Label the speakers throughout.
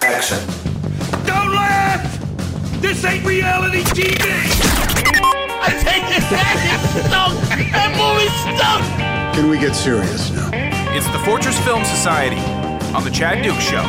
Speaker 1: Jackson! Don't laugh! This ain't reality TV!
Speaker 2: I take it back! It's stunk! That movie stunk!
Speaker 3: Can we get serious now?
Speaker 4: It's the Fortress Film Society on The Chad Duke Show.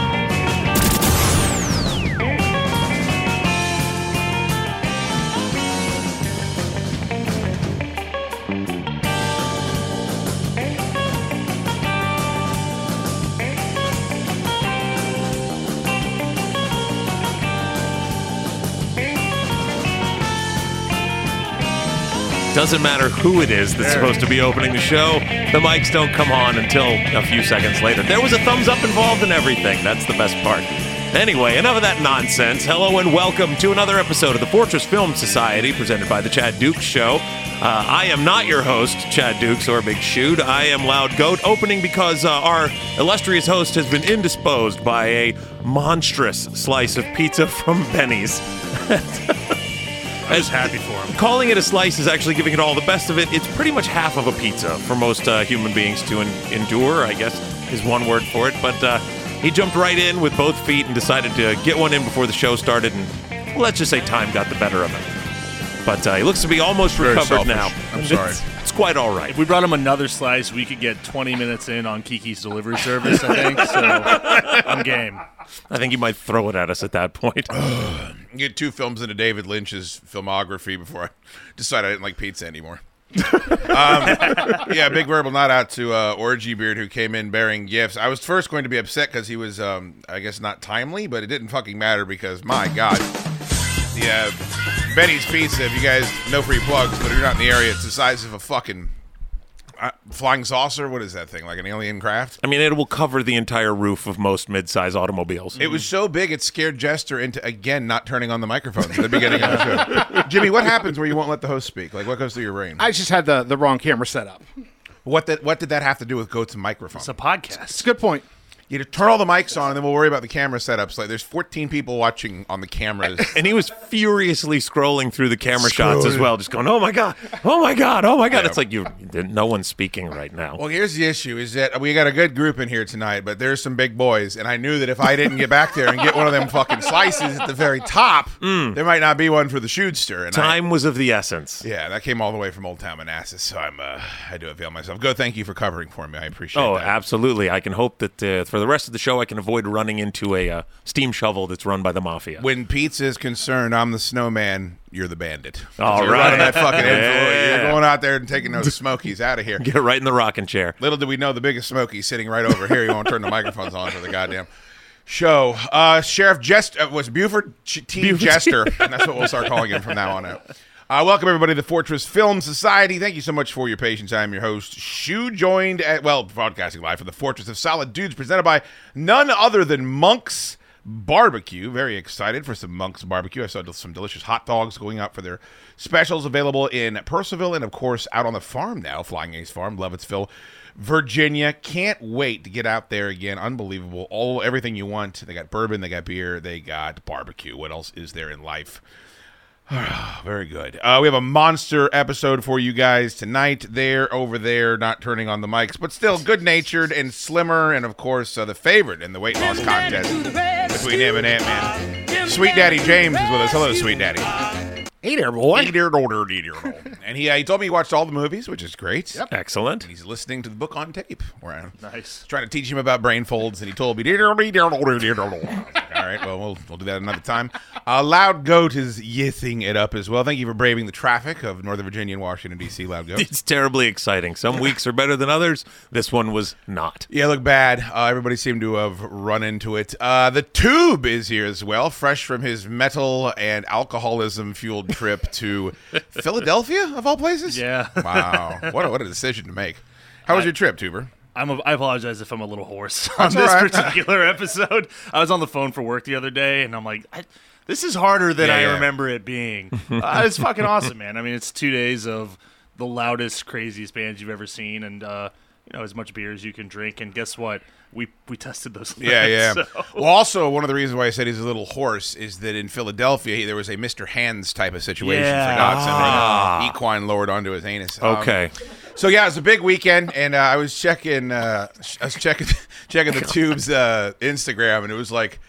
Speaker 5: Doesn't matter who it is that's supposed to be opening the show, the mics don't come on until a few seconds later. There was a thumbs up involved in everything. That's the best part. Anyway, enough of that nonsense. Hello and welcome to another episode of the Fortress Film Society presented by the Chad Dukes Show. Uh, I am not your host, Chad Dukes or Big Shoot. I am Loud Goat, opening because uh, our illustrious host has been indisposed by a monstrous slice of pizza from Benny's. As happy for him. Calling it a slice is actually giving it all the best of it. It's pretty much half of a pizza for most uh, human beings to en- endure, I guess is one word for it. But uh, he jumped right in with both feet and decided to get one in before the show started. And let's just say time got the better of him. But uh, he looks to be almost recovered
Speaker 6: selfish.
Speaker 5: now.
Speaker 6: I'm sorry.
Speaker 5: It's, it's quite all right.
Speaker 6: If we brought him another slice, we could get 20 minutes in on Kiki's delivery service, I think. So I'm game.
Speaker 5: I think he might throw it at us at that point.
Speaker 7: You get two films into David Lynch's filmography before I decided I didn't like pizza anymore. um, yeah, big verbal nod out to uh, Orgy Beard who came in bearing gifts. I was first going to be upset because he was, um, I guess, not timely, but it didn't fucking matter because my god, the uh, Benny's Pizza. If you guys no free plugs, but if you're not in the area, it's the size of a fucking uh, flying saucer. What is that thing? Like an alien craft?
Speaker 5: I mean, it will cover the entire roof of most mid-size automobiles.
Speaker 7: It was so big it scared Jester into again not turning on the microphone at the beginning of the show. Jimmy, what happens where you won't let the host speak? Like what goes through your brain?
Speaker 8: I just had the, the wrong camera set up.
Speaker 7: what that what did that have to do with goat's microphone?
Speaker 6: It's a podcast.
Speaker 8: It's a good point.
Speaker 7: you just turn all the mics on and then we'll worry about the camera setups. Like there's 14 people watching on the cameras.
Speaker 5: and he was furiously scrolling through the camera shots as well, just going, "Oh my god, oh my god, oh my god!" It's like you, no one's speaking right now.
Speaker 7: well, here's the issue is that we got a good group in here tonight, but there's some big boys and I knew that if I didn't get back there and get one of them fucking slices at the very top, there might not be one for the shootster and I,
Speaker 5: Mm. Time was of the essence.
Speaker 7: yeah, that came all the way from Old Town Manassas, so I'm uh, I do avail myself. Go, thank you for covering for me. I appreciate
Speaker 5: Oh,
Speaker 7: that.
Speaker 5: absolutely. I can hope that uh, for the rest of the show, I can avoid running into a uh, steam shovel that's run by the mafia.
Speaker 7: When pizza is concerned, I'm the snowman. You're the bandit.
Speaker 5: All
Speaker 7: You're
Speaker 5: right.
Speaker 7: running that fucking envelope.
Speaker 5: Yeah.
Speaker 7: You're going out there and taking those smokies out of here.
Speaker 5: Get right in the rocking chair.
Speaker 7: Little do we know, the biggest smoky sitting right over here. You won't turn the microphones on for the goddamn show. Uh, Sheriff Jester uh, was Buford Ch- T. Jester. and that's what we'll start calling him from now on out. Uh, welcome everybody to the Fortress Film Society. Thank you so much for your patience. I'm your host, Shu, joined at well, broadcasting live from the Fortress of Solid Dudes, presented by none other than Monks barbecue. Very excited for some Monk's barbecue. I saw some delicious hot dogs going out for their specials available in Percival and, of course, out on the farm now, Flying Ace Farm, Lovettsville, Virginia. Can't wait to get out there again. Unbelievable. All everything you want. They got bourbon, they got beer, they got barbecue. What else is there in life? Very good. Uh, we have a monster episode for you guys tonight. There, over there, not turning on the mics, but still good natured and slimmer, and of course, uh, the favorite in the weight loss contest between him and Ant Man. Sweet Daddy James is with us. Hello, Sweet Daddy.
Speaker 8: Hey there, boy.
Speaker 7: Eat it, order it, eat it, order it. And he, uh, he told me he watched all the movies, which is great. Yep.
Speaker 5: Excellent.
Speaker 7: He's listening to the book on tape. Where I'm
Speaker 6: Nice.
Speaker 7: trying to teach him about brain folds, and he told me, "Eat it, order it, eat it, order it, eat it, order it." I was like, all right, well, we'll we'll do that another time. Uh, Loud Goat is yissing it up as well. Thank you for braving the traffic of Northern Virginia and Washington D.C. Loud Goat.
Speaker 5: It's terribly exciting. Some weeks are better than others. This one was not.
Speaker 7: Yeah, look bad. Uh, everybody seemed to have run into it. Uh, the Tube is here as well, fresh from his metal and alcoholism fueled trip to Philadelphia, of all places.
Speaker 6: Yeah.
Speaker 7: wow. What a, what a decision to make. How was your trip, Tuber?
Speaker 6: I'm a, I apologize if I'm a little hoarse on this
Speaker 7: all right.
Speaker 6: particular episode. I was on the phone for work the other day, and I'm like, I, this is harder than
Speaker 7: Yeah,
Speaker 6: I
Speaker 7: yeah.
Speaker 6: remember it being. uh, it's fucking awesome, man. I mean, it's two days of the loudest, craziest bands you've ever seen, and uh, you know as much beer as you can drink. And guess what? We we tested those.
Speaker 7: Yeah, yeah.
Speaker 6: limits, so-
Speaker 7: Well, also one of the reasons why I said he's a little hoarse is that in Philadelphia there was a Mister Hands type of situation.
Speaker 6: Yeah. Ah.
Speaker 7: So got something equine lowered onto his anus. Um,
Speaker 5: Okay.
Speaker 7: So yeah, it was a big weekend, and uh, I was checking, uh, I was checking, checking the tube's uh, Instagram, and it was like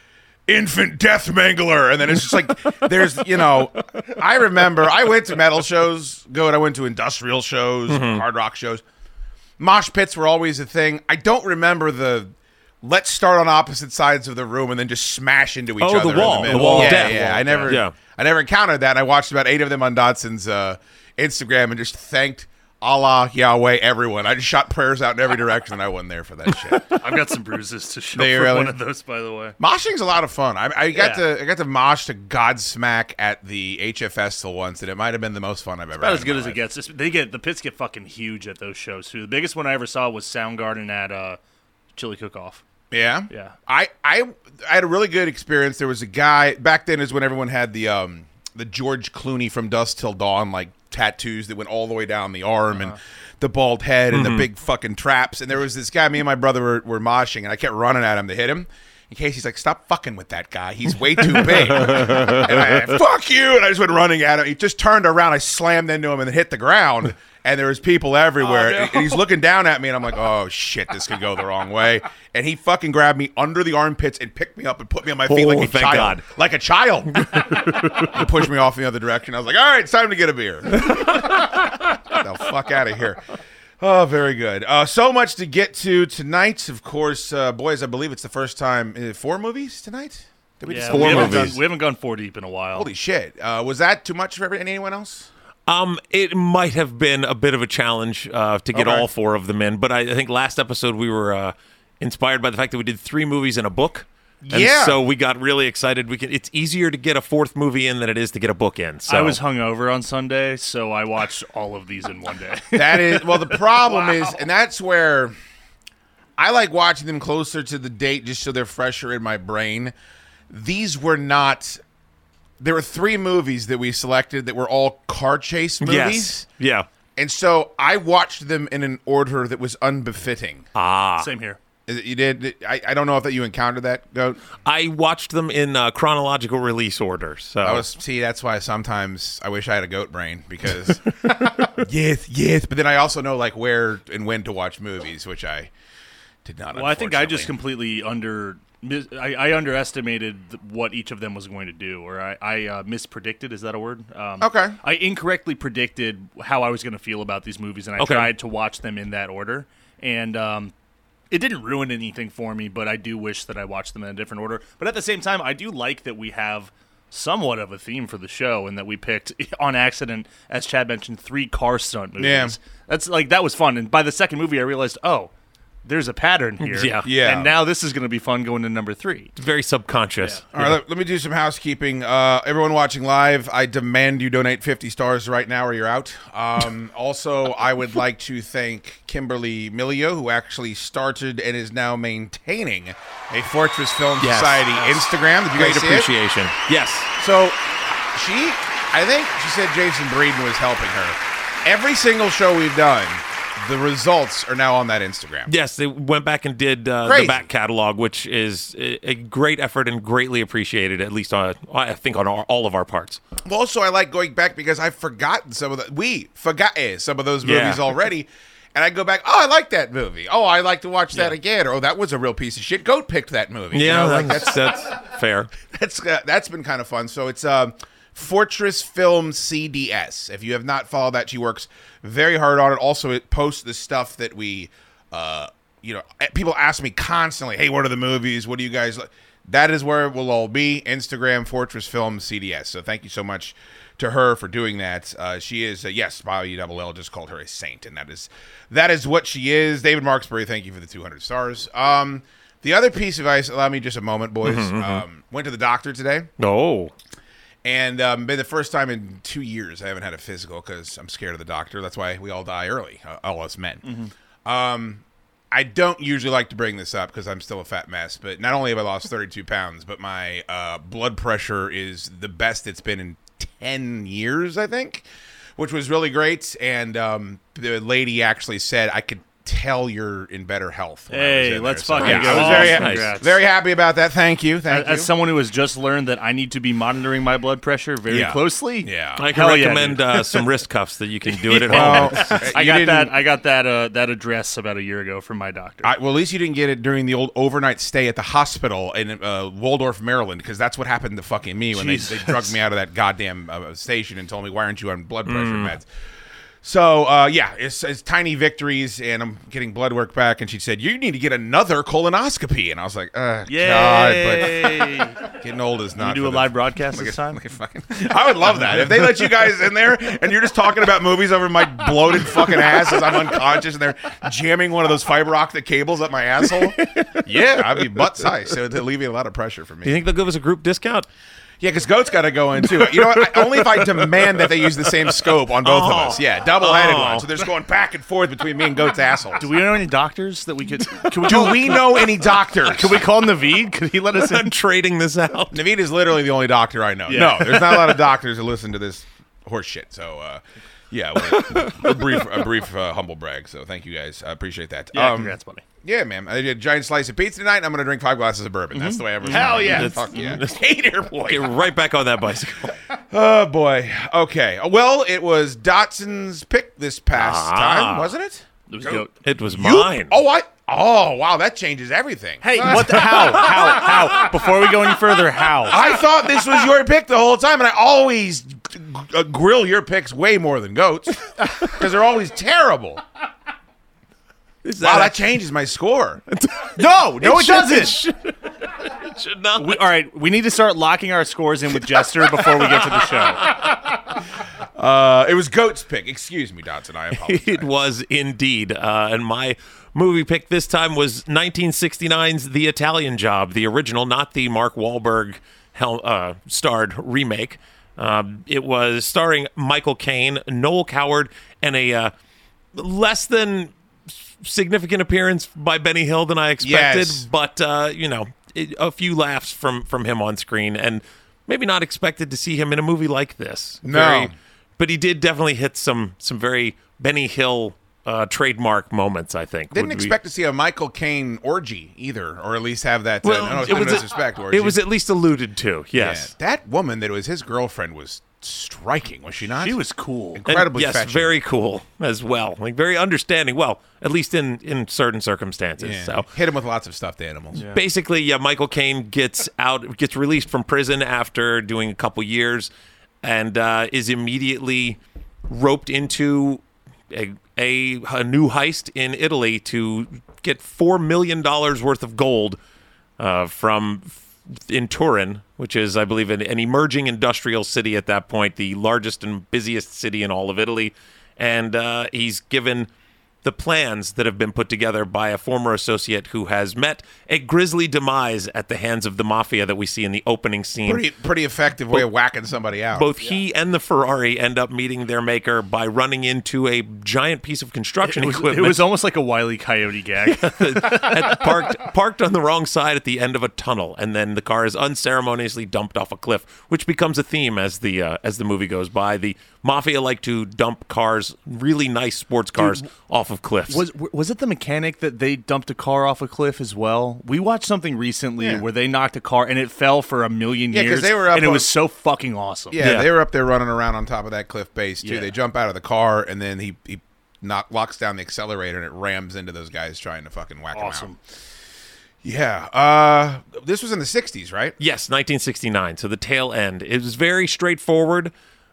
Speaker 7: infant death mangler and then it's just like there's you know i remember i went to metal shows good i went to industrial shows
Speaker 6: Mm-hmm.
Speaker 7: hard rock shows mosh pits were always a thing i don't remember the let's start on opposite sides of the room and then just smash into each
Speaker 5: Oh, the
Speaker 7: other in
Speaker 5: wall, the
Speaker 7: middle.
Speaker 5: wall of
Speaker 7: yeah,
Speaker 5: death.
Speaker 7: yeah i never
Speaker 5: Yeah.
Speaker 7: i never encountered that i watched about eight of them on dotson's uh instagram and just thanked Allah, Yahweh, everyone. I just shot prayers out in every direction, and I wasn't there for that shit.
Speaker 6: I've got some bruises to show
Speaker 7: They
Speaker 6: for
Speaker 7: really-
Speaker 6: one of those, by the way.
Speaker 7: Moshing's a lot of fun. I, I got
Speaker 6: Yeah.
Speaker 7: to I got to mosh to Godsmack at the HFS till once, and it might have been the most fun I've ever.
Speaker 6: About
Speaker 7: had
Speaker 6: as
Speaker 7: in
Speaker 6: good
Speaker 7: my
Speaker 6: as it
Speaker 7: life.
Speaker 6: gets. It's- They get the pits get fucking huge at those shows too. The biggest one I ever saw was Soundgarden at uh, Chili Cook Off.
Speaker 7: Yeah,
Speaker 6: Yeah.
Speaker 7: I I I had a really good experience. There was a guy back then is when everyone had the um the George Clooney from Dusk Till Dawn like tattoos that went all the way down the arm and the bald head and the big fucking traps. And there was this guy. Me and my brother were, were moshing, and I kept running at him to hit him. In case he's like, stop fucking with that guy. He's way too big. and I, fuck you. And I just went running at him. He just turned around. I slammed into him and hit the ground. And there was people everywhere. And he's looking down at me. And I'm like, oh, shit, this could go the wrong way. And he fucking grabbed me under the armpits and picked me up and put me on my feet
Speaker 5: Oh,
Speaker 7: like a
Speaker 5: thank
Speaker 7: child.
Speaker 5: God.
Speaker 7: Like a child. he pushed me off in the other direction. I was like, all right, it's time to get a beer. the fuck out of here. Oh, very good. Uh, so much to get to tonight. Of course, uh, boys, I believe it's the first time. Uh, four movies tonight? Did we
Speaker 6: Yeah,
Speaker 7: decide-
Speaker 6: we, haven't
Speaker 5: movies.
Speaker 6: Done, we haven't gone four deep in a while.
Speaker 7: Holy shit! Uh, was that too much for every, anyone else?
Speaker 5: Um, it might have been a bit of a challenge uh, to get
Speaker 7: Okay.
Speaker 5: all four of them in, but I, I think last episode we were uh, inspired by the fact that we did three movies and a book. And
Speaker 7: Yeah.
Speaker 5: So we got really excited. We can. It's easier to get a fourth movie in than it is to get a book in. So
Speaker 6: I was hungover on Sunday, so I watched all of these in one day.
Speaker 7: That is well. The problem is, and that's where I like watching them closer to the date, just so they're fresher in my brain. These were not. There were three movies that we selected that were all car chase movies,
Speaker 5: yes. Yeah.
Speaker 7: and so I watched them in an order that was unbefitting.
Speaker 6: Same here.
Speaker 7: Is it- you did. I, I don't know if that you encountered that. Goat.
Speaker 5: I watched them in uh, chronological release order. So
Speaker 7: I was see. That's why sometimes I wish I had a goat brain because yes, yes. But then I also know like where and when to watch movies, which I did not.
Speaker 6: Well, I think I just
Speaker 7: unfortunately.
Speaker 6: completely under mis- I, I underestimated th- what each of them was going to do, or I, I uh, mispredicted. Is that a word? Um,
Speaker 7: Okay.
Speaker 6: I incorrectly predicted how I was going to feel about these movies, and I
Speaker 5: Okay.
Speaker 6: tried to watch them in that order, and um, it didn't ruin anything for me. But I do wish that I watched them in a different order. But at the same time, I do like that we have. Somewhat of a theme for the show, and that we picked on accident, as Chad mentioned, three car stunt movies.
Speaker 7: Yeah.
Speaker 6: That's like that was fun. And by the second movie, I realized, oh, there's a pattern here.
Speaker 5: Yeah.
Speaker 7: Yeah.
Speaker 6: And now this is going to be fun going to number three.
Speaker 5: very subconscious.
Speaker 7: All right, let, let me do some housekeeping. Uh, everyone watching live, I demand you donate 50 stars right now or you're out. Um, also, I would like to thank Kimberly Milio, who actually started and is now maintaining a Fortress Film
Speaker 5: Yes.
Speaker 7: Society Instagram. Did you
Speaker 5: Great
Speaker 7: guys see it?
Speaker 5: appreciation. Yes.
Speaker 7: So she, I think she said Jason Breeden was helping her. Every single show we've done, the results are now on that Instagram.
Speaker 5: Yes, they went back and did uh, the
Speaker 7: Crazy.
Speaker 5: back catalog, which is a a great effort and greatly appreciated. At least on, I think, on our, all of our parts.
Speaker 7: Also, I like going back because I've forgotten some of the we forgot eh, some of those
Speaker 5: Yeah.
Speaker 7: movies already. And I go back, oh, I like that movie. Oh, I like to watch that again. Or, oh, that was a real piece of shit. Goat picked that movie. You know, like that's
Speaker 5: that's, that's fair.
Speaker 7: that's uh, that's been kind of fun. So it's um, Fortress Film CDS. If you have not followed that, she works very hard on it. Also, it posts the stuff that we, uh, you know, eh, people ask me constantly, "Hey, what are the movies? What do you guys?" Like? That is where it will all be. Instagram Fortress Film CDS. So thank you so much to her for doing that. Uh, she is uh, yes, Bobby Double L just called her a saint, and that is that is what she is. David Marksbury, thank you for the 200 stars. Um, the other piece of advice, allow me just a moment, boys.
Speaker 6: Mm-hmm,
Speaker 7: Um, went to the doctor today,
Speaker 5: No,
Speaker 7: and um, been the first time in two years I haven't had a physical because I'm scared of the doctor. That's why we all die early, uh, all us men.
Speaker 6: Mm-hmm.
Speaker 7: Um, I don't usually like to bring this up because I'm still a fat mess, but not only have I lost 32 pounds, but my uh, blood pressure is the best it's been in 10 years, I think, which was really great. And um, the lady actually said I could tell you're in better health. when I was
Speaker 6: Hey,
Speaker 7: in
Speaker 6: let's
Speaker 7: there, so-
Speaker 6: fucking
Speaker 5: Yeah,
Speaker 6: go.
Speaker 5: I was
Speaker 7: very,
Speaker 6: Awesome.
Speaker 5: happy.
Speaker 6: Congrats.
Speaker 7: very happy about that. Thank you. Thank you.
Speaker 6: As someone who has just learned that I need to be monitoring my blood pressure very
Speaker 7: Yeah.
Speaker 6: closely,
Speaker 7: Yeah.
Speaker 5: I can
Speaker 6: Hell yeah,
Speaker 5: recommend
Speaker 6: dude. Oh.
Speaker 5: uh, some wrist cuffs that you can do it at
Speaker 7: Well,
Speaker 5: home.
Speaker 6: I
Speaker 7: you
Speaker 6: got
Speaker 7: didn't-
Speaker 6: that. I got that. Uh, that address about a year ago from my doctor.
Speaker 7: I, well, at least you didn't get it during the old overnight stay at the hospital in uh, Waldorf, Maryland, because that's what happened to fucking me when they, they
Speaker 6: Jesus.
Speaker 7: drugged me out of that goddamn uh, station and told me, why aren't you on blood pressure
Speaker 6: Mm.
Speaker 7: meds? So, uh, yeah, it's, it's tiny victories, and I'm getting blood work back. And she said, you need to get another colonoscopy. And I was like, uh, God,
Speaker 6: Yay!
Speaker 7: but getting old is not.
Speaker 6: you do
Speaker 7: for
Speaker 6: a
Speaker 7: the-
Speaker 6: live broadcast
Speaker 7: Look
Speaker 6: this
Speaker 7: at-
Speaker 6: time?
Speaker 7: look at fucking, I would love that. If they let you guys in there and you're just talking about movies over my bloated fucking ass as I'm unconscious and they're jamming one of those fiber optic cables up my asshole, yeah, I'd be butt size. So it'd alleviate a lot of pressure for me.
Speaker 5: Do you think they'll give us a group discount?
Speaker 7: Yeah, because goat's got to go in too. You know what? I, only if I demand that they use the same scope on both of
Speaker 6: Oh.
Speaker 7: us. Yeah, double headed one. So there's going back and forth between me and goat's asshole.
Speaker 6: Do we know any doctors that we could? Can we,
Speaker 7: Do we know any doctors?
Speaker 6: could we call Naveed? Could he let us in?
Speaker 5: I'm trading this out.
Speaker 7: Naveed is literally the only doctor I know. No, there's not a lot of doctors who listen to this horse shit. So, uh, yeah, we're- a brief, a brief uh, humble brag. So, thank you guys. I appreciate that. Um,
Speaker 6: Yeah, congrats, buddy.
Speaker 7: Yeah, man. I did a giant slice of pizza tonight. and I'm going to drink five glasses of bourbon. That's the way I respond.
Speaker 6: Mm-hmm. Hell yeah. Mm-hmm.
Speaker 7: Fuck yeah.
Speaker 5: Hater boy. Get right back on that bicycle.
Speaker 7: Oh, boy. Okay. Well, it was Dotson's pick this past
Speaker 5: Ah.
Speaker 7: time, wasn't it?
Speaker 6: It was goat.
Speaker 5: It was
Speaker 7: You-
Speaker 5: mine.
Speaker 7: Oh, I. Oh, wow. That changes everything.
Speaker 6: Hey, what the how? How? How? Before we go any further, how?
Speaker 7: I thought this was your pick the whole time, and I always g- g- grill your picks way more than goats because they're always terrible.
Speaker 5: Is
Speaker 7: Wow, that
Speaker 5: that
Speaker 7: changes my score. Oh,
Speaker 6: No, no, it, doesn't.
Speaker 5: should not.
Speaker 6: We, all right, we need to start locking our scores in with Jester before we get to the show.
Speaker 7: Uh, it was goat's pick. Excuse me, Dodson. I apologize.
Speaker 5: It was indeed. Uh, and my movie pick this time was 1969's The Italian Job, the original, not the Mark Wahlberg hel- uh, starred remake. Um, it was starring Michael Caine, Noel Coward, and a uh, less than significant appearance by Benny Hill than I expected.
Speaker 7: Yes.
Speaker 5: But uh, you know, it, a few laughs from from him on screen, and maybe not expected to see him in a movie like this.
Speaker 7: No.
Speaker 5: but he did definitely hit some some very Benny Hill uh, trademark moments. I think
Speaker 7: Didn't
Speaker 5: Would we-
Speaker 7: expect to see a Michael Caine orgy either, or at least have that.
Speaker 5: Well,
Speaker 7: uh, no,
Speaker 5: it was a-
Speaker 7: disrespect orgy.
Speaker 5: It was at least alluded to.
Speaker 7: Yeah,
Speaker 5: Yes.
Speaker 7: that woman that was his girlfriend was striking, was she not?
Speaker 6: She was cool.
Speaker 5: And
Speaker 7: incredibly
Speaker 5: yes,
Speaker 7: fetching.
Speaker 5: very cool as well. Like very understanding. Well, at least in in certain circumstances.
Speaker 7: Yeah.
Speaker 5: So
Speaker 7: hit him with lots of stuffed animals. Yeah.
Speaker 5: basically, yeah, Michael Caine gets out, gets released from prison after doing a couple years, and uh, is immediately roped into a, a a new heist in Italy to get four million dollars worth of gold uh, from in Turin, which is, I believe, an, an emerging industrial city at that point, the largest and busiest city in all of Italy, and uh, he's given the plans that have been put together by a former associate who has met a grisly demise at the hands of the mafia that we see in the opening scene.
Speaker 7: Pretty, pretty effective way of whacking somebody out.
Speaker 5: Both he and the Ferrari end up meeting their maker by running into a giant piece of construction
Speaker 6: It was,
Speaker 5: equipment
Speaker 6: it was almost like a wily coyote gag.
Speaker 5: at, parked parked on the wrong side at the end of a tunnel, and then the car is unceremoniously dumped off a cliff, which becomes a theme as the uh, as the movie goes by. The mafia like to dump cars, really nice sports cars, off of cliffs.
Speaker 6: Was was it the mechanic that they dumped a car off a cliff as well? We watched something recently
Speaker 7: Yeah.
Speaker 6: where they knocked a car and it fell for a million
Speaker 7: Yeah, 'cause
Speaker 6: years.
Speaker 7: they were up
Speaker 6: and it
Speaker 7: on-
Speaker 6: was so fucking awesome.
Speaker 7: Yeah,
Speaker 5: Yeah.
Speaker 7: they were up there running around on top of that cliff base too.
Speaker 6: Yeah.
Speaker 7: They jump out of the car and then he he knock, locks down the accelerator and it rams into those guys trying to fucking whack him
Speaker 6: awesome.
Speaker 7: out. Yeah, uh, this was in the '60s, right?
Speaker 5: yes, 1969. So the tail end. It was very straightforward,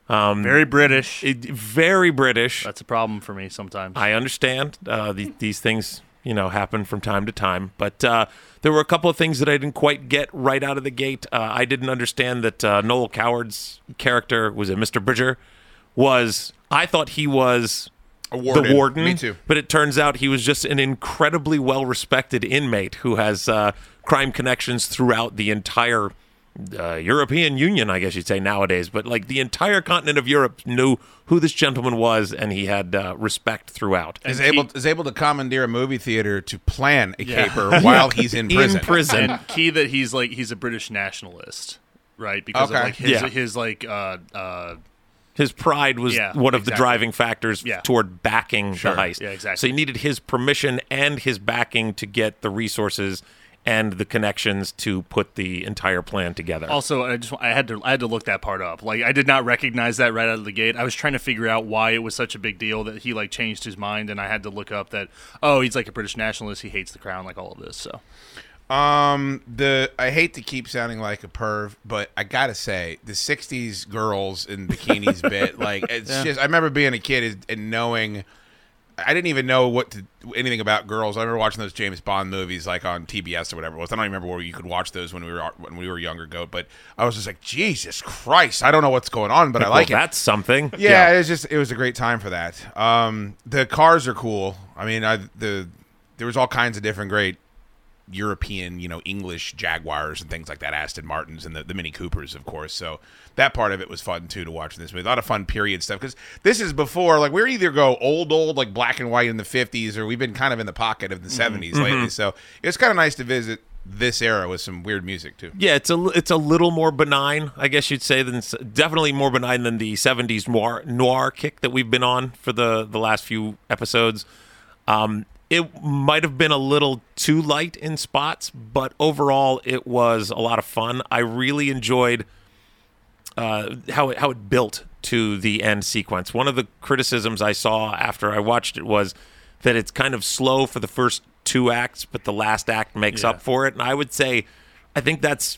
Speaker 6: Very British.
Speaker 5: it, very British.
Speaker 6: That's a problem for me sometimes.
Speaker 5: I understand uh, the, these things, you know, happen from time to time. But uh, there were a couple of things that I didn't quite get right out of the gate. Uh, I didn't understand that uh, Noel Coward's character was it Mr. Bridger was. I thought he was
Speaker 7: A warden.
Speaker 5: the warden.
Speaker 7: Me too.
Speaker 5: But it turns out he was just an incredibly well-respected inmate who has uh, crime connections throughout the entire uh, European Union, I guess you'd say nowadays. But like the entire continent of Europe knew who this gentleman was, and he had uh, respect throughout.
Speaker 7: Is able is able to commandeer a movie theater to plan a caper while he's in prison.
Speaker 5: In prison.
Speaker 6: and key that he's like he's a British nationalist, right? Because
Speaker 7: Okay.
Speaker 6: of like his
Speaker 5: Yeah.
Speaker 6: his like uh uh
Speaker 5: His pride was
Speaker 6: Yeah,
Speaker 5: one of the
Speaker 6: exactly.
Speaker 5: driving factors
Speaker 6: Yeah.
Speaker 5: toward backing
Speaker 6: Sure.
Speaker 5: the heist.
Speaker 6: Yeah, exactly.
Speaker 5: So you needed his permission and his backing to get the resources and the connections to put the entire plan together.
Speaker 6: Also, I just I had to I had to look that part up. Like I did not recognize that right out of the gate. I was trying to figure out why it was such a big deal that he like changed his mind, and I had to look up that oh he's like a British nationalist. He hates the crown, like all of this. So
Speaker 7: Um, the I hate to keep sounding like a perv, but I gotta say the '60s girls in bikinis bit, like it's just. I remember being a kid is- and knowing. I didn't even know what to anything about girls. I remember watching those James Bond movies, like on TBS or whatever it was. I don't remember where you could watch those when we were when we were younger, goat. But I was just like, Jesus Christ, I don't know what's going on, but I
Speaker 5: Well,
Speaker 7: like it.
Speaker 5: that's something.
Speaker 7: Yeah, it was just it was a great time for that. Um, the cars are cool. I mean, I the there was all kinds of different great European, you know, English Jaguars and things like that, Aston Martins and the, the Mini Coopers, of course. So that part of it was fun too to watch in this movie. A lot of fun period stuff because this is before like we're either go old old like black and white in the fifties or we've been kind of in the pocket of the 70s lately. So it's kind of nice to visit this era with some weird music too.
Speaker 5: Yeah, it's a it's a little more benign, I guess you'd say, than definitely more benign than the '70s noir noir kick that we've been on for the the last few episodes. Um, it might have been a little too light in spots, but overall, it was a lot of fun. I really enjoyed uh, how it how it built to the end sequence. One of the criticisms I saw after I watched it was that it's kind of slow for the first two acts, but the last act makes up for it. And I would say, I think that's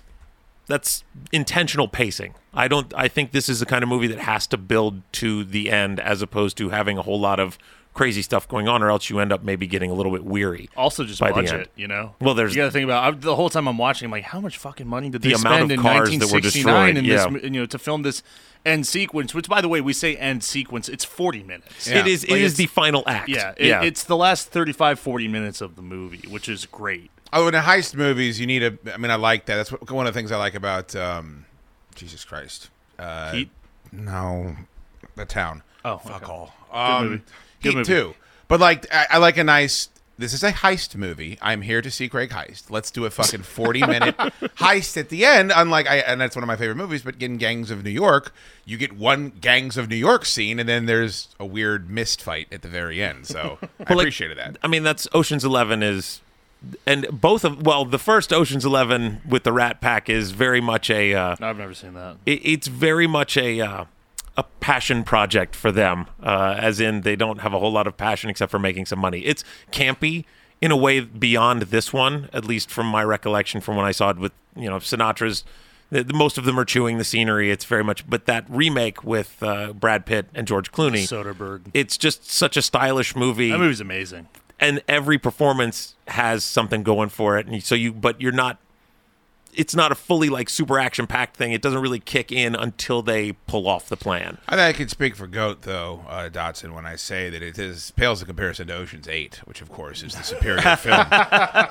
Speaker 5: that's intentional pacing. I don't. I think this is the kind of movie that has to build to the end, as opposed to having a whole lot of crazy stuff going on, or else you end up maybe getting a little bit weary.
Speaker 6: also just
Speaker 5: By the
Speaker 6: watch
Speaker 5: end.
Speaker 6: it. You know.
Speaker 5: Well, there's-
Speaker 6: you got to think about I, the whole time I'm watching. I'm like, how much fucking money did
Speaker 5: The
Speaker 6: they
Speaker 5: amount of
Speaker 6: spend in
Speaker 5: cars that were
Speaker 6: 1969 in
Speaker 5: destroyed,
Speaker 6: this
Speaker 5: yeah.
Speaker 6: m- you know to film this end sequence? Which by the way, we say end sequence. It's 40 minutes.
Speaker 5: It is.
Speaker 6: Like,
Speaker 5: it is
Speaker 6: it's-
Speaker 5: the final act.
Speaker 6: Yeah, it, it's the last 35, 40 minutes of the movie, which is great.
Speaker 7: Oh, in the heist movies, you need a. I mean, I like that. That's what, one of the things I like about um, Jesus Christ. Uh,
Speaker 6: Heat?
Speaker 7: No, the town.
Speaker 6: Oh,
Speaker 7: fuck
Speaker 6: okay.
Speaker 7: all. Um,
Speaker 6: movie. Good
Speaker 7: Heat
Speaker 6: movie.
Speaker 7: too. But like, I, I like a nice. This is a heist movie. I'm here to see Craig Heist. Let's do a fucking 40 minute heist at the end. Unlike, I, and that's one of my favorite movies, but in Gangs of New York, you get one Gangs of New York scene, and then there's a weird mist fight at the very end. So I
Speaker 5: like,
Speaker 7: appreciated that.
Speaker 5: I mean, that's Ocean's Eleven is, and both of well, the first Ocean's Eleven with the Rat Pack is very much a. Uh,
Speaker 6: I've never seen that.
Speaker 5: it, it's very much a uh, a passion project for them, uh, as in they don't have a whole lot of passion except for making some money. It's campy in a way beyond this one, at least from my recollection from when I saw it with you know Sinatra's. The, the- most of them are chewing the scenery. It's very much, but that remake with uh, Brad Pitt and George Clooney,
Speaker 6: Soderbergh.
Speaker 5: it's just such a stylish movie
Speaker 6: That movie's amazing.
Speaker 5: and every performance has something going for it and so you but you're not it's not a fully like super action packed thing it doesn't really kick in until they pull off the plan
Speaker 7: I think I can speak for Goat though, uh, Dotson, when I say that it is pales in comparison to Ocean's Eight, which of course is the superior film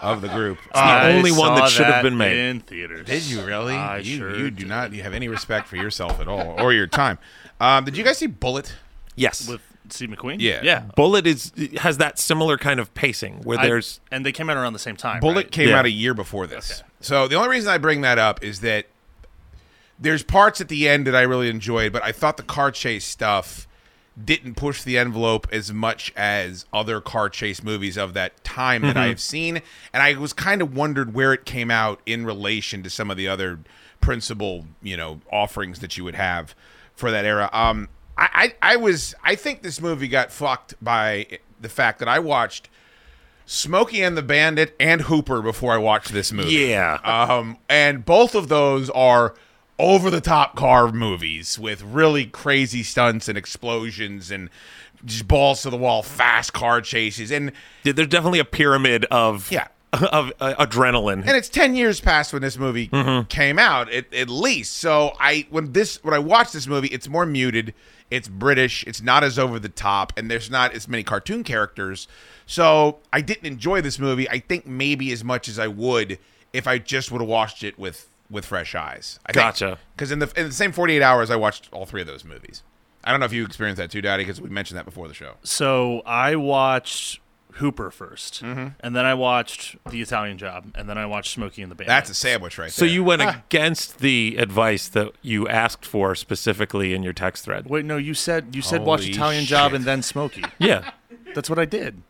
Speaker 7: of the group.
Speaker 6: Uh,
Speaker 5: the only one that should have been made.
Speaker 6: in theaters.
Speaker 7: Did you really?
Speaker 6: I
Speaker 7: you,
Speaker 6: sure
Speaker 7: you do not you have any respect for yourself at all or your time. Um, did you guys see Bullet?
Speaker 5: yes
Speaker 6: with Steve McQueen?
Speaker 7: Yeah.
Speaker 6: yeah.
Speaker 5: bullet is has that similar kind of pacing where
Speaker 6: I-
Speaker 5: there's
Speaker 6: and they came out around the same time.
Speaker 7: Bullet
Speaker 6: right?
Speaker 7: came
Speaker 5: Yeah.
Speaker 7: out a year before this. So the only reason I bring that up is that there's parts at the end that I really enjoyed, but I thought the car chase stuff didn't push the envelope as much as other car chase movies of that time
Speaker 6: Mm-hmm.
Speaker 7: that I have seen. And I was kind of wondered where it came out in relation to some of the other principal, you know, offerings that you would have for that era. Um, I, I, I was I think this movie got fucked by the fact that I watched Smokey and the Bandit and Hooper before I watched this movie.
Speaker 5: Yeah.
Speaker 7: Um, and both of those are over the top car movies with really crazy stunts and explosions and just balls to the wall, fast car chases. And
Speaker 5: there's definitely a pyramid of
Speaker 7: Yeah.
Speaker 5: of uh, adrenaline
Speaker 7: and it's 10 years past when this movie
Speaker 6: Mm-hmm.
Speaker 7: came out at, at least so i when this when i watch this movie it's more muted it's british it's not as over the top and there's not as many cartoon characters so i didn't enjoy this movie i think maybe as much as i would if i just would have watched it with with fresh eyes I
Speaker 5: Gotcha.
Speaker 7: because in the in the same 48 hours i watched all three of those movies i don't know if you experienced that too daddy because we mentioned that before the show
Speaker 6: So I watched Hooper 1st
Speaker 7: Mm-hmm.
Speaker 6: and then I watched The Italian Job, and then I watched Smokey and the Bandit.
Speaker 7: That's a sandwich right
Speaker 5: So
Speaker 7: there.
Speaker 5: you went
Speaker 6: Ah.
Speaker 5: against the advice that you asked for specifically in your text thread.
Speaker 6: wait. No, you said you said watch
Speaker 7: Holy
Speaker 6: Italian Job
Speaker 7: shit.
Speaker 6: and then Smokey.
Speaker 5: Yeah.
Speaker 6: That's what I did.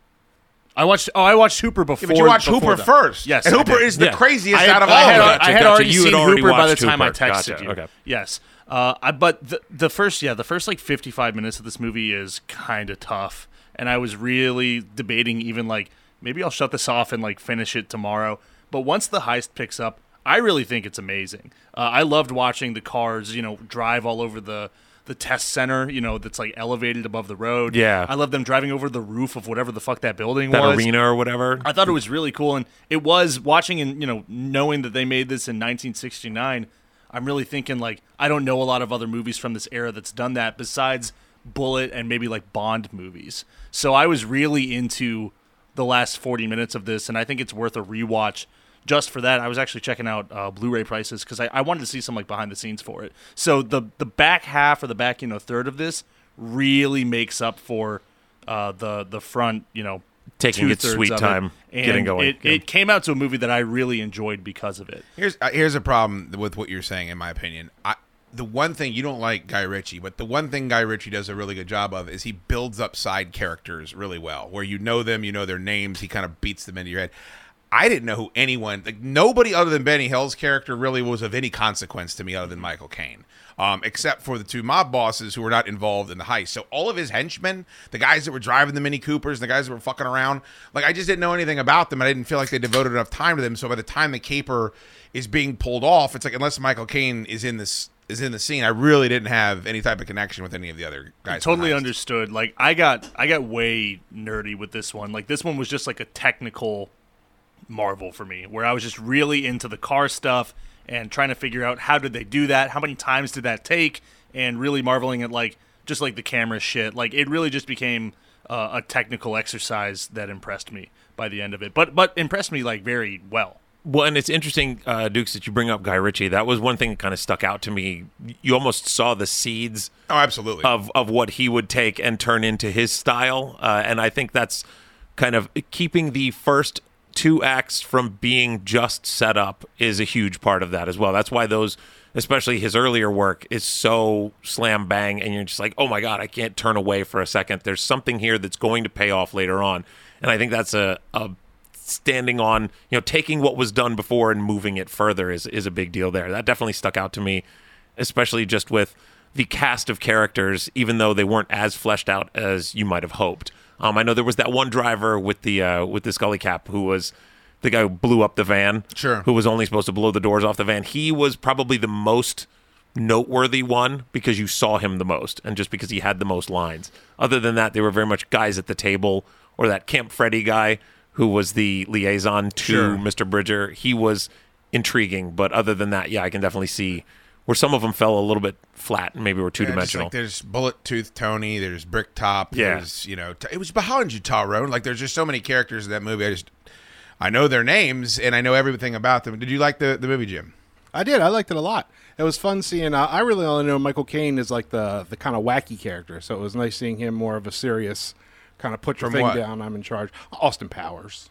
Speaker 6: I watched. Oh, I watched Hooper before.
Speaker 7: but you watch
Speaker 6: before
Speaker 7: Hooper
Speaker 6: that.
Speaker 7: first.
Speaker 6: Yes,
Speaker 7: and
Speaker 6: I
Speaker 7: Hooper
Speaker 6: did.
Speaker 7: is the
Speaker 5: Yeah.
Speaker 7: craziest
Speaker 6: I had,
Speaker 7: out of
Speaker 6: I
Speaker 7: all
Speaker 6: had,
Speaker 7: of
Speaker 5: al-
Speaker 7: them.
Speaker 6: I had
Speaker 5: Gotcha,
Speaker 6: already
Speaker 5: gotcha. You had
Speaker 6: seen
Speaker 5: already
Speaker 6: Hooper by the
Speaker 5: watched
Speaker 6: time I
Speaker 5: Hooper.
Speaker 6: texted
Speaker 5: Gotcha,
Speaker 6: you.
Speaker 5: okay.
Speaker 6: Yes. Uh, I, but the, the first, yeah, the first like 55 minutes of this movie is kind of tough. And I was really debating even like, maybe I'll shut this off and like finish it tomorrow. But once the heist picks up, I really think it's amazing. Uh, I loved watching the cars, you know, drive all over the the test center, you know, that's like elevated above the road.
Speaker 5: Yeah.
Speaker 6: I love them driving over the roof of whatever the fuck that building
Speaker 5: That
Speaker 6: was.
Speaker 5: arena or whatever.
Speaker 6: I thought it was really cool, and it was watching and you know knowing that they made this in 1969. I'm really thinking like I don't know a lot of other movies from this era that's done that besides Bullet and maybe like Bond movies. So I was really into the last 40 minutes of this, and I think it's worth a rewatch just for that. I was actually checking out uh, Blu-ray prices because I, I wanted to see some like behind the scenes for it. So the the back half or the back you know third of this really makes up for uh, the the front you know
Speaker 5: Taking its
Speaker 6: two-thirds
Speaker 5: sweet
Speaker 6: of it.
Speaker 5: time,
Speaker 6: And
Speaker 5: getting going,
Speaker 6: It,
Speaker 5: yeah.
Speaker 6: it came out to a movie that I really enjoyed because of it.
Speaker 7: Here's uh, here's a problem with what you're saying, in my opinion. I, the one thing you don't like Guy Ritchie, but the one thing Guy Ritchie does a really good job of is he builds up side characters really well, where you know them, you know their names, he kind of beats them into your head. I didn't know who anyone, like nobody other than Benny Hill's character, really was of any consequence to me other than Michael Caine, um, except for the two mob bosses who were not involved in the heist. So all of his henchmen, the guys that were driving the Mini Coopers, and the guys that were fucking around, like I just didn't know anything about them, and I didn't feel like they devoted enough time to them. So by the time the caper is being pulled off, it's like unless Michael Caine is in this is in the scene, I really didn't have any type of connection with any of the other guys. in the
Speaker 6: Totally
Speaker 7: heist.
Speaker 6: understood. Like I got I got way nerdy with this one. Like this one was just like a technical marvel for me where I was just really into the car stuff and trying to figure out how did they do that? How many times did that take? And really marveling at like just like the camera shit. Like it really just became uh, a technical exercise that impressed me by the end of it. But but impressed me like very well.
Speaker 5: Well, and it's interesting, uh, Dukes, that you bring up Guy Ritchie. That was one thing that kind of stuck out to me. You almost saw the seeds
Speaker 7: Oh, absolutely.
Speaker 5: of of what he would take and turn into his style, uh, and I think that's kind of keeping the first two acts from being just set up is a huge part of that as well. That's why those, especially his earlier work, is so slam bang, and you're just like, oh my god, I can't turn away for a second. There's something here that's going to pay off later on, and I think that's a, a standing on you know taking what was done before and moving it further is is a big deal there that definitely stuck out to me especially just with the cast of characters even though they weren't as fleshed out as you might have hoped um i know there was that one driver with the uh with the scully cap who was the guy who blew up the van
Speaker 7: Sure.
Speaker 5: who was only supposed to blow the doors off the van he was probably the most noteworthy one because you saw him the most and just because he had the most lines. Other than that, they were very much guys at the table or that Camp Freddy guy who was the liaison to Mr. Bridger. He was intriguing, but other than that, yeah, I can definitely see where some of them fell a little bit flat and maybe were two
Speaker 7: Yeah, just
Speaker 5: dimensional.
Speaker 7: Like there's Bullet Tooth Tony, there's Brick Top,
Speaker 5: Yeah.
Speaker 7: there's you know, t- it was behind you, Tyrone. Like there's just so many characters in that movie. I just I know their names and I know everything about them. Did you like the the movie, Jim?
Speaker 8: I did. I liked it a lot. It was fun seeing. Uh, I really only know Michael Caine is like the the kind of wacky character, so it was nice seeing him more of a serious kind of put your
Speaker 7: From
Speaker 8: thing
Speaker 7: what?
Speaker 8: down. I'm in charge. Austin Powers.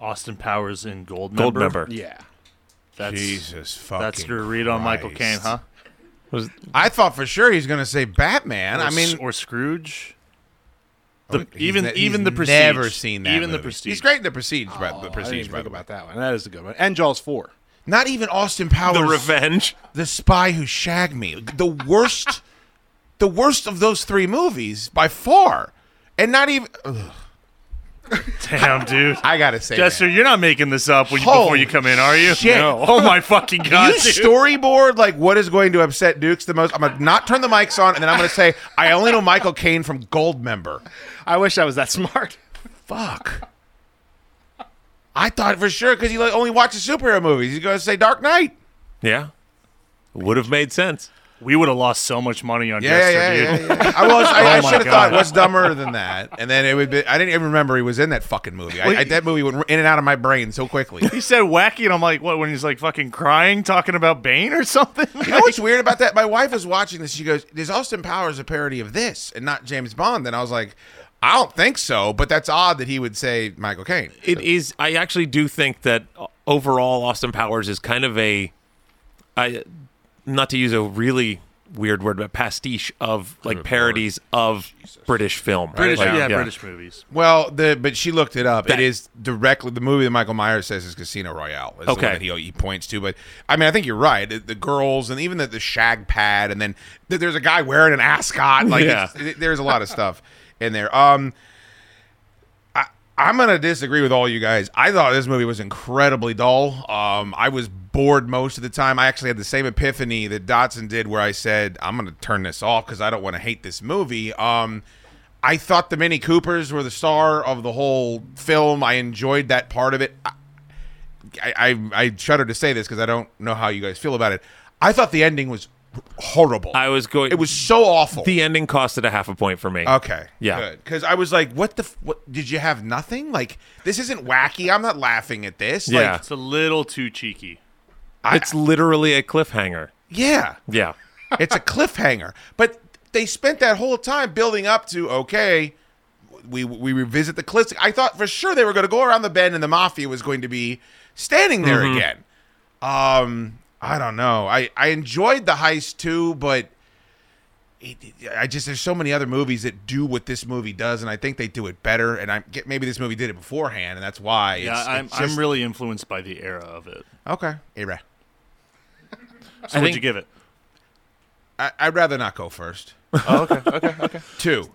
Speaker 6: Austin Powers in Gold
Speaker 5: Gold
Speaker 6: Member.
Speaker 5: member.
Speaker 8: Yeah.
Speaker 6: That's
Speaker 7: Jesus fucking.
Speaker 6: that's your read on Michael Caine,
Speaker 7: Christ.
Speaker 6: huh?
Speaker 5: Was-
Speaker 7: I thought for sure he's gonna say Batman.
Speaker 6: Or
Speaker 7: I
Speaker 6: S-
Speaker 7: mean, oh,
Speaker 6: or Scrooge. The,
Speaker 7: he's
Speaker 6: even
Speaker 7: ne-
Speaker 6: even
Speaker 7: he's
Speaker 6: the prestige.
Speaker 7: Never seen that.
Speaker 6: Even the
Speaker 7: movie.
Speaker 6: prestige.
Speaker 7: He's great in the Prestige. by, the
Speaker 8: Oh, I didn't
Speaker 7: Prestige,
Speaker 8: even
Speaker 7: by
Speaker 8: think
Speaker 7: the way.
Speaker 8: about that one. That is a good one. And Jaws four.
Speaker 7: Not even Austin Powers.
Speaker 5: The revenge.
Speaker 7: The Spy Who Shagged Me. The worst, the worst of those three movies by far, and not even. ugh.
Speaker 6: Damn, dude.
Speaker 7: I gotta say,
Speaker 6: Jester,
Speaker 7: man.
Speaker 6: you're not making this up when you, before
Speaker 7: Holy
Speaker 6: you come in, are you?
Speaker 7: shit.
Speaker 6: No. Oh my fucking god,
Speaker 7: you
Speaker 6: dude.
Speaker 7: storyboard like what is going to upset Dukes the most. I'm gonna not turn the mics on, and then I'm gonna say I only know Michael Caine from Goldmember.
Speaker 8: I wish I was that smart.
Speaker 7: Fuck. I thought for sure because he like, only watches superhero movies. He's gonna say Dark Knight.
Speaker 5: Yeah. Would have made sense.
Speaker 6: we would have lost so much money on
Speaker 7: Yeah,
Speaker 6: Jester,
Speaker 7: yeah,
Speaker 6: dude.
Speaker 7: yeah, yeah, yeah. I was. I, I
Speaker 6: Oh my
Speaker 7: should have thought
Speaker 6: God.
Speaker 7: what's dumber than that, and then it would be. I didn't even remember he was in that fucking movie. I, I, that movie went in and out of my brain so quickly.
Speaker 6: He said wacky, and I'm like, what? When he's like fucking crying, talking about Bane or something?
Speaker 7: You know what's weird about that? My wife was watching this. She goes, "Is Austin Powers a parody of this and not James Bond?" And I was like, I don't think so, but that's odd that he would say Michael Caine.
Speaker 5: It is. I actually do think that overall, Austin Powers is kind of a, I, not to use a really weird word, but pastiche of like parodies of British film. right?
Speaker 6: British,
Speaker 5: Like,
Speaker 6: yeah, British movies.
Speaker 7: Well, the but she looked it up.
Speaker 5: That-
Speaker 7: it is directly the movie that Michael Myers says is Casino Royale. Is the one
Speaker 5: Okay.
Speaker 7: that he, he points to. But I mean, I think you're right. The, the girls and even the, the shag pad, and then th- there's a guy wearing an ascot. Like
Speaker 5: Yeah.
Speaker 7: it's- it- there's a lot of stuff in there. Um, I I'm gonna disagree with all you guys. I thought this movie was incredibly dull. Um, I was bored most of the time. I actually had the same epiphany that Dotson did, where I said I'm gonna turn this off because I don't want to hate this movie. Um. I thought the Mini Coopers were the star of the whole film. I enjoyed that part of it. I I, I shudder to say this because I don't know how you guys feel about it. I thought the ending was horrible.
Speaker 5: I was going.
Speaker 7: it was so awful.
Speaker 5: the ending costed a half a point for me.
Speaker 7: okay,
Speaker 5: Yeah.
Speaker 7: Because I was like, what the? F- what did you have nothing? Like this isn't wacky. I'm not laughing at this.
Speaker 5: Yeah.
Speaker 7: like,
Speaker 6: It's a little too cheeky.
Speaker 5: it's literally a cliffhanger.
Speaker 7: yeah.
Speaker 5: Yeah.
Speaker 7: it's a cliffhanger. But they spent that whole time building up to okay, we we revisit the cliffs. I thought for sure they were going to go around the bend and the mafia was going to be standing there again. Um, I don't know. I I enjoyed the heist too, but. It, I just there's so many other movies that do what this movie does, and I think they do it better. And I get maybe this movie did it beforehand, and that's why.
Speaker 6: Yeah,
Speaker 7: it's-
Speaker 6: I'm,
Speaker 7: it's just-
Speaker 6: I'm really influenced by the era of it.
Speaker 7: okay. Ira.
Speaker 6: So
Speaker 5: I
Speaker 6: what'd
Speaker 5: think-
Speaker 6: you give it?
Speaker 7: I, I'd rather not go first. okay, okay, okay. Two.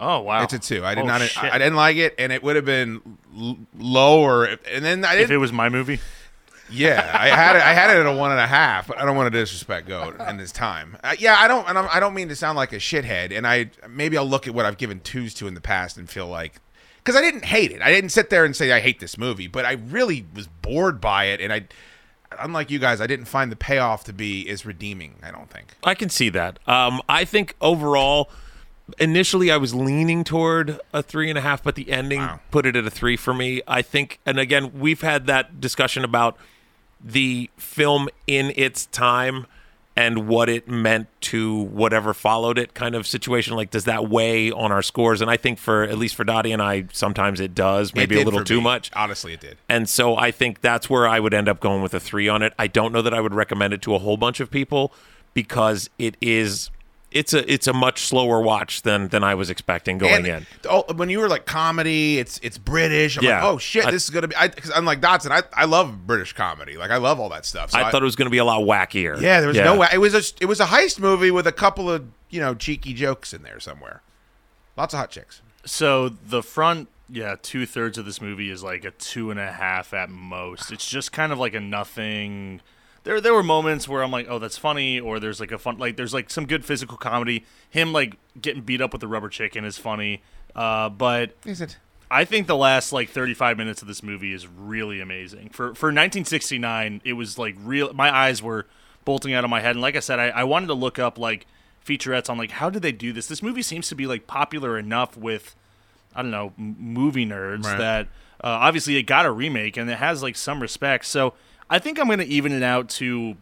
Speaker 6: Oh wow,
Speaker 7: It's a two. I did
Speaker 6: Oh,
Speaker 7: not.
Speaker 6: shit.
Speaker 7: I, I didn't like it, and it would have been l- lower. if- And then I
Speaker 6: if
Speaker 7: didn't.
Speaker 6: it was my movie,
Speaker 7: yeah, I had it. I had it at a one and a half. But I don't want to disrespect Goat and his time. Uh, yeah, I don't. And I'm, I don't mean to sound like a shithead. And I maybe I'll look at what I've given twos to in the past and feel like because I didn't hate it. I didn't sit there and say I hate this movie, but I really was bored by it, and I. Unlike you guys, I didn't find the payoff to be as redeeming. I don't think.
Speaker 5: I can see that. Um, I think overall, initially I was leaning toward a three and a half, but the ending put it at a three for me. I think, and again, we've had that discussion about the film in its time and what it meant to whatever followed it kind of situation like does that weigh on our scores and i think for at least for dottie and i sometimes it does
Speaker 7: It
Speaker 5: maybe a
Speaker 7: did
Speaker 5: little
Speaker 7: for
Speaker 5: too
Speaker 7: me.
Speaker 5: much
Speaker 7: Honestly, it did.
Speaker 5: and so I think that's where I would end up going with a three on it. I don't know that I would recommend it to a whole bunch of people because it is it's a it's a much slower watch than than I was expecting going in.
Speaker 7: and oh, when you were like comedy, it's it's British. I'm
Speaker 5: Yeah.
Speaker 7: like, oh shit,
Speaker 5: I-
Speaker 7: this is gonna be. I, cause I'm like Dotson. I, I love British comedy. Like I love all that stuff. So
Speaker 5: I thought it was going to be a lot wackier.
Speaker 7: yeah, there was no way. It was a it was a heist movie with a couple of you know cheeky jokes in there somewhere. Lots of hot chicks.
Speaker 6: so the front, yeah, two thirds of this movie is like a two and a half at most. It's just kind of like a nothing. There, there were moments where I'm like, oh, that's funny, or there's like a fun, like there's like some good physical comedy. Him like getting beat up with the rubber chicken is funny, uh, but
Speaker 7: Is it?
Speaker 6: I think the last like 35 minutes of this movie is really amazing. For for 1969, it was like real. My eyes were bolting out of my head, and like I said, I, I wanted to look up like featurettes on like how did they do this. This movie seems to be like popular enough with I don't know m- movie nerds that uh, obviously it got a remake and it has like some respect. So I think I'm going to even it out to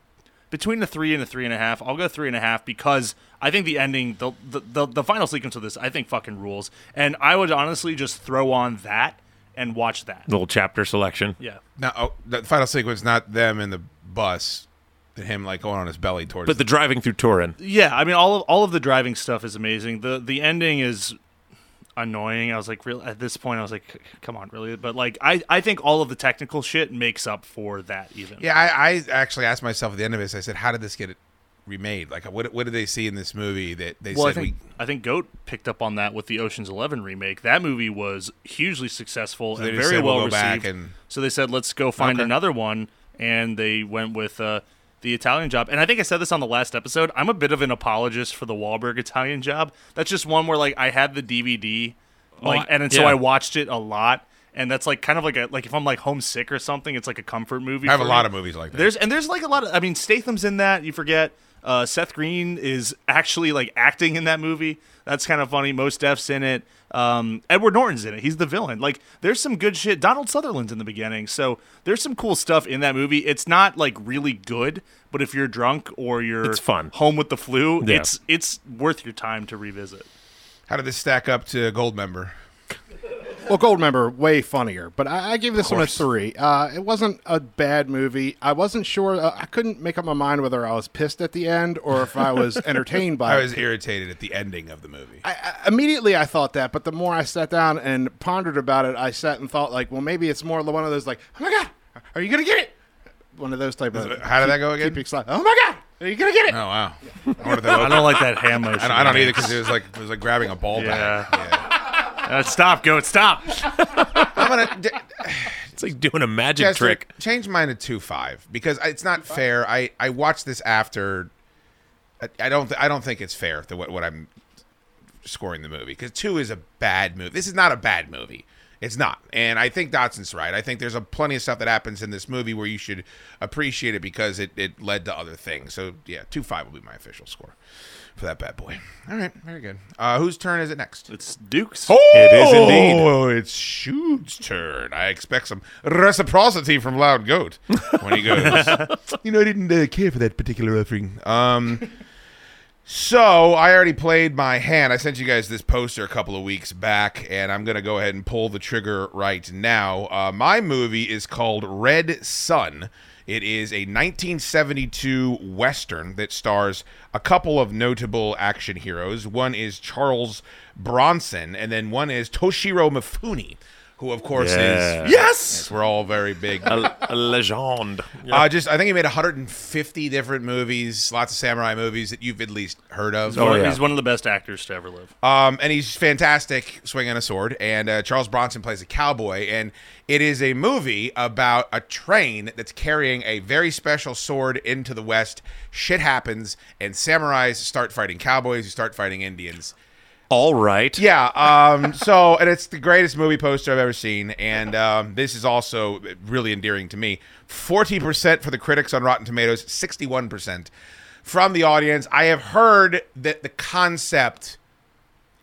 Speaker 6: between a three and a three and a half. I'll go three and a half because I think the ending, the the, the, the final sequence of this, I think fucking rules. And I would honestly just throw on that and watch that.
Speaker 5: little chapter selection.
Speaker 6: Yeah.
Speaker 7: No, oh, the final sequence not them in the bus, him like going on his belly towards.
Speaker 5: But the driving through Turin.
Speaker 6: Yeah, I mean all of all of the driving stuff is amazing. The the ending is annoying. I was like real at this point I was like "C- come on, really? But like I I think all of the technical shit makes up for that even.
Speaker 7: Yeah, I, I actually asked myself at the end of this. I said, how did this get remade? Like, what what did they see in this movie that they
Speaker 6: Well, I
Speaker 7: said
Speaker 6: think
Speaker 7: we?
Speaker 6: I think Goat picked up on that with the Ocean's Eleven remake. That movie was hugely successful
Speaker 7: they
Speaker 6: and
Speaker 7: just
Speaker 6: very
Speaker 7: said,
Speaker 6: well
Speaker 7: "We'll go back
Speaker 6: received.
Speaker 7: and-
Speaker 6: So they said, "Let's go find
Speaker 7: Okay.
Speaker 6: another one," and they went with uh, the Italian Job. And I think I said this on the last episode. I'm a bit of an apologist for the Wahlberg Italian Job. That's just one where like I had the DVD,
Speaker 7: Oh,
Speaker 6: like,
Speaker 5: I-
Speaker 6: and, and so
Speaker 5: yeah.
Speaker 6: I watched it a lot. And that's like kind of like a like if I'm like homesick or something, it's like a comfort movie.
Speaker 7: I have a
Speaker 6: for
Speaker 7: lot
Speaker 6: me.
Speaker 7: of movies like that.
Speaker 6: There's and there's like a lot of. I mean, Statham's in that. You forget. Uh, Seth Green is actually like acting in that movie. That's kind of funny. Most Def's in it. Um, Edward Norton's in it. He's the villain. Like, there's some good shit. Donald Sutherland's in the beginning. So there's some cool stuff in that movie. It's not like really good, but if you're drunk or you're
Speaker 5: It's fun.
Speaker 6: home with the flu,
Speaker 5: Yeah.
Speaker 6: it's it's worth your time to revisit.
Speaker 7: How did this stack up to Gold Member?
Speaker 8: Well, Goldmember, way funnier, but I, I gave this one a three. Uh, it wasn't a bad movie. I wasn't sure. Uh, I couldn't make up my mind whether I was pissed at the end or if I was entertained by
Speaker 7: I
Speaker 8: it.
Speaker 7: was irritated at the ending of the movie.
Speaker 8: Immediately, I thought that, but the more I sat down and pondered about it, I sat and thought, like, well, maybe it's more one of those, like, oh my god, are you gonna get it? One of those type of.
Speaker 7: How did that go
Speaker 8: keep
Speaker 7: again?
Speaker 8: excited. Oh my god, are you gonna get it?
Speaker 7: Oh wow! I, wonder if they
Speaker 6: I
Speaker 7: opened-
Speaker 6: don't like that hand motion.
Speaker 7: I don't, I don't either because it was like it was like grabbing a ball
Speaker 6: Yeah.
Speaker 7: back. Yeah.
Speaker 6: Uh, stop, go. Stop.
Speaker 7: I'm gonna d-
Speaker 5: It's like doing a magic
Speaker 7: Chester,
Speaker 5: trick.
Speaker 7: change mine to two five because I- it's not fair. I I watched this after. I, I don't th- I don't think it's fair the what, what I'm scoring the movie because two is a bad movie. This is not a bad movie. It's not, and I think Dotson's right. I think there's a plenty of stuff that happens in this movie where you should appreciate it because it, it led to other things. So yeah, two five will be my official score for that bad boy. All right, very good. Uh, whose turn is it next?
Speaker 6: It's Duke's.
Speaker 5: It is indeed.
Speaker 7: Oh, it's Shoot's turn. I expect some reciprocity from Loud Goat when he goes. you know, I didn't uh, care for that particular offering. Um, so I already played my hand. I sent you guys this poster a couple of weeks back, and I'm gonna go ahead and pull the trigger right now. Uh, my movie is called Red Sun. It is a 1972 western that stars a couple of notable action heroes. One is Charles Bronson, and then one is Toshiro Mifune, who of course
Speaker 5: Yeah.
Speaker 7: is yes. We're all very big
Speaker 5: A, a legend.
Speaker 7: uh, just I think he made 150 different movies, lots of samurai movies that you've at least heard of.
Speaker 5: Oh, yeah.
Speaker 6: He's one of the best actors to ever live.
Speaker 7: Um, and he's fantastic swinging a sword. And uh, Charles Bronson plays a cowboy. And it is a movie about a train that's carrying a very special sword into the West. Shit happens, and samurais start fighting cowboys, who start fighting Indians.
Speaker 5: All right.
Speaker 7: Yeah. Um, so, and it's the greatest movie poster I've ever seen. And um, this is also really endearing to me. 40% for the critics on Rotten Tomatoes, 61% from the audience. I have heard that the concept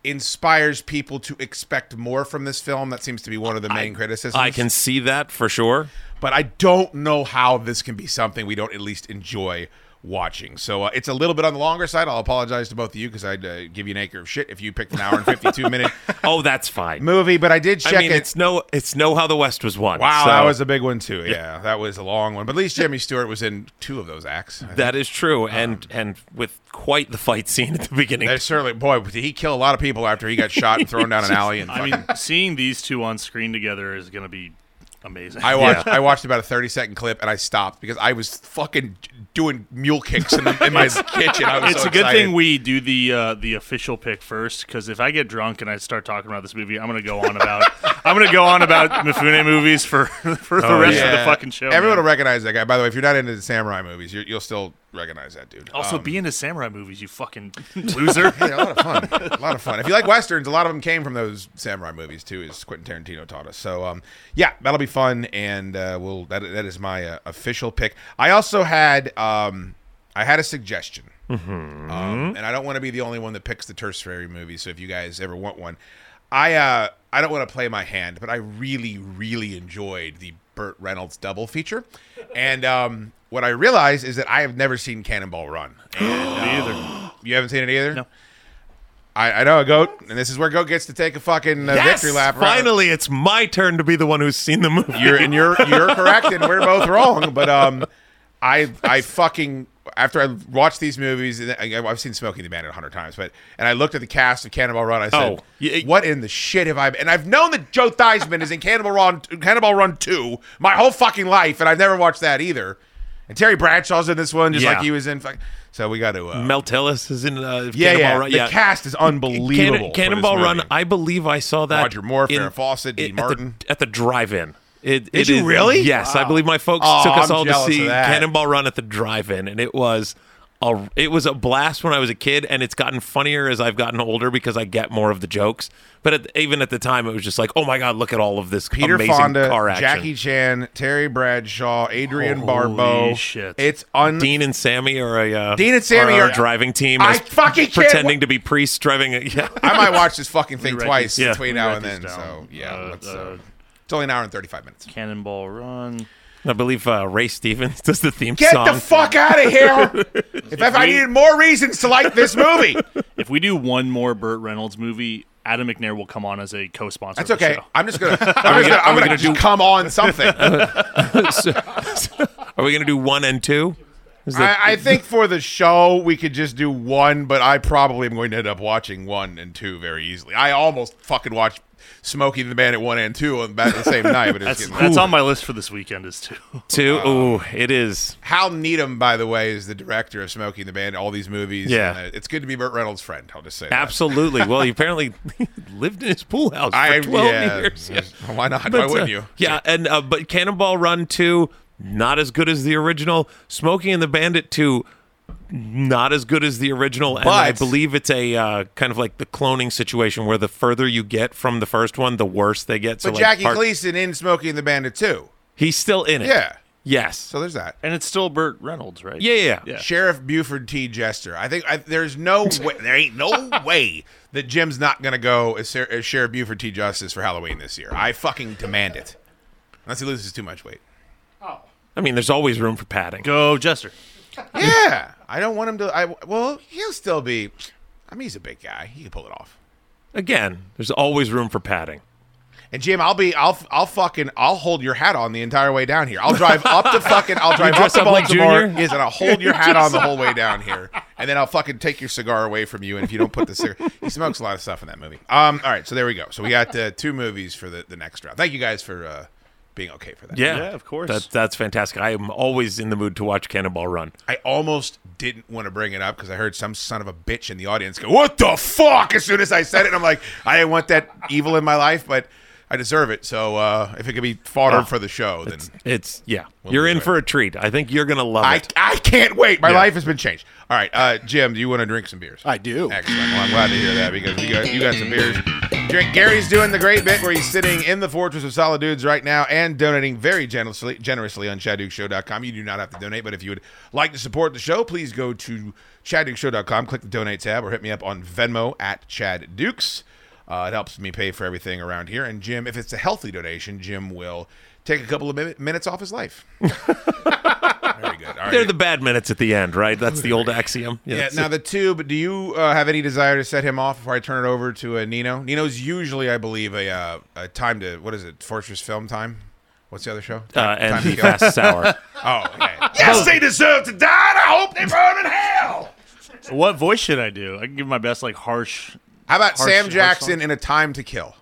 Speaker 7: inspires people to expect more from this film. That seems to be one of the main criticisms.
Speaker 5: I can see that for sure.
Speaker 7: But I don't know how this can be something we don't at least enjoy watching. So uh, it's a little bit on the longer side. I'll apologize to both of you because I'd uh, give you an acre of shit if you picked an hour and 52 minute
Speaker 5: Oh, that's fine.
Speaker 7: movie, but I did check
Speaker 5: I mean,
Speaker 7: it.
Speaker 5: it's no, it's no how the West was won.
Speaker 7: wow,
Speaker 5: so
Speaker 7: that was a big one too. Yeah, that was a long one. But at least Jimmy Stewart was in two of those acts. I think.
Speaker 5: that is true, and and with quite the fight scene at the beginning.
Speaker 7: Um, There's certainly boy, did he kill a lot of people after he got shot and thrown down an alley? And
Speaker 6: I
Speaker 7: fucking-
Speaker 6: mean, seeing these two on screen together is going to be amazing.
Speaker 7: I watched I watched about a 30 second clip and I stopped because I was fucking doing mule kicks in, the, in my kitchen. I was
Speaker 6: it's
Speaker 7: so
Speaker 6: a good
Speaker 7: excited.
Speaker 6: thing we do the uh, the official pick first because if I get drunk and I start talking about this movie, I'm gonna go on about I'm gonna go on about Mifune movies for for the rest of the
Speaker 7: Oh, Yeah.
Speaker 6: fucking show.
Speaker 7: Everyone
Speaker 6: man.
Speaker 7: will recognize that guy. By the way, if you're not into the samurai movies, you're, you'll still recognize that dude.
Speaker 6: also
Speaker 7: Um,
Speaker 6: be into samurai movies, you fucking loser.
Speaker 7: yeah, a lot of fun. a lot of fun. If you like westerns, a lot of them came from those samurai movies too, as Quentin Tarantino taught us. So, um, yeah, that'll be fun, and uh, we'll that that is my uh, official pick. I also had um, I had a suggestion, um, and I don't want to be the only one that picks the tertiary movie. So, if you guys ever want one, I uh, I don't want to play my hand, but I really really enjoyed the Burt Reynolds double feature, and um, what I realized is that I have never seen Cannonball Run.
Speaker 6: either.
Speaker 7: You haven't seen it either. No. I, I know a goat, and this is where goat gets to take a fucking uh, victory lap. around-
Speaker 5: Finally, it's my turn to be the one who's seen the movie.
Speaker 7: you're and you're you're correct, and we're both wrong. But um, I I fucking after I watched these movies, and I, I've seen Smoking the Bandit a hundred times, but and I looked at the cast of Cannonball Run, I said,
Speaker 5: Oh, y-
Speaker 7: "What in the shit have I?" Been? And I've known that Joe Theismann is in Cannonball Run, Cannonball Run Two, my whole fucking life, and I've never watched that either. And Terry Bradshaw's in this one, just
Speaker 5: Yeah.
Speaker 7: like he was in. fuck- So we got to. Uh,
Speaker 5: Mel Tillis is in uh,
Speaker 7: yeah,
Speaker 5: Cannonball
Speaker 7: yeah.
Speaker 5: Run.
Speaker 7: The cast is unbelievable. for
Speaker 5: Cannon-
Speaker 7: this
Speaker 5: Cannonball Run.
Speaker 7: movie.
Speaker 5: I believe I saw that.
Speaker 7: Roger Moore,
Speaker 5: in-
Speaker 7: Farrah Fawcett, Dean
Speaker 5: at the-
Speaker 7: Martin.
Speaker 5: at the, drive-in. It,
Speaker 7: Did
Speaker 5: it
Speaker 7: you
Speaker 5: is-
Speaker 7: really?
Speaker 5: Yes, I believe my folks
Speaker 7: Oh,
Speaker 5: took us
Speaker 7: I'm
Speaker 5: all to
Speaker 7: jealous of
Speaker 5: see
Speaker 7: that.
Speaker 5: Cannonball Run at the drive-in, and it was a it was a blast when I was a kid, and it's gotten funnier as I've gotten older because I get more of the jokes. But at, even at the time, it was just like, oh my god, look at all of this
Speaker 7: Peter
Speaker 5: amazing
Speaker 7: Fonda,
Speaker 5: car action.
Speaker 7: Jackie Chan, Terry Bradshaw, Adrian
Speaker 6: Holy
Speaker 7: Barbeau.
Speaker 6: shit.
Speaker 7: It's un.
Speaker 5: Dean and Sammy are a uh,
Speaker 7: Dean and Sammy
Speaker 5: our
Speaker 7: are-
Speaker 5: driving team.
Speaker 7: I
Speaker 5: as
Speaker 7: fucking can't
Speaker 5: pretending
Speaker 7: wa-
Speaker 5: to be priests driving. A, yeah,
Speaker 7: I might watch this fucking thing
Speaker 6: Rewrite
Speaker 7: twice
Speaker 6: these-
Speaker 7: between
Speaker 6: rewrite
Speaker 7: now and
Speaker 6: these
Speaker 7: then. So
Speaker 6: down.
Speaker 7: yeah,
Speaker 6: Uh,
Speaker 7: let's, uh,
Speaker 6: uh,
Speaker 7: it's only an hour and thirty-five minutes.
Speaker 6: Cannonball Run.
Speaker 5: I believe uh, Ray Stevens does the theme
Speaker 7: Get
Speaker 5: song.
Speaker 7: the fuck out of here! if if I
Speaker 6: we-
Speaker 7: needed more reasons to like this movie,
Speaker 6: If we do one more Burt Reynolds movie, Adam McNair will come on as a co-sponsor.
Speaker 7: that's
Speaker 6: of the
Speaker 7: okay.
Speaker 6: show.
Speaker 7: I'm just gonna. I'm just gonna. I'm gonna, come on something.
Speaker 5: Are we gonna do one and two? Is that-
Speaker 7: I, I think for the show we could just do one, but I probably am going to end up watching one and two very easily. I almost fucking watched Smokey the Man at one and two on about the same night, but it's
Speaker 6: That's,
Speaker 7: getting
Speaker 6: that's on my list for this weekend is two.
Speaker 5: two.
Speaker 7: Uh,
Speaker 5: Ooh, it is.
Speaker 7: Hal Needham, by the way, is the director of Smokey and the Bandit, all these movies.
Speaker 5: Yeah.
Speaker 7: And, uh, it's good to be Burt Reynolds' friend. I'll just say that.
Speaker 5: Absolutely. Well, he apparently lived in his pool house for
Speaker 7: I-
Speaker 5: 12
Speaker 7: yeah.
Speaker 5: years. Yeah.
Speaker 7: Why not?
Speaker 5: But,
Speaker 7: Why
Speaker 5: uh,
Speaker 7: wouldn't you?
Speaker 5: Yeah, and uh, but Cannonball Run 2 not as good as the original. Smoking and the Bandit 2 not as good as the original. and I
Speaker 7: But-
Speaker 5: believe it's a uh, kind of like the cloning situation where the further you get from the first one, the worse they get. So
Speaker 7: But
Speaker 5: like,
Speaker 7: Jackie
Speaker 5: part-
Speaker 7: Gleason in Smokey and the Bandit too.
Speaker 5: he's still in it.
Speaker 7: Yeah.
Speaker 5: Yes.
Speaker 7: So there's that.
Speaker 6: And it's still Burt Reynolds, right?
Speaker 5: yeah, yeah, yeah.
Speaker 6: Yeah.
Speaker 7: Sheriff Buford T. Jester. I think I, there's no way, there ain't no way that Jim's not gonna go as, Ser- as Sheriff Buford T. Justice for Halloween this year. I fucking demand it. Unless he loses too much weight.
Speaker 5: I mean, there's always room for padding.
Speaker 6: Go Jester.
Speaker 7: Yeah, I don't want him to. I well, he'll still be. I mean, he's a big guy. He can pull it off.
Speaker 5: Again, there's always room for padding.
Speaker 7: And Jim, I'll be, I'll, I'll fucking, I'll hold your hat on the entire way down here. I'll drive up to fucking, I'll drive up
Speaker 5: dress
Speaker 7: to
Speaker 5: up like
Speaker 7: Baltimore.
Speaker 5: Junior?
Speaker 7: Yes, and I'll hold your hat on the whole way down here, and then I'll fucking take your cigar away from you. And if you don't put the cigar, he smokes a lot of stuff in that movie. Um, all right, so there we go. So we got uh, two movies for the the next round. Thank you guys for uh, being okay for that.
Speaker 5: Yeah,
Speaker 6: Yeah, of course.
Speaker 5: That, that's fantastic. I am always in the mood to watch Cannonball Run.
Speaker 7: I almost didn't want to bring it up because I heard some son of a bitch in the audience go, "What the fuck?" As soon as I said it, and I'm like, I didn't want that evil in my life, but I deserve it. So uh, if it could be fodder for the show, then.
Speaker 5: It's yeah, you're in
Speaker 7: enjoy
Speaker 5: for a treat. I think you're gonna love
Speaker 7: I,
Speaker 5: it.
Speaker 7: I can't wait. My
Speaker 5: Yeah.
Speaker 7: life has been changed. All right, uh, Jim, do you want to drink some beers?
Speaker 8: I do.
Speaker 7: Excellent. Well, I'm glad to hear that because we got, you got some beers. Drink. Gary's doing the great bit where he's sitting in the Fortress of Solid Dudes right now and donating very generously, generously on ChadDukeShow.com. You do not have to donate, but if you would like to support the show, please go to ChadDukeShow.com, click the donate tab, or hit me up on Venmo at Chad Dukes. Uh, it helps me pay for everything around here. And Jim, if it's a healthy donation, Jim will take a couple of mi- minutes off his life. Very good. All right.
Speaker 5: They're the bad minutes at the end, right? That's the old axiom.
Speaker 7: Yeah,
Speaker 5: Yes.
Speaker 7: now the tube. Do you uh, have any desire to set him off before I turn it over to uh, Nino? Nino's usually, I believe, a, uh, a time to what is it? Fortress Film Time. What's the other show?
Speaker 5: uh, and
Speaker 7: to
Speaker 5: the
Speaker 7: Kill.
Speaker 5: fast sour.
Speaker 7: Oh, okay. yes, they deserve to die. and I hope they burn in hell.
Speaker 6: What voice should I do? I can give my best like harsh.
Speaker 7: How about
Speaker 6: Harsh-
Speaker 7: Sam
Speaker 6: harsh
Speaker 7: Jackson
Speaker 6: song.
Speaker 7: in A Time to Kill?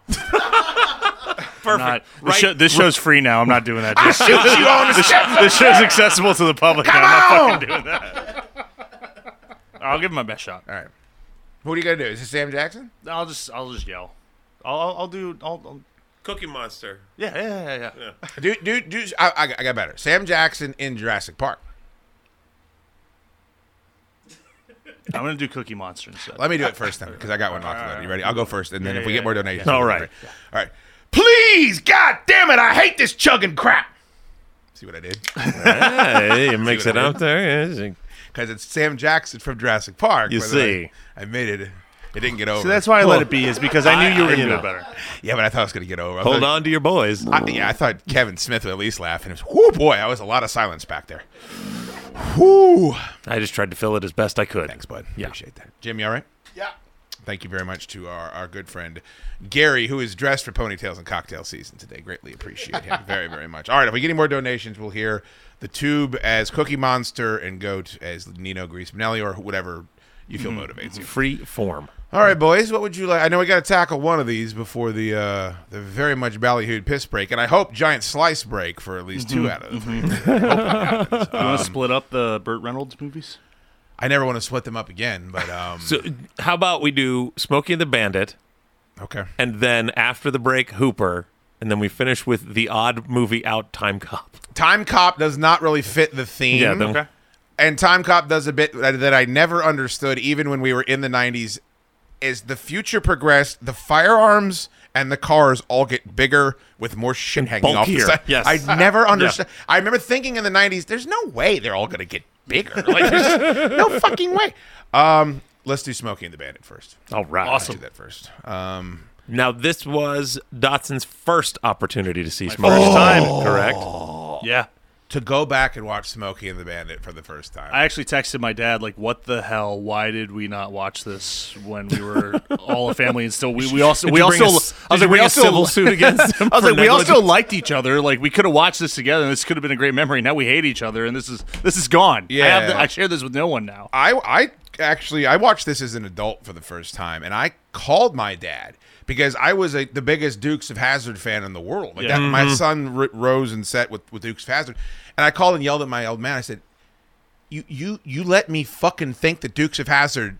Speaker 6: Not, this, show, this show's free now. I'm not doing that. This,
Speaker 7: Shoot you on the ship.
Speaker 6: this show's accessible to the public. now. I'm not fucking doing that. I'll give it my best shot.
Speaker 7: All right. What are you gonna do? Is it Sam Jackson?
Speaker 6: I'll just I'll just yell. I'll I'll, I'll do I'll, I'll
Speaker 5: Cookie Monster.
Speaker 6: yeah, yeah yeah yeah yeah.
Speaker 7: Do do do. I, I, I got better. Sam Jackson in Jurassic Park.
Speaker 6: I'm gonna do Cookie Monster instead.
Speaker 7: Let me do it first then, because I got one off the lid. You ready? I'll go first, and then if we get more donations,
Speaker 5: All
Speaker 7: we'll
Speaker 5: right.
Speaker 7: do it. all right. Please, God damn it! I hate this chugging crap. See what I did?
Speaker 5: Hey, it makes it out there. yeah, it's-
Speaker 7: Because it's Sam Jackson from Jurassic Park.
Speaker 5: You
Speaker 7: but
Speaker 5: see.
Speaker 7: I, I made it. It didn't get over.
Speaker 6: So that's why I let it be is because I knew you were
Speaker 5: I-
Speaker 6: gonna
Speaker 5: you
Speaker 6: do
Speaker 5: know.
Speaker 6: it better.
Speaker 7: yeah, but I thought it was gonna get over. I
Speaker 5: Hold
Speaker 7: thought-
Speaker 5: on to your boys.
Speaker 7: I, yeah, I thought Kevin Smith would at least laugh, and it was, whoo boy, that was a lot of silence back there. Whoo.
Speaker 5: I just tried to fill it as best I could.
Speaker 7: Thanks, bud.
Speaker 5: Yeah.
Speaker 7: Appreciate that. Jim, you all right? Yeah. Thank you very much to our, our good friend Gary, who is dressed for ponytails and cocktail season today. Greatly appreciate him very, very much. All right, if we get any more donations, we'll hear the tube as Cookie Monster and Goat as Nino Grease Manelli or whatever you feel motivates you.
Speaker 5: Free form.
Speaker 7: All right, boys, what would you like? I know we got to tackle one of these before the uh, the very much ballyhooed piss break, and I hope giant slice break for at least two out of the three.
Speaker 6: you want to split up the Burt Reynolds movies?
Speaker 7: I never want to split them up again, but um,
Speaker 5: So, how about we do Smokey and the Bandit,
Speaker 7: okay.
Speaker 5: and then after the break, Hooper, and then we finish with the odd movie out, Time Cop.
Speaker 7: Time Cop does not really fit the theme.
Speaker 5: Yeah, then- Okay.
Speaker 7: And Time Cop does a bit that, that I never understood, even when we were in the 90s. As the future progressed, the firearms and the cars all get bigger with more shit hanging off the
Speaker 5: bulkier,
Speaker 7: side.
Speaker 5: yes.
Speaker 7: I never understood. I remember thinking in the 90s, there's no way they're all going to get bigger. Like, there's no fucking way. Um, let's do Smokey and the Bandit first.
Speaker 5: All right.
Speaker 7: Let's do that first. Um,
Speaker 5: Now, this was Dotson's first opportunity to see Smokey.
Speaker 6: time.
Speaker 5: Correct.
Speaker 6: Oh. Yeah.
Speaker 7: to go back and watch Smokey and the Bandit for the first time.
Speaker 6: I actually texted my dad like, "What the hell? Why did we not watch this when we were all a family?" And still, we we also
Speaker 5: Did
Speaker 6: we
Speaker 5: you bring
Speaker 6: also
Speaker 5: a s-
Speaker 6: I
Speaker 5: did you
Speaker 6: was like, we
Speaker 5: bring a
Speaker 6: also
Speaker 5: civil suit against him
Speaker 6: I was
Speaker 5: for
Speaker 6: like, we also
Speaker 5: negligence?
Speaker 6: liked each other. Like, we could have watched this together, and this could have been a great memory. Now we hate each other, and this is this is gone. I,
Speaker 7: Yeah.
Speaker 6: have the, I share this with no one now.
Speaker 7: I I actually I watched this as an adult for the first time, and I called my dad because I was a, the biggest Dukes of Hazard fan in the world. Like
Speaker 6: Yeah.
Speaker 7: that, my son r- rose and set with with Dukes of Hazard, and I called and yelled at my old man. I said, "You you you let me fucking think the Dukes of Hazard."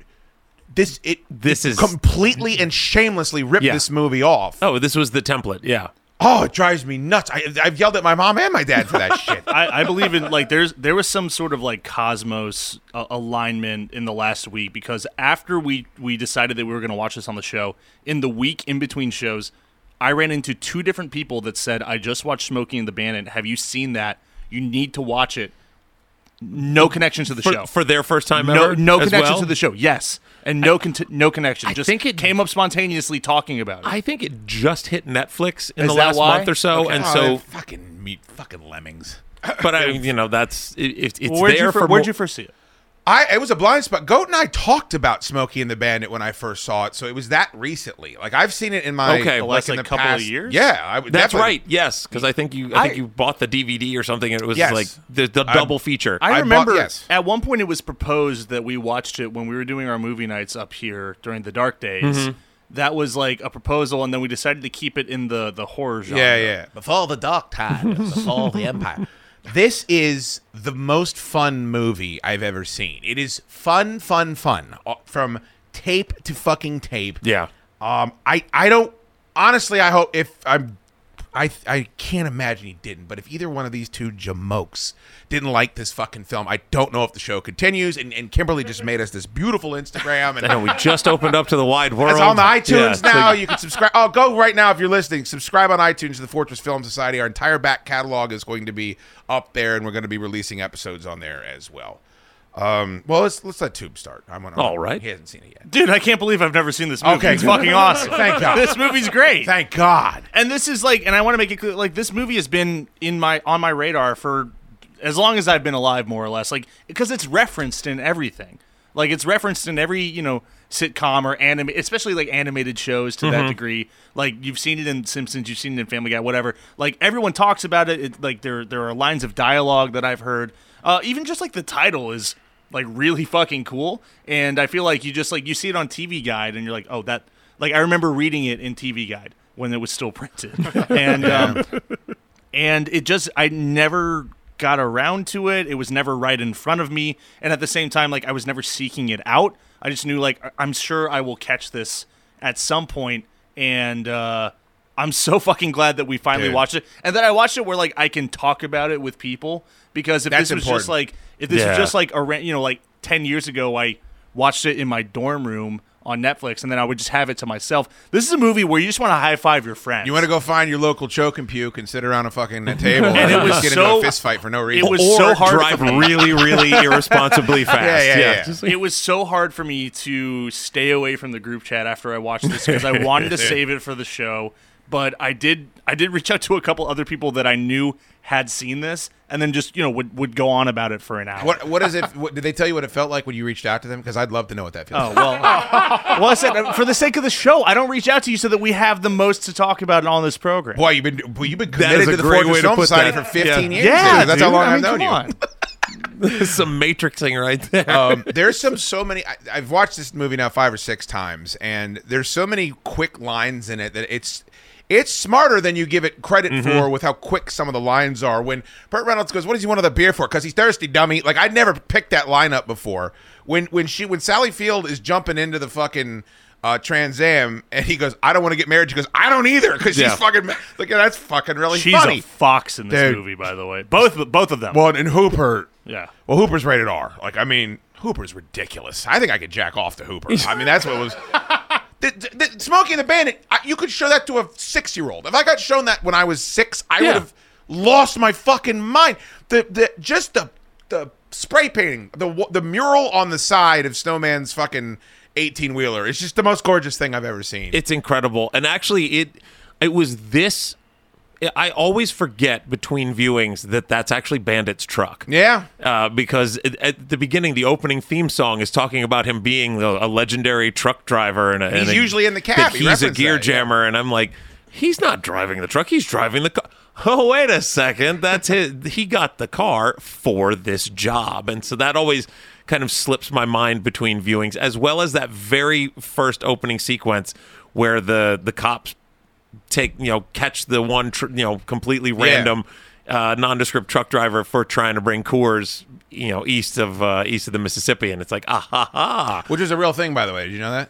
Speaker 7: This it
Speaker 5: This is-
Speaker 7: completely and shamelessly ripped
Speaker 5: Yeah.
Speaker 7: this movie off.
Speaker 5: Oh, this was the template. Yeah.
Speaker 7: Oh, it drives me nuts. I, I've yelled at my mom and my dad for that shit.
Speaker 6: I, I believe in like there's there was some sort of like cosmos uh, alignment in the last week because after we we decided that we were going to watch this on the show in the week in between shows, I ran into two different people that said I just watched Smokey and the Bandit. Have you seen that? You need to watch it. No connection to the
Speaker 5: For,
Speaker 6: show.
Speaker 5: for their first time
Speaker 6: no
Speaker 5: ever.
Speaker 6: no
Speaker 5: as
Speaker 6: connection
Speaker 5: well?
Speaker 6: to the show. Yes, and no con- no connection.
Speaker 5: I
Speaker 6: just
Speaker 5: think it-
Speaker 6: came up spontaneously talking about it.
Speaker 5: I think it just hit Netflix in
Speaker 6: Is
Speaker 5: the
Speaker 6: that
Speaker 5: last
Speaker 6: why?
Speaker 5: month or so,
Speaker 6: Okay.
Speaker 5: and
Speaker 7: Oh,
Speaker 5: so.
Speaker 7: they fucking meat, fucking lemmings.
Speaker 5: But I, you know, that's it, it- it's
Speaker 6: where'd
Speaker 5: there
Speaker 6: you fir-
Speaker 5: for.
Speaker 6: where'd
Speaker 5: more-
Speaker 6: you first see it?
Speaker 7: I it was a blind spot. Goat and I talked about Smokey and the Bandit when I first saw it, so it was that recently. Like I've seen it in my
Speaker 5: Okay,
Speaker 7: like,
Speaker 6: last,
Speaker 7: in
Speaker 6: like,
Speaker 7: the
Speaker 6: couple of
Speaker 7: past-
Speaker 6: years?
Speaker 7: Yeah, I, would
Speaker 5: That's
Speaker 7: definitely-
Speaker 5: right. Yes, because I think you, I think
Speaker 7: I-
Speaker 5: you bought the DVD or something, and it was
Speaker 7: Yes.
Speaker 5: like the, the double feature.
Speaker 7: I
Speaker 6: I
Speaker 7: bought-
Speaker 6: remember
Speaker 7: yes.
Speaker 6: at one point it was proposed that we watched it when we were doing our movie nights up here during the dark days.
Speaker 7: Mm-hmm.
Speaker 6: That was like a proposal, and then we decided to keep it in the the horror genre.
Speaker 7: Yeah, yeah.
Speaker 2: Before the dark time, before the empire.
Speaker 7: This is the most fun movie I've ever seen. It is fun, fun, fun uh, from tape to fucking tape.
Speaker 5: yeah.
Speaker 7: Um, I I don't honestly. I hope if I'm, I I can't imagine he didn't. But if either one of these two jamokes didn't like this fucking film, I don't know if the show continues. And, and Kimberly just made us this beautiful Instagram, and
Speaker 5: And we just opened up to the wide world.
Speaker 7: it's on the
Speaker 5: Yeah,
Speaker 7: iTunes
Speaker 5: it's like-
Speaker 7: now. you can subscribe. Oh, go right now if you're listening. Subscribe on iTunes to the Fortress Film Society. Our entire back catalog is going to be up there, and we're going to be releasing episodes on there as well. Um, well, let's let's let Tube start. I'm gonna.
Speaker 5: All right.
Speaker 7: He hasn't seen it yet.
Speaker 6: Dude, I can't believe I've never seen this movie.
Speaker 7: Okay,
Speaker 6: it's
Speaker 7: good.
Speaker 6: fucking awesome.
Speaker 7: Thank God.
Speaker 6: This movie's great.
Speaker 7: Thank God.
Speaker 6: and this is like, and I want to make it clear, like this movie has been in my on my radar for as long as I've been alive, more or less. Like because it's referenced in everything. Like it's referenced in every you know sitcom or anime, especially like animated shows to that degree. Like you've seen it in Simpsons, you've seen it in Family Guy, whatever. Like everyone talks about it. it like there there are lines of dialogue that I've heard. Uh, even just like the title is like really fucking cool, and I feel like you just like you see it on TV Guide, and you're like, oh that. Like I remember reading it in TV Guide when it was still printed, and um, and it just I never got around to it. It was never right in front of me, and at the same time, like I was never seeking it out. I just knew like I- I'm sure I will catch this at some point, and uh, I'm so fucking glad that we finally
Speaker 7: Dude.
Speaker 6: watched it, and that I watched it where like I can talk about it with people because if
Speaker 7: That's
Speaker 6: this was
Speaker 7: important.
Speaker 6: just like if this
Speaker 5: Yeah.
Speaker 6: was just like a ran- you know like 10 years ago I watched it in my dorm room on Netflix and then I would just have it to myself. This is a movie where you just want to high five your friends.
Speaker 7: You want to go find your local choke and puke and sit around a fucking table and,
Speaker 6: it was
Speaker 7: just get into
Speaker 6: so-
Speaker 7: a fist fight for no reason.
Speaker 6: was
Speaker 5: or
Speaker 6: so hard
Speaker 5: drive really, really irresponsibly fast.
Speaker 7: Yeah, yeah, yeah.
Speaker 5: Just like-
Speaker 6: it was so hard for me to stay away from the group chat after I watched this because I wanted to save it for the show. But I did I did reach out to a couple other people that I knew had seen this and then just, you know, would, would go on about it for an hour.
Speaker 7: what what is it? What, did they tell you what it felt like when you reached out to them? Because I'd love to know what that feels.
Speaker 6: Oh
Speaker 7: like.
Speaker 6: well, well I said, uh, for the sake of the show, I don't reach out to you so that we have the most to talk about on this program.
Speaker 7: Boy, you've been boy, you've been
Speaker 5: That
Speaker 7: committed
Speaker 5: is a
Speaker 7: to the
Speaker 5: great
Speaker 7: Fortress
Speaker 5: way to
Speaker 7: Film
Speaker 5: put
Speaker 7: Society
Speaker 5: that.
Speaker 7: for 15
Speaker 5: Yeah.
Speaker 7: years.
Speaker 6: Yeah,
Speaker 7: dude. that's how
Speaker 6: dude,
Speaker 7: long
Speaker 6: I mean,
Speaker 7: have known
Speaker 6: come
Speaker 7: you.
Speaker 6: on.
Speaker 5: some matrixing right there.
Speaker 7: um, there's some so many. I, I've watched this movie now five or six times, and there's so many quick lines in it that it's it's smarter than you give it credit for with how quick some of the lines are. When Burt Reynolds goes, "What does he want another beer for?" Because he's thirsty, dummy. Like I'd never picked that line up before. When when she when Sally Field is jumping into the fucking. Uh, Trans Am, and he goes, I don't want to get married. She goes, I don't either, because
Speaker 5: Yeah.
Speaker 7: she's fucking. ma- Like that's fucking really
Speaker 6: She's
Speaker 7: Oh, funny.
Speaker 6: a fox in this
Speaker 7: Dude.
Speaker 6: movie, by the way. Both both of them.
Speaker 7: Well, and Hooper.
Speaker 6: Yeah.
Speaker 7: Well, Hooper's rated R. Like, I mean, Hooper's ridiculous. I think I could jack off to Hooper. I mean, that's what was. The, the, the Smokey and the Bandit. I, you could show that to a six-year-old. If I got shown that when I was six, I
Speaker 5: Yeah.
Speaker 7: would have lost my fucking mind. The the just the the spray painting, the wa- the mural on the side of Snowman's fucking eighteen-wheeler. It's just the most gorgeous thing I've ever seen.
Speaker 5: it's incredible. And actually, it it was this I always forget between viewings that that's actually Bandit's truck.
Speaker 7: Yeah.
Speaker 5: Uh, because at- at the beginning, the opening theme song is talking about him being a, a legendary truck driver, and a, and a-
Speaker 7: usually in the cab.
Speaker 5: that
Speaker 7: He
Speaker 5: he's a
Speaker 7: referenced
Speaker 5: gear
Speaker 7: that, yeah.
Speaker 5: jammer, and I'm like, he's not driving the truck. He's driving the car. Oh, wait a second. That's his. He got the car for this job, and so that always kind of slips my mind between viewings, as well as that very first opening sequence where the the cops take you know catch the one tr- you know completely random uh, nondescript truck driver for trying to bring Coors you know east of uh, east of the Mississippi, and it's like ah ha ha.
Speaker 7: Which is a real thing, by the way. Did you know that?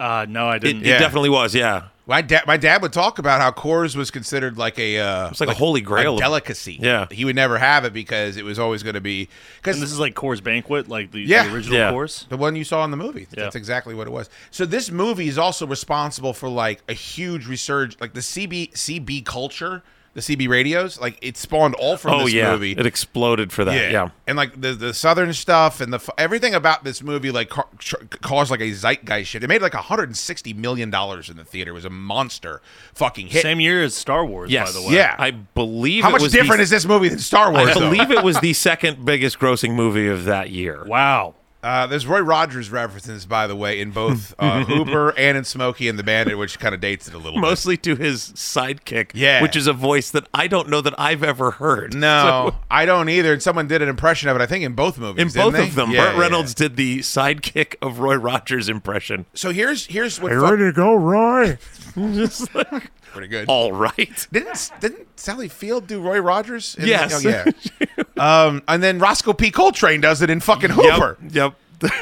Speaker 6: Uh, no, I
Speaker 5: It,
Speaker 6: didn't.
Speaker 5: it
Speaker 7: Yeah.
Speaker 5: definitely was, yeah.
Speaker 7: My dad, my dad would talk about how Coors was considered like a uh,
Speaker 5: It's like, a holy grail.
Speaker 7: a
Speaker 5: of-
Speaker 7: delicacy.
Speaker 5: Yeah.
Speaker 7: he would never have it because it was always going to be
Speaker 6: and this
Speaker 7: because
Speaker 6: is like Coors Banquet, like the, the
Speaker 7: Yeah.
Speaker 6: original
Speaker 5: Yeah.
Speaker 6: Coors.
Speaker 7: the one you saw in the movie.
Speaker 6: Yeah.
Speaker 7: That's exactly what it was. So this movie is also responsible for like a huge resurgence, like the CB CB culture, the CB radios. Like it spawned all from
Speaker 5: oh
Speaker 7: this
Speaker 5: yeah,
Speaker 7: movie.
Speaker 5: it exploded for that. Yeah.
Speaker 7: and like the the southern stuff and the f- everything about this movie like ca- tr- caused like a zeitgeist shit. It made like 160 million dollars in the theater. It was a monster fucking hit.
Speaker 6: Same year as Star Wars,
Speaker 5: Yes.
Speaker 6: by the way.
Speaker 7: Yeah.
Speaker 5: I believe.
Speaker 7: How
Speaker 5: it
Speaker 7: much
Speaker 5: was
Speaker 7: different
Speaker 5: the,
Speaker 7: is this movie than Star Wars?
Speaker 5: I
Speaker 7: though?
Speaker 5: believe it was the second biggest grossing movie of that year.
Speaker 6: Wow.
Speaker 7: Uh, there's Roy Rogers references, by the way, in both uh, Hooper and in Smokey and the Bandit, which kind of dates it a little
Speaker 5: Mostly to his sidekick,
Speaker 7: Yeah.
Speaker 5: which is a voice that I don't know that I've ever heard.
Speaker 7: bit. No, I don't either. And someone did an impression of it, I think, in both movies.
Speaker 5: In
Speaker 7: didn't
Speaker 5: both
Speaker 7: they?
Speaker 5: of them,
Speaker 7: Yeah,
Speaker 5: Burt
Speaker 7: yeah,
Speaker 5: Reynolds did the sidekick of Roy Rogers impression.
Speaker 7: yeah. So here's here's what.
Speaker 5: You
Speaker 7: fuck-
Speaker 5: ready to go, Roy? Just like,
Speaker 7: pretty good.
Speaker 5: all right.
Speaker 7: Didn't didn't Sally Field do Roy Rogers? in-
Speaker 5: Yes.
Speaker 7: oh, yeah. um, and then Roscoe P. Coltrane does it in fucking Hooper.
Speaker 5: Yep. yep.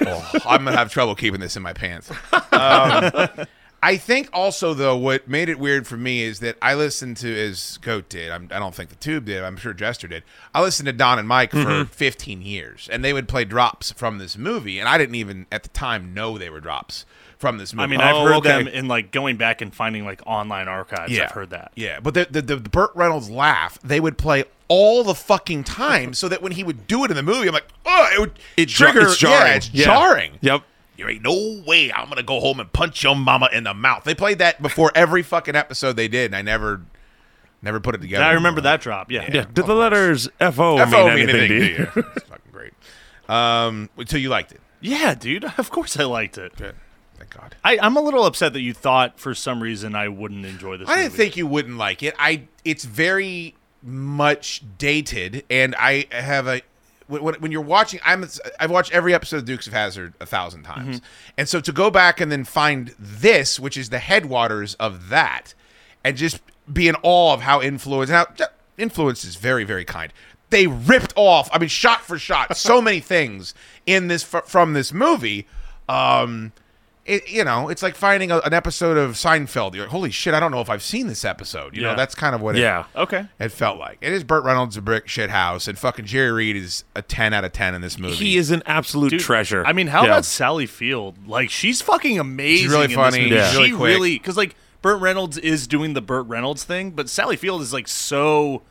Speaker 7: Oh, I'm gonna have trouble keeping this in my pants. Um, I think also though, what made it weird for me is that I listened to as Goat did. I'm, I don't think the Tube did. I'm sure Jester did. I listened to Don and Mike
Speaker 6: Mm-hmm.
Speaker 7: for 15 years, and they would play drops from this movie, and I didn't even at the time know they were drops from this movie.
Speaker 6: I mean,
Speaker 5: Oh,
Speaker 6: I've heard
Speaker 5: okay.
Speaker 6: them in like going back and finding like online archives. I've heard that.
Speaker 7: Yeah, but the, the the Burt Reynolds laugh they would play all the fucking time, so that when he would do it in the movie, I'm like, oh, it would
Speaker 5: It jar-
Speaker 7: trigger.
Speaker 5: it's jarring.
Speaker 7: Yeah, it's
Speaker 5: Yeah.
Speaker 7: jarring.
Speaker 5: Yep.
Speaker 7: There ain't no way I'm gonna go home and punch your mama in the mouth. They played that before every fucking episode they did, and I never, never put it together.
Speaker 6: I remember that drop. Yeah.
Speaker 5: Yeah. Did the letters FO,
Speaker 7: F O
Speaker 5: mean anything, to you?
Speaker 7: to you. It's fucking great. Um, so you liked it?
Speaker 6: Yeah, dude. Of course I liked it.
Speaker 7: Good. Thank God.
Speaker 6: I, I'm a little upset that you thought for some reason I wouldn't enjoy this.
Speaker 7: I didn't
Speaker 6: movie.
Speaker 7: think you wouldn't like it. I it's very much dated, and I have a when, when when you're watching. I'm I've watched every episode of Dukes of Hazard a thousand times,
Speaker 6: Mm-hmm.
Speaker 7: and so to go back and then find this, which is the headwaters of that, and just be in awe of how influenced how influence is very very kind. They ripped off. I mean, shot for shot, so many things in this fr- from this movie. Um, it, you know, it's like finding a, an episode of Seinfeld. You're like, holy shit, I don't know if I've seen this episode. You know,
Speaker 6: Yeah.
Speaker 7: that's kind of what it,
Speaker 5: Yeah.
Speaker 6: Okay.
Speaker 7: it felt like. It is Burt Reynolds a brick shit house, and fucking Jerry Reed is a ten out of ten in this movie.
Speaker 5: He is an absolute
Speaker 6: Dude,
Speaker 5: treasure.
Speaker 6: I mean, how
Speaker 5: Yeah.
Speaker 6: about Sally Field? Like, she's fucking amazing.
Speaker 7: really
Speaker 6: in this
Speaker 7: funny.
Speaker 6: movie.
Speaker 7: Yeah.
Speaker 6: She
Speaker 7: Really
Speaker 6: really,
Speaker 7: quick.
Speaker 6: because like Burt Reynolds is doing the Burt Reynolds thing, but Sally Field is like so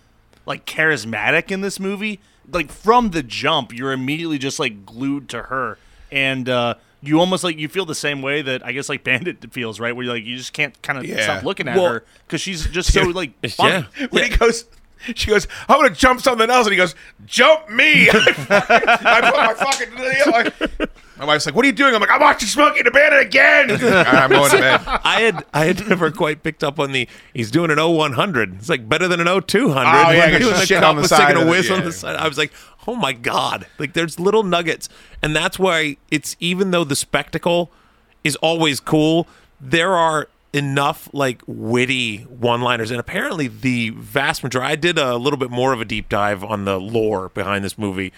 Speaker 6: like charismatic in this movie. Like from the jump, you're immediately just like glued to her, and uh, you almost like you feel the same way that I guess like Bandit feels, right? Where you like you just can't kind of
Speaker 7: Yeah.
Speaker 6: stop looking at
Speaker 5: Well-
Speaker 6: her because she's just so like
Speaker 5: Yeah.
Speaker 6: funny.
Speaker 7: when he goes. She goes, I'm gonna jump something else, and he goes, jump me! I, put my fucking. My wife's like, "What are you doing?" I'm like, "I'm watching Smokey and the Bandit again." He's like, "All right, I'm going to bed.
Speaker 5: I had I had never quite picked up on the he's doing an 0100. It's like better than an 0200.
Speaker 7: Oh, yeah,
Speaker 5: When
Speaker 7: I
Speaker 5: he
Speaker 7: got
Speaker 5: was-
Speaker 7: shit
Speaker 5: cop
Speaker 7: on the
Speaker 5: was
Speaker 7: side
Speaker 5: taking
Speaker 7: of
Speaker 5: a
Speaker 7: the-
Speaker 5: whiz on
Speaker 7: yeah.
Speaker 5: the side. I was like, oh my god! Like there's little nuggets, and that's why it's even though the spectacle is always cool, there are enough like witty one-liners and apparently the vast majority i did a little bit more of a deep dive on the lore behind this movie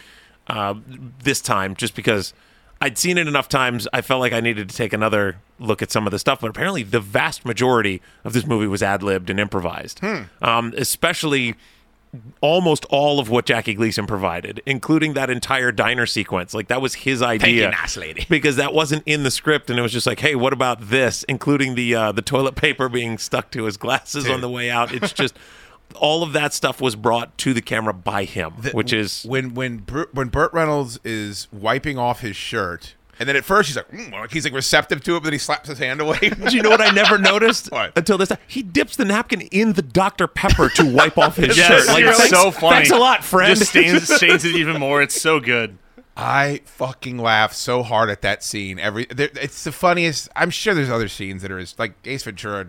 Speaker 5: uh, this time just because I'd seen it enough times. I felt like I needed to take another look at some of the stuff, but apparently the vast majority of this movie was ad libbed and improvised. Um, especially almost all of what Jackie Gleason provided, including that entire diner sequence. Like that was his idea,
Speaker 7: you, nice lady.
Speaker 5: because that wasn't in the script, and it was just like, hey, what about this? Including the uh, the toilet paper being stuck to his glasses on the way out. It's just. All of that stuff was brought to the camera by him,
Speaker 7: that
Speaker 5: which is
Speaker 7: when when Bur- when Burt Reynolds is wiping off his shirt And then at first he's like, mm, like, he's like receptive to it, but then he slaps his hand away.
Speaker 5: Do you know what I never noticed
Speaker 7: What?
Speaker 5: until this time? He dips the napkin in the Dr. Pepper to wipe off his
Speaker 6: Yes,
Speaker 5: shirt. Like,
Speaker 6: you're
Speaker 5: thanks,
Speaker 6: so funny.
Speaker 5: Thanks a lot, friend.
Speaker 6: Just stains, stains it even more. It's so good.
Speaker 7: I fucking laugh so hard at that scene. Every there, it's the funniest. I'm sure there's other scenes that are as like Ace Ventura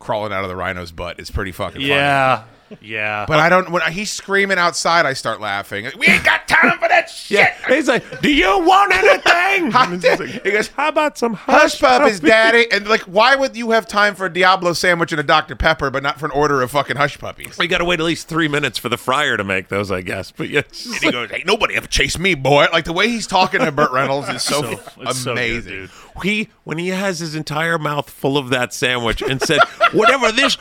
Speaker 7: crawling out of the rhino's butt is pretty fucking funny.
Speaker 6: Yeah, yeah.
Speaker 7: But I don't. When he's screaming outside, I start laughing. We ain't got time for that shit.
Speaker 5: yeah. He's like, do you want anything?
Speaker 7: Hot
Speaker 5: He's
Speaker 7: dick.
Speaker 5: like, he goes, how about some
Speaker 7: Hush
Speaker 5: hush
Speaker 7: pup is
Speaker 5: puppies?"
Speaker 7: daddy, and like, why would you have time for a Diablo sandwich and a Dr Pepper, but not for an order of fucking hush puppies?
Speaker 5: We got to wait at least three minutes for the fryer to make those, I guess. But yeah, it's just
Speaker 7: And he goes, "Hey, nobody ever chased me, boy!" Like the way he's talking to Burt Reynolds is so,
Speaker 6: it's so good,
Speaker 7: amazing.
Speaker 6: dude.
Speaker 5: he when he has his entire mouth full of that sandwich and said whatever this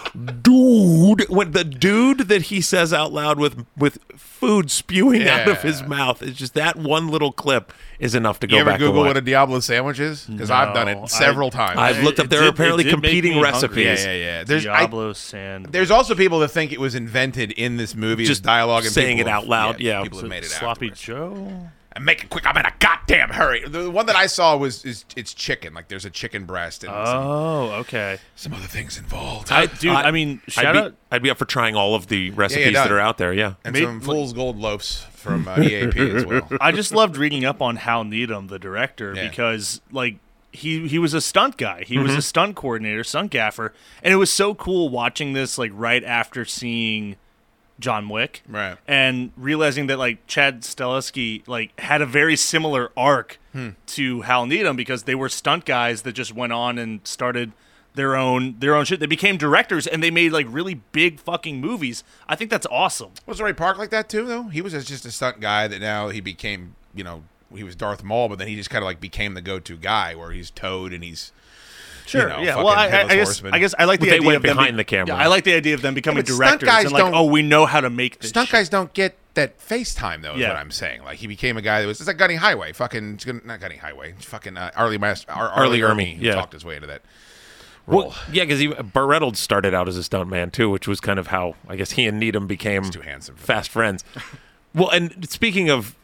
Speaker 5: dude when the dude that he says out loud with with food spewing out of
Speaker 7: Yeah.
Speaker 5: his mouth is just that one little clip is enough to go
Speaker 7: you ever
Speaker 5: back
Speaker 7: Google
Speaker 5: to
Speaker 7: what a Diablo sandwich is? Because I've done
Speaker 6: No,
Speaker 7: it several times.
Speaker 5: I've looked up
Speaker 6: It
Speaker 5: there
Speaker 6: did-
Speaker 5: are
Speaker 6: it
Speaker 5: apparently
Speaker 6: did make
Speaker 5: competing
Speaker 6: me hungry.
Speaker 5: recipes.
Speaker 7: yeah, yeah, yeah. There's I-
Speaker 6: Diablo sand.
Speaker 7: There's also people that think it was invented in this movie.
Speaker 5: Just
Speaker 7: as dialogue and
Speaker 5: saying
Speaker 7: people
Speaker 5: it
Speaker 7: have-
Speaker 5: out loud, yeah.
Speaker 7: people have made it.
Speaker 6: sloppy
Speaker 7: afterwards.
Speaker 6: Joe.
Speaker 7: And make it quick. I'm in a goddamn hurry. The one that I saw was is it's chicken. Like there's a chicken breast and some,
Speaker 6: Oh, okay.
Speaker 7: some other things involved.
Speaker 6: I, dude, I, mean, shout
Speaker 5: I'd
Speaker 6: out.
Speaker 5: Be, I'd be up for trying all of the recipes
Speaker 7: done.
Speaker 5: that are out there. Yeah,
Speaker 7: and
Speaker 6: Maybe-
Speaker 7: some fool's gold loaves from uh, EAP as well.
Speaker 6: I just loved reading up on Hal Needham, the director,
Speaker 7: Yeah. Mm-hmm.
Speaker 6: because like he he was a stunt guy. He was a stunt coordinator, stunt gaffer, and it was so cool watching this like right after seeing John Wick,
Speaker 7: Right.
Speaker 6: and realizing that like Chad Stahelski like had a very similar arc
Speaker 7: Hmm.
Speaker 6: to Hal Needham because they were stunt guys that just went on and started their own their own shit. They became directors and they made like really big fucking movies. I think that's awesome.
Speaker 7: Was Ray Park like that too? Though he was just a stunt guy that now he became. You know, he was Darth Maul, but then he just kind of like became the go-to guy where he's Toad and he's.
Speaker 6: Sure.
Speaker 7: know,
Speaker 6: yeah.
Speaker 7: fucking
Speaker 6: Well, I, I, I
Speaker 7: headless
Speaker 6: guess
Speaker 7: horseman.
Speaker 6: I guess I like the
Speaker 5: But they
Speaker 6: idea
Speaker 5: went
Speaker 6: of them
Speaker 5: behind
Speaker 6: be-
Speaker 5: the camera.
Speaker 6: Yeah, I like the idea of them becoming
Speaker 7: but stunt
Speaker 6: directors
Speaker 7: guys
Speaker 6: and like,
Speaker 7: don't-
Speaker 6: oh, we know how to make this.
Speaker 7: stunt
Speaker 6: shit.
Speaker 7: guys don't get that FaceTime though. Is
Speaker 6: Yeah.
Speaker 7: what I'm saying. Like he became a guy that was it's like Gunny Highway, fucking it's gonna- not Gunny Highway, it's fucking uh, Arlie Master, Ar- Arlie,
Speaker 5: Arlie
Speaker 7: Ermy,
Speaker 5: Ermey,
Speaker 7: who
Speaker 5: yeah.
Speaker 7: talked his way into that.
Speaker 5: well, yeah, because Burt Reynolds started out as a stunt man too, which was kind of how I guess he and Needham became
Speaker 7: too handsome for
Speaker 5: fast friends. Well, and speaking of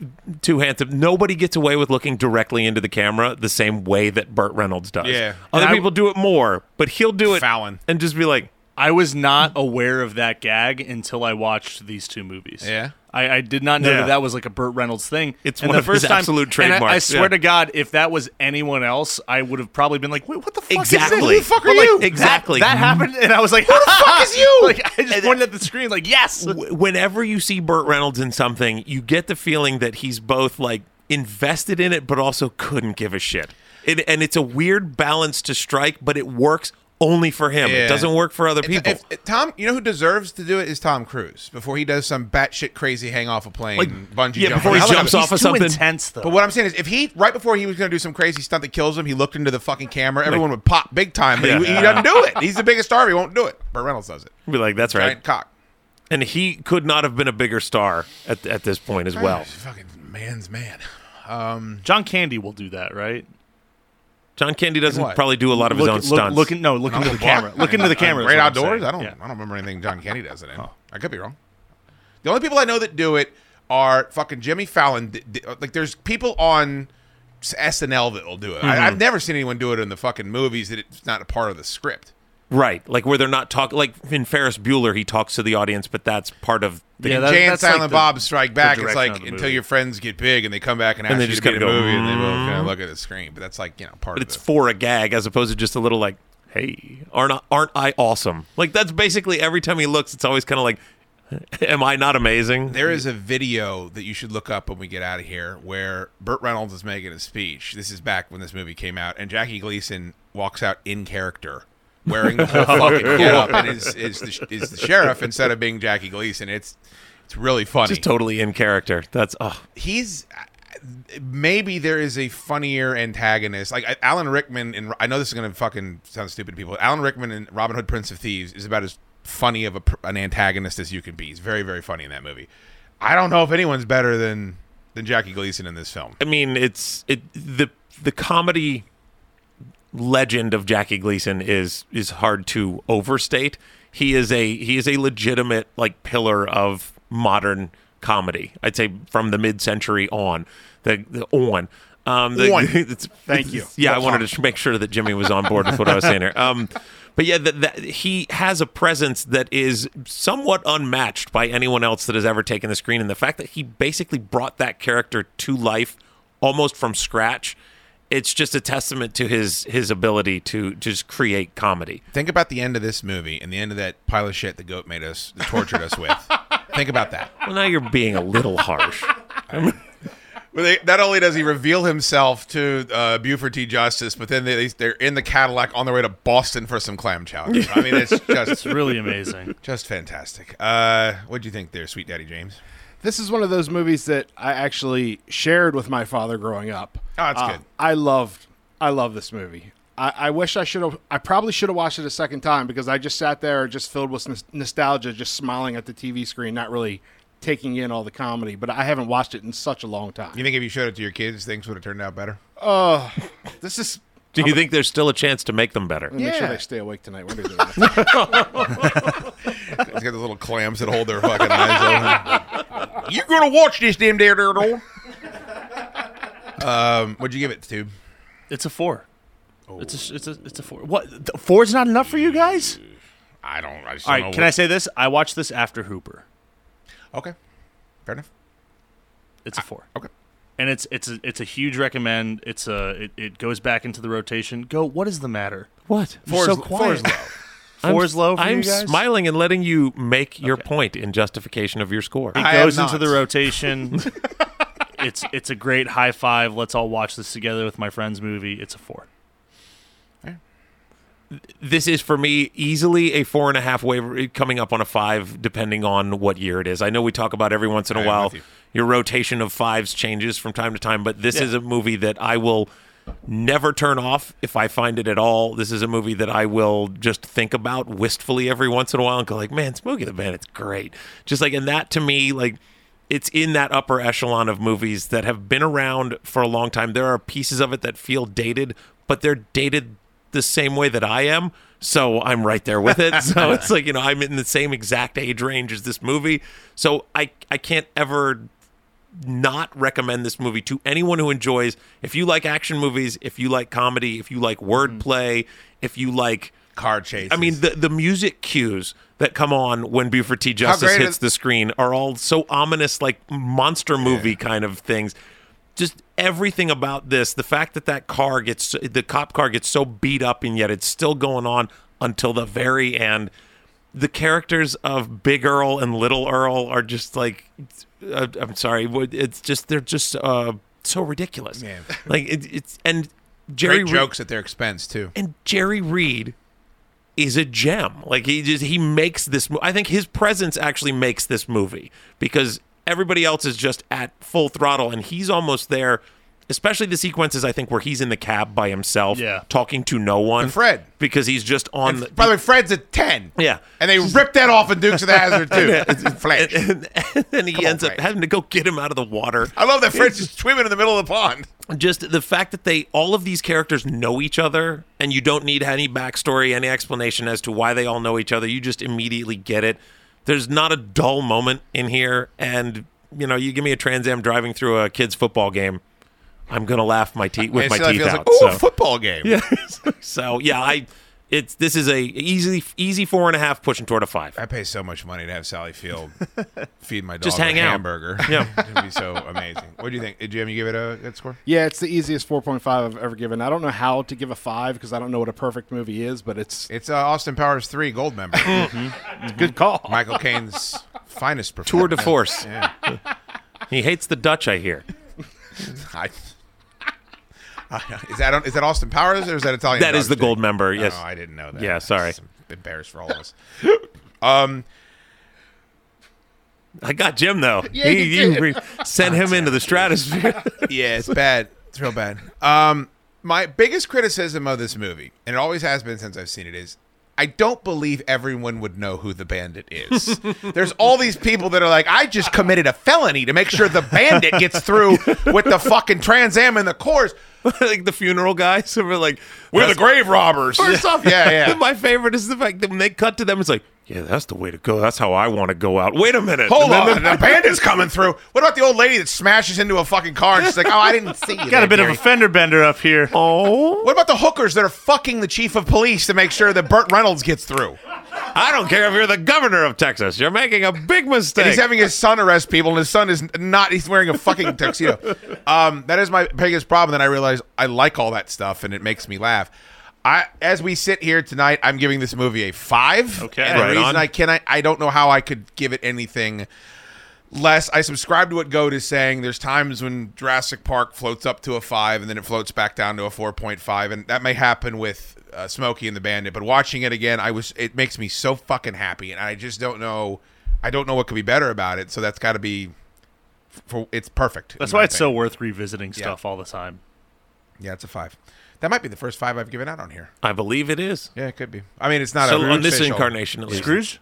Speaker 5: too handsome, nobody gets away with looking directly into the camera the same way that Burt Reynolds does.
Speaker 7: Yeah.
Speaker 5: other
Speaker 6: And I-
Speaker 5: people do it more, but he'll do it
Speaker 7: Fallon.
Speaker 5: and just be like,
Speaker 6: I was not aware of that gag until I watched these two movies.
Speaker 7: Yeah?
Speaker 6: I, I did not know
Speaker 5: Yeah.
Speaker 6: that that was like a Burt Reynolds thing.
Speaker 5: It's
Speaker 6: and
Speaker 5: one
Speaker 6: the
Speaker 5: of his
Speaker 6: first time,
Speaker 5: absolute
Speaker 6: and I- I,
Speaker 5: trademarks,
Speaker 6: swear
Speaker 5: yeah.
Speaker 6: to God, if that was anyone else, I would have probably been like, "Wait, what the fuck is this?
Speaker 5: exactly,
Speaker 7: Who the fuck are
Speaker 5: But, like,
Speaker 7: you?
Speaker 5: exactly
Speaker 6: That happened, and I was like, "Who the
Speaker 7: fuck is you?
Speaker 6: like, I just pointed at the screen, like, "Yes."
Speaker 5: w- whenever you see Burt Reynolds in something, you get the feeling that he's both like invested in it, but also couldn't give a shit. It, and it's a weird balance to strike, but it works only for him.
Speaker 7: Yeah.
Speaker 5: It doesn't work for other people.
Speaker 7: If, if- Tom, you know who deserves to do it is Tom Cruise before he does some batshit crazy hang off a plane,
Speaker 5: Like,
Speaker 7: bungee
Speaker 5: yeah,
Speaker 7: jump.
Speaker 5: before he
Speaker 7: I like
Speaker 5: jumps
Speaker 7: him.
Speaker 5: off
Speaker 6: He's
Speaker 5: of
Speaker 6: too
Speaker 5: something.
Speaker 6: intense, though.
Speaker 7: But what I'm saying is, if he right before he was going to do some crazy stunt that kills him, he looked into the fucking camera. Everyone would pop big time, but he, he doesn't do it. He's the biggest star. But he won't do it. Burt Reynolds does it.
Speaker 5: Be like, that's right.
Speaker 7: Giant cock.
Speaker 5: And he could not have been a bigger star at, at this point as well.
Speaker 7: fucking man's man.
Speaker 6: John Candy will do that, right?
Speaker 5: John Candy doesn't
Speaker 7: What?
Speaker 5: probably do a lot of his own
Speaker 6: look,
Speaker 5: stunts.
Speaker 6: Look, in- no, look into the camera. Look into the camera. is
Speaker 7: Great
Speaker 6: what I'm
Speaker 7: outdoors.
Speaker 6: saying.
Speaker 7: I don't.
Speaker 6: Yeah. Oh.
Speaker 7: I don't remember anything John Candy does it in. I could be wrong. The only people I know that do it are fucking Jimmy Fallon. D- d- Like, there's people on s- SNL that will do it.
Speaker 6: Mm-hmm.
Speaker 7: I, I've never seen anyone do it in the fucking movies that it's not a part of the script.
Speaker 5: right. Like where they're not talking. Like in Ferris Bueller, he talks to the audience, but that's part of the.
Speaker 6: Yeah, that-
Speaker 7: Jay and
Speaker 6: Uh, that's like
Speaker 7: Silent
Speaker 6: the-
Speaker 7: Bob Strike Back. It's
Speaker 6: direction
Speaker 7: like
Speaker 6: of the
Speaker 7: until
Speaker 6: movie.
Speaker 7: your friends get big and they come back and ask
Speaker 5: they
Speaker 7: you
Speaker 5: just
Speaker 7: to be in a
Speaker 5: gotta go,
Speaker 7: movie, and they will
Speaker 6: Mm-hmm.
Speaker 7: kind of look at the screen. But that's like you know part
Speaker 5: but
Speaker 7: of
Speaker 5: it's
Speaker 7: the-
Speaker 5: for a gag as opposed to just a little like, hey, aren't I, aren't I awesome? Like that's basically every time he looks, it's always kind of like, am I not amazing?
Speaker 7: There is a video that you should look up when we get out of here where Burt Reynolds is making a speech. This is back when this movie came out, and Jackie Gleason walks out in character. Wearing the whole fucking get up and is, is, the, is the sheriff instead of being Jackie Gleason. It's it's really funny.
Speaker 5: Just totally in character. That's oh,
Speaker 7: He's maybe there is a funnier antagonist like Alan Rickman and I know this is gonna fucking sound stupid to people. Alan Rickman and Robin Hood Prince of Thieves is about as funny of a, pr- an antagonist as you can be. He's very very funny in that movie. I don't know if anyone's better than than Jackie Gleason in this film.
Speaker 5: I mean, it's it the the comedy legend of Jackie Gleason is is hard to overstate. He is a he is a legitimate like pillar of modern comedy. I'd say from the mid century on, the, the on. Um, the,
Speaker 7: One.
Speaker 5: it's-
Speaker 8: Thank you.
Speaker 5: Yeah, I wanted to sh- make sure that Jimmy was on board with what I was saying here. Um, but yeah, that, that he has a presence that is somewhat unmatched by anyone else that has ever taken the screen, and the fact that he basically brought that character to life almost from scratch, it's just a testament to his his ability to just create comedy.
Speaker 7: Think about the end of this movie and the end of that pile of shit the goat made us, that tortured us with. Think about that.
Speaker 5: Well, now you're being a little harsh.
Speaker 7: Well, they, not only does he reveal himself to uh, Buford T. Justice, but then they, they're in the Cadillac on their way to Boston for some clam chowder. I mean, it's just
Speaker 6: Really amazing.
Speaker 7: just fantastic. Uh, what'd you think there, Sweet Daddy James?
Speaker 8: This is one of those movies that I actually shared with my father growing up. Uh,
Speaker 7: Oh, that's good.
Speaker 8: I loved, I love this movie. I, I wish I should have. I probably should have watched it a second time because I just sat there, just filled with nos- nostalgia, just smiling at the TV screen, not really taking in all the comedy. But I haven't watched it in such a long
Speaker 7: You
Speaker 8: time.
Speaker 7: think if you showed it to your kids, things would have turned out better?
Speaker 8: This is.
Speaker 5: Do you think there's still a chance to make them better?
Speaker 8: Make sure
Speaker 7: Yeah.
Speaker 8: they stay awake tonight. When they're doing that.
Speaker 7: It's got those little clams that hold their fucking eyes open. You're gonna watch this damn daredevil. Um, what'd you give it, Tube?
Speaker 6: It's a four. It's a it's a it's a four. What th- four's not enough for you guys?
Speaker 7: Oh. I don't. I just
Speaker 6: All
Speaker 7: don't
Speaker 6: right,
Speaker 7: know
Speaker 6: can I say this? I watched this after Hooper.
Speaker 7: what- Okay, fair enough.
Speaker 6: It's a four.
Speaker 7: Ah, Okay.
Speaker 6: and it's it's a, it's a huge recommend. It's a it, it goes back into the rotation. Go. What is the matter?
Speaker 5: What?
Speaker 6: Four
Speaker 7: is-
Speaker 6: so
Speaker 7: four
Speaker 6: quiet.
Speaker 7: is low.
Speaker 6: Four is low for
Speaker 5: I'm
Speaker 6: you guys?
Speaker 5: smiling and letting you make your point in justification of your score.
Speaker 6: It
Speaker 7: I am
Speaker 6: goes into
Speaker 7: not.
Speaker 6: the rotation. it's it's a great high five. Let's all watch this together with my friends. Movie. It's a four.
Speaker 5: this is for me easily a four and a half waiver coming up on a five depending on what year it is i know we talk about every once in a
Speaker 7: I am
Speaker 5: while
Speaker 7: with you.
Speaker 5: your rotation of fives changes from time to time but this is a movie that i will never turn off if i find it at all this is a movie that i will just think about wistfully every once in a while and go like man smokey the bandit's great just like and that to me like it's in that upper echelon of movies that have been around for a long time. There are pieces of it that feel dated, but they're dated the same way that I am. So I'm right there with it. so it's like, you know, I'm in the same exact age range as this movie. So I I can't ever not recommend this movie to anyone who enjoys if you like action movies, if you like comedy, if you like wordplay, if you like
Speaker 7: Car chase.
Speaker 5: I mean, the, the music cues that come on when Buford T. Justice
Speaker 7: great
Speaker 5: hits
Speaker 7: is-
Speaker 5: the screen are all so ominous, like monster movie kind of things. Just everything about this, the fact that that car gets, the cop car gets so beat up and yet it's still going on until the very end. The characters of Big Earl and Little Earl are just like, uh, I'm sorry, what- it's just, they're just uh, so ridiculous.
Speaker 7: Yeah.
Speaker 5: Like, it, it's, and Jerry
Speaker 7: great
Speaker 5: Re-
Speaker 7: jokes at their expense too.
Speaker 5: and Jerry Reed is a gem. Like he just he makes this. mo- I think his presence actually makes this movie because everybody else is just at full throttle and he's almost there. Especially the sequences I think where he's in the cab by himself,
Speaker 6: Yeah.
Speaker 5: talking to no one.
Speaker 7: And Fred.
Speaker 5: because he's just on. the,
Speaker 7: By the way, Fred's a ten.
Speaker 5: Yeah.
Speaker 7: and they ripped that off in Dukes of the Hazard too. Flash.
Speaker 5: and, and he ends up
Speaker 7: Fred.
Speaker 5: having to go get him out of the water.
Speaker 7: I love that Fred's just swimming in the middle of the pond.
Speaker 5: just the fact that they all of these characters know each other and you don't need any backstory any explanation as to why they all know each other you just immediately get it there's not a dull moment in here and you know you give me a trans am driving through a kids football game i'm gonna laugh my teeth with
Speaker 7: And
Speaker 5: my
Speaker 7: so that
Speaker 5: teeth
Speaker 7: feels
Speaker 5: out
Speaker 7: like, ooh,
Speaker 5: so.
Speaker 7: a football game.
Speaker 5: so yeah i it's this is a easy easy four and a half pushing toward a five
Speaker 7: I pay so much money to have Sally Field feed my dog
Speaker 5: Just
Speaker 7: a
Speaker 5: hang out.
Speaker 7: hamburger.
Speaker 5: Yeah.
Speaker 7: it'd be so amazing. What do you think, Did Jim? You give it a good score?
Speaker 8: yeah, it's the easiest 4.5 I've ever given. I don't know how to give a five because I don't know what a perfect movie is, but it's
Speaker 7: It's uh, Austin Powers three gold member,
Speaker 5: Mm.
Speaker 8: a good call.
Speaker 7: Michael Caine's finest
Speaker 5: tour
Speaker 7: performance.
Speaker 5: de force he hates the dutch i hear
Speaker 7: I- is that on- is that Austin Powers or is that Italian?
Speaker 5: That
Speaker 7: Dog
Speaker 5: is the
Speaker 7: Day?
Speaker 5: gold member,
Speaker 7: No,
Speaker 5: yes.
Speaker 7: Oh, I didn't know that.
Speaker 5: Yeah, sorry.
Speaker 7: It's embarrassed for all of us.
Speaker 5: i got jim though yeah,
Speaker 8: he did.
Speaker 5: sent him into the stratosphere
Speaker 7: Yeah, it's bad. It's real bad. Um, my biggest criticism of this movie, and it always has been since I've seen it, is I don't believe everyone would know who the bandit is. There's all these people that are like, I just committed a felony to make sure the bandit gets through with the fucking Trans Am and the course.
Speaker 5: like the funeral guys who were like,
Speaker 7: grave robbers. First off, yeah, yeah.
Speaker 5: My favorite is the fact that when they cut to them, it's like, yeah, that's the way to go. That's how I want to go out. Wait a minute.
Speaker 7: Hold
Speaker 5: And then
Speaker 7: on, the bandit's coming through. What about the old lady that smashes into a fucking car and she's like, "Oh, I didn't see you."
Speaker 6: Got
Speaker 7: there,
Speaker 6: a bit of
Speaker 7: Gary."
Speaker 6: a fender bender up here.
Speaker 5: Oh.
Speaker 7: What about the hookers that are fucking the chief of police to make sure that Burt Reynolds gets through?
Speaker 5: I don't care if you're the governor of Texas. You're making a big mistake.
Speaker 7: He's having his son arrest people, and his son is not. He's wearing a fucking tuxedo. Um, that is my biggest problem. Then I realize I like all that stuff, and it makes me laugh. I, as we sit here tonight, I'm giving this movie a five.
Speaker 6: Okay.
Speaker 7: and
Speaker 5: Right
Speaker 7: the reason
Speaker 5: on.
Speaker 7: I can I, I don't know how I could give it anything less. I subscribe to what Goat is saying. There's times when Jurassic Park floats up to a five, and then it floats back down to a four point five, and that may happen with uh, Smokey and the Bandit. But watching it again, I was it makes me so fucking happy, and I just don't know. I don't know what could be better about it. So that's got to be. For, it's perfect. in
Speaker 6: That's
Speaker 7: my
Speaker 6: why it's so
Speaker 7: opinion.
Speaker 6: worth revisiting stuff all the time.
Speaker 7: Yeah, it's a five. That might be the first five I've given out on here.
Speaker 5: I believe it is.
Speaker 7: Yeah, it could be. I mean, it's not
Speaker 5: So
Speaker 7: a
Speaker 5: on this
Speaker 7: official-
Speaker 5: incarnation, at least.
Speaker 6: Scrooge?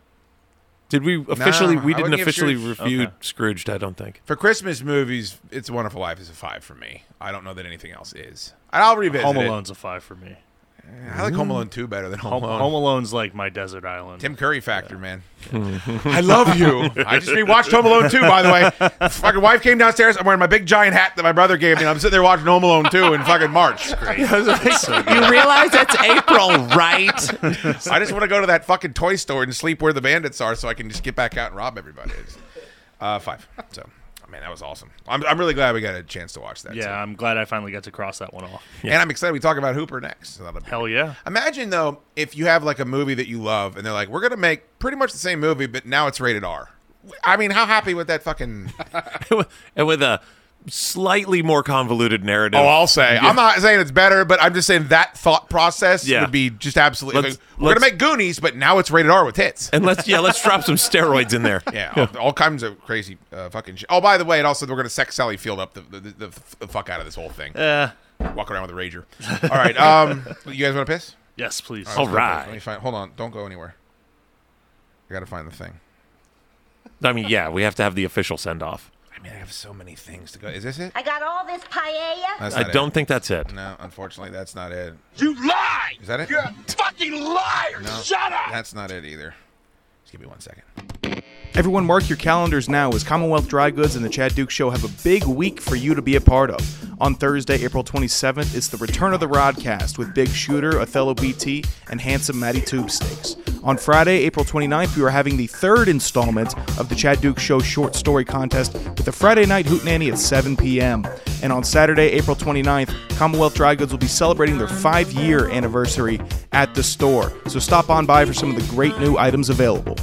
Speaker 5: Did we officially?
Speaker 7: No,
Speaker 5: we
Speaker 7: I
Speaker 5: didn't
Speaker 7: wouldn't give
Speaker 5: officially
Speaker 7: Scrooge-
Speaker 5: review
Speaker 6: Okay.
Speaker 5: Scrooged. I don't think.
Speaker 7: For Christmas movies, It's a Wonderful Life is a five for me. I don't know that anything else is. And I'll revisit
Speaker 6: Home
Speaker 7: it.
Speaker 6: Alone's a five for me.
Speaker 7: I like Home Alone 2 better than Home,
Speaker 6: Home,
Speaker 7: Alone.
Speaker 6: Home Alone's like my desert island.
Speaker 7: Tim Curry factor, man. I love you. I just rewatched Home Alone 2, by the way. Fucking wife came downstairs. I'm wearing my big giant hat that my brother gave me, and I'm sitting there watching Home Alone 2 in fucking March.
Speaker 5: You realize that's April, right?
Speaker 7: I just want to go to that fucking toy store and sleep where the bandits are so I can just get back out and rob everybody. It's, Uh, five. So, man, that was awesome. I'm, I'm really glad we got a chance to watch that.
Speaker 6: Yeah,
Speaker 7: too.
Speaker 6: I'm glad I finally got to cross that one off.
Speaker 7: And I'm excited we talk about Hooper next. So that'll be
Speaker 6: Hell yeah.
Speaker 7: Imagine though, if you have like a movie that you love, and they're like, "We're gonna make pretty much the same movie, but now it's rated R." I mean, how happy would that fucking?
Speaker 5: and with a slightly more convoluted narrative.
Speaker 7: Oh, I'll say. I'm not saying it's better, but I'm just saying that thought process
Speaker 5: Yeah.
Speaker 7: would be just absolutely.
Speaker 5: Let's-
Speaker 7: like, We're gonna
Speaker 5: let's-
Speaker 7: make Goonies, but now it's rated R with hits.
Speaker 5: and let's yeah, let's drop some steroids in there.
Speaker 7: Yeah, all, all kinds of crazy uh, fucking shit. Oh, by the way, and also we're gonna sex Sally Field up the the, the, the fuck out of this whole thing.
Speaker 6: Uh,
Speaker 7: Walk around with a rager. All right, um, you guys want to piss?
Speaker 6: yes, please.
Speaker 5: All
Speaker 7: Let me
Speaker 5: right.
Speaker 7: find. Hold on, don't go anywhere. I gotta find the thing.
Speaker 5: I mean, yeah, we have to have the official send off.
Speaker 7: I mean, I have so many things to go. Is this it?
Speaker 3: I got all this paella.
Speaker 7: That's
Speaker 5: I
Speaker 7: not it.
Speaker 5: don't think that's it.
Speaker 7: No, unfortunately, that's not it.
Speaker 2: You lie!
Speaker 7: Is that it?
Speaker 2: You're a fucking liar!
Speaker 7: No,
Speaker 2: Shut up!
Speaker 7: That's not it either. Just give me one second.
Speaker 9: Everyone, mark your calendars now as Commonwealth Dry Goods and the Chad Duke Show have a big week for you to be a part of. On Thursday, April 27th, it's the return of the Rodcast with Big Shooter, Othello BT, and Handsome Matty Tube Steaks. On Friday, April 29th, we are having the third installment of the Chad Duke Show short story contest with a Friday night hootenanny at 7 p.m. And on Saturday, April 29th, Commonwealth Dry Goods will be celebrating their five year anniversary at the store. So stop on by for some of the great new items available.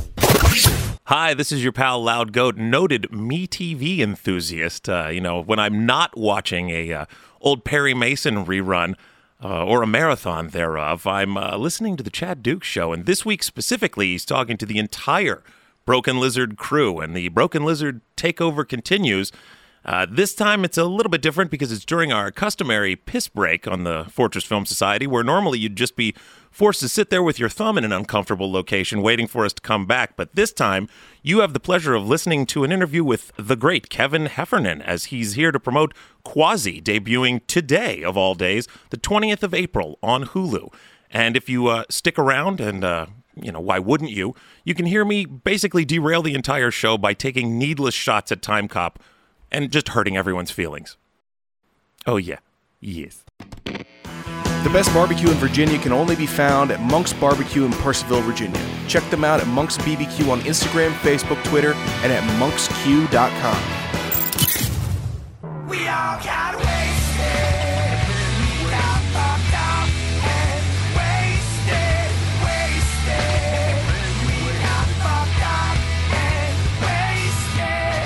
Speaker 5: Hi, this is your pal Loud Goat, noted me TV enthusiast. Uh, you know, when I'm not watching a uh, old Perry Mason rerun uh, or a marathon thereof, I'm uh, listening to the Chad Duke show, and this week specifically, he's talking to the entire Broken Lizard crew, and the Broken Lizard takeover continues. Uh, this time it's a little bit different because it's during our customary piss break on the Fortress Film Society, where normally you'd just be forced to sit there with your thumb in an uncomfortable location waiting for us to come back. But this time you have the pleasure of listening to an interview with the great Kevin Heffernan as he's here to promote Quasi, debuting today, of all days, the 20th of April on Hulu. And if you uh, stick around and uh, you know, why wouldn't you? You can hear me basically derail the entire show by taking needless shots at Time Cop and just hurting everyone's feelings. Oh, yeah. Yes.
Speaker 9: The best barbecue in Virginia can only be found at Monk's Barbecue in Percival, Virginia. Check them out at Monk's BBQ on Instagram, Facebook, Twitter, and at monksq.com.
Speaker 2: We all got wasted. We got fucked up and wasted, wasted. We got fucked up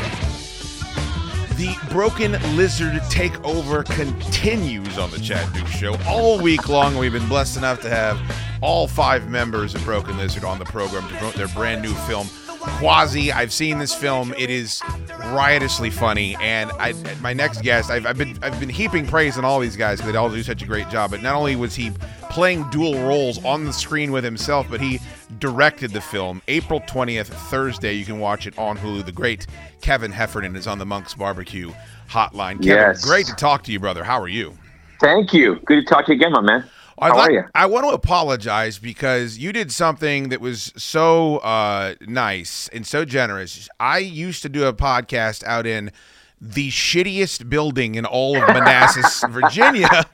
Speaker 2: and wasted.
Speaker 7: The Broken Lizard Takeover continues on the Chad Duke Show. All week long, we've been blessed enough to have all five members of Broken Lizard on the program to promote their brand new film, Quasi. I've seen this film; it is riotously funny. And I, my next guest, I've, I've been I've been heaping praise on all these guys because they all do such a great job. But not only was he playing dual roles on the screen with himself, but he directed the film. April 20th, Thursday, you can watch it on Hulu. The great Kevin Heffernan is on the Monk's Barbecue hotline. Kevin,
Speaker 10: Yes.
Speaker 7: great to talk to you, brother. How are you?
Speaker 10: Thank you. Good to talk to you again, my man.
Speaker 7: I'd
Speaker 10: How
Speaker 7: like-
Speaker 10: are you?
Speaker 7: I want to apologize because you did something that was so uh, nice and so generous. I used to do a podcast out in the shittiest building in all of Manassas, Virginia,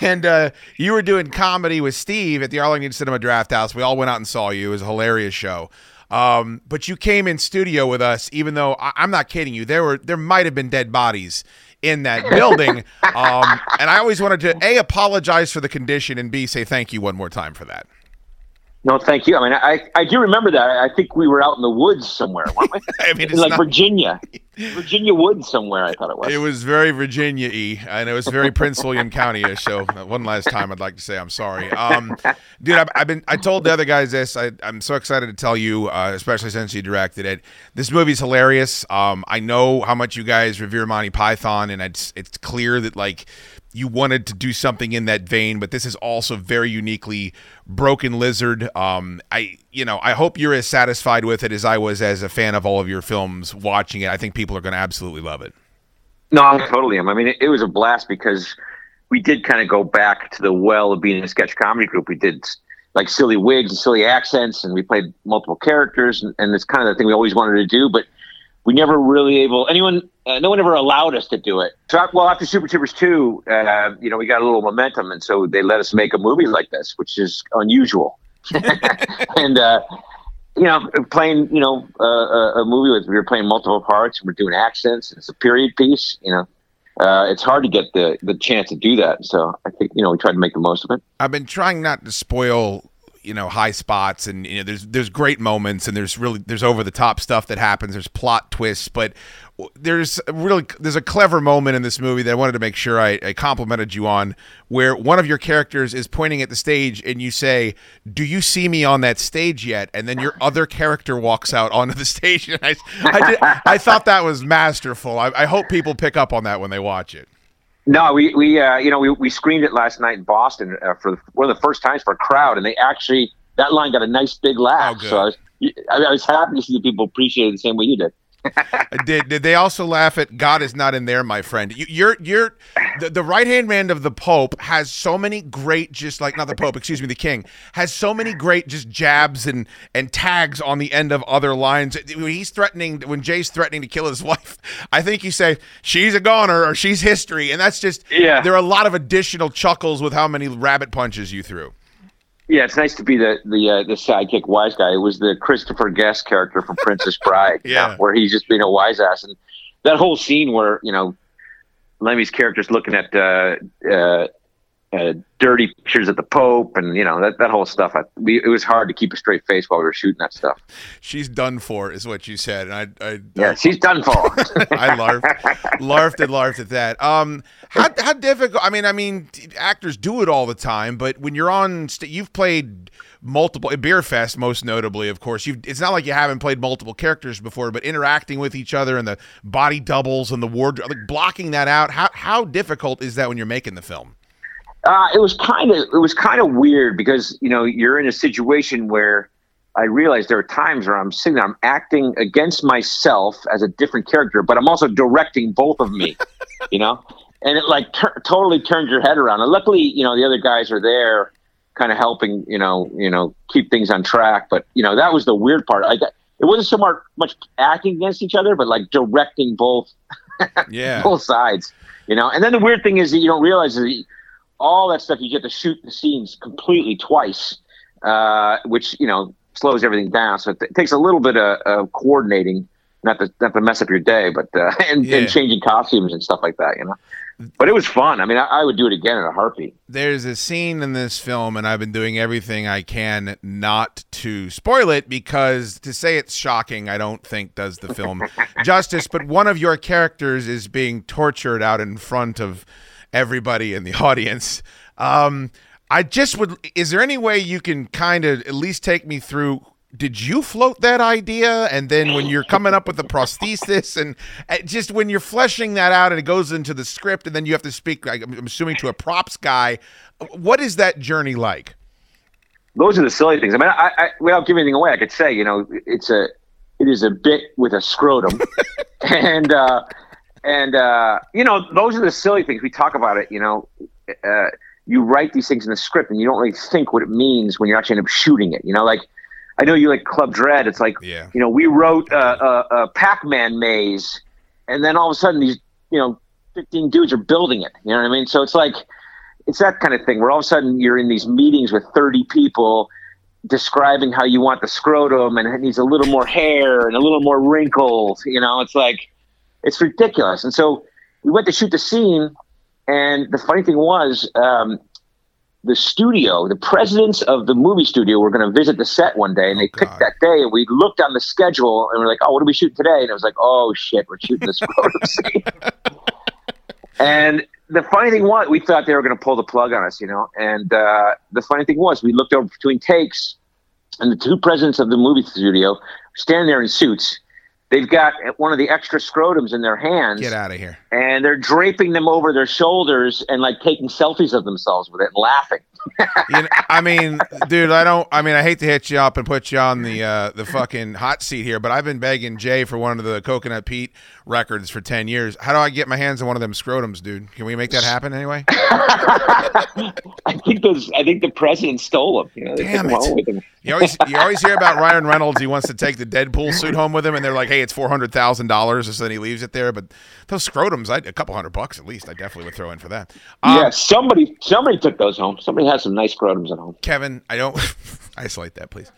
Speaker 7: and uh, you were doing comedy with Steve at the Arlington Cinema Draft House. We all went out and saw you. It was a hilarious show. Um, but you came in studio with us, even though I- I'm not kidding you. There were there might have been dead bodies in that building. um, and I always wanted to a apologize for the condition and b say thank you one more time for that.
Speaker 10: No, thank you. I mean, I, I do remember that. I I think we were out in the woods somewhere, weren't we?
Speaker 7: I mean,
Speaker 10: In,
Speaker 7: it's
Speaker 10: like
Speaker 7: not-
Speaker 10: Virginia, Virginia woods somewhere. I thought it was.
Speaker 7: It was very Virginia y, and it was very Prince William County ish. So, uh, one last time, I'd like to say I'm sorry. Um, dude, I've, I've been, I told the other guys this. I, I'm so excited to tell you, uh, especially since you directed it. This movie's hilarious. Um, I know how much you guys revere Monty Python, and it's, it's clear that, like, you wanted to do something in that vein, but this is also very uniquely Broken Lizard. Um, I, you know, I hope you're as satisfied with it as I was as a fan of all of your films watching it. I think people are going to absolutely love it.
Speaker 10: No, I totally am. I mean, it, it was a blast because we did kind of go back to the well of being a sketch comedy group. We did like silly wigs and silly accents, and we played multiple characters, and, and it's kind of the thing we always wanted to do, but we never really able anyone. Uh, no one ever allowed us to do it. So, I- well, after Super Troopers two, uh, you know, we got a little momentum, and so they let us make a movie like this, which is unusual. and uh, you know, playing, you know, uh, a- a movie with, we were playing multiple parts and we're doing accents. and It's a period piece, you know. Uh, it's hard to get the, the chance to do that. So I think, you know, we tried to make the most of it.
Speaker 7: I've been trying not to spoil, you know, high spots and you know there's there's great moments and there's really there's over the top stuff that happens, there's plot twists, but w- there's a really there's a clever moment in this movie that I wanted to make sure I, I complimented you on where one of your characters is pointing at the stage and you say, "Do you see me on that stage yet?" and then your other character walks out onto the stage and I I, did, I thought that was masterful. I, I hope people pick up on that when they watch it.
Speaker 10: No, we, we uh, you know, we, we screened it last night in Boston uh, for one of the first times for a crowd. And they actually, that line got a nice big laugh.
Speaker 7: Oh, good.
Speaker 10: so I was, I, I was happy to see that people appreciate it the same way you did.
Speaker 7: Did did they also laugh at God is not in there, my friend? You, you're you're the, the right hand man of the Pope has so many great just like not the Pope, excuse me, the King has so many great just jabs and and tags on the end of other lines. When he's threatening, when Jay's threatening to kill his wife, I think you say she's a goner or she's history, and that's just
Speaker 10: Yeah.
Speaker 7: There are a lot of additional chuckles with how many rabbit punches you threw.
Speaker 10: Yeah, it's nice to be the the uh, the sidekick wise guy. It was the Christopher Guest character from Princess Bride, you
Speaker 7: Yeah.
Speaker 10: know, where he's just being a wise ass, and that whole scene where you know Lemmy's character's looking at uh, uh, uh, dirty pictures of the Pope, and you know that that whole stuff. I, we, it was hard to keep a straight face while we were shooting that stuff.
Speaker 7: She's done for, is what you said, and I I,
Speaker 10: Yeah, she's done for.
Speaker 7: I larfed, larfed and larfed at that. Um, how, how difficult? I mean, I mean, t- actors do it all the time, but when you're on, st- you've played multiple at Beer Fest, most notably, of course. You've, it's not like you haven't played multiple characters before, but interacting with each other and the body doubles and the wardrobe, like blocking that out. How how difficult is that when you're making the film?
Speaker 10: Uh, it was kind of it was kind of weird because you know you're in a situation where I realized there are times where I'm sitting there, I'm acting against myself as a different character, but I'm also directing both of me, you know, and it like tur totally turns your head around. And luckily, you know, the other guys are there, kind of helping, you know, you know, keep things on track. But you know, that was the weird part. Like it wasn't so mar- much acting against each other, but like directing both
Speaker 7: Yeah,
Speaker 10: both sides, you know. And then the weird thing is that you don't realize that you- all that stuff you get to shoot the scenes completely twice, uh, which you know slows everything down. So it, t- takes a little bit of, of coordinating, not to not to mess up your day, but uh, and,
Speaker 7: Yeah.
Speaker 10: and changing costumes and stuff like that, you know. But it was fun. I mean, I, I would do it again in a heartbeat.
Speaker 7: there's a scene in this film, and I've been doing everything I can not to spoil it because to say it's shocking, I don't think does the film justice. But one of your characters is being tortured out in front of everybody in the audience. Um, I just would. Is there any way you can kind of at least take me through? Did you float that idea? And then when you're coming up with the prosthesis, and uh, just when you're fleshing that out, and it goes into the script, and then you have to speak. like, I'm I'm assuming to a props guy. What is that journey like?
Speaker 10: those are the silly things. I mean, I, I without giving anything away, I could say you know it's a it is a bit with a scrotum, and uh, and uh, you know those are the silly things we talk about it. You know, uh, you write these things in the script and you don't really think what it means when you actually end up shooting it. You know, like I know you like Club Dread. It's like
Speaker 7: Yeah.
Speaker 10: you know we wrote uh, a, a Pac-Man maze, and then all of a sudden these you know 15 dudes are building it. You know what I mean? So it's like it's that kind of thing where all of a sudden you're in these meetings with 30 people describing how you want the scrotum and it needs a little more hair and a little more wrinkles. You know, it's like it's ridiculous. And so we went to shoot the scene, and the funny thing was, um, the studio, the presidents of the movie studio, were going to visit the set one day, and they picked that day. And we looked on the schedule, and we're like, "Oh, what are we shooting today?" And it was like, "Oh shit, we're shooting this photo scene." And the funny thing was, we thought they were going to pull the plug on us, you know. And uh, the funny thing was, we looked over between takes, and the two presidents of the movie studio stand there in suits. They've got one of the extra scrotums in their hands
Speaker 7: Get out of here.
Speaker 10: and they're draping them over their shoulders and like taking selfies of themselves with it and laughing.
Speaker 7: You know, I mean, dude, I don't. I mean, I hate to hit you up and put you on the uh, the fucking hot seat here, but I've been begging Jay for one of the Coconut Pete records for ten years. How do I get my hands on one of them scrotums, dude? Can we make that happen anyway?
Speaker 10: I think those. I think the president stole them. You know, they
Speaker 7: Damn
Speaker 10: took them
Speaker 7: it.
Speaker 10: home with them.
Speaker 7: You always you always hear about Ryan Reynolds. He wants to take the Deadpool suit home with him, and they're like, "Hey, it's four hundred thousand dollars," so then he leaves it there. But those scrotums, I, a couple hundred bucks at least, I definitely would throw in for that. Um,
Speaker 10: yeah, somebody somebody took those home. Somebody has some nice scrotums at home.
Speaker 7: Kevin, I don't isolate that, please.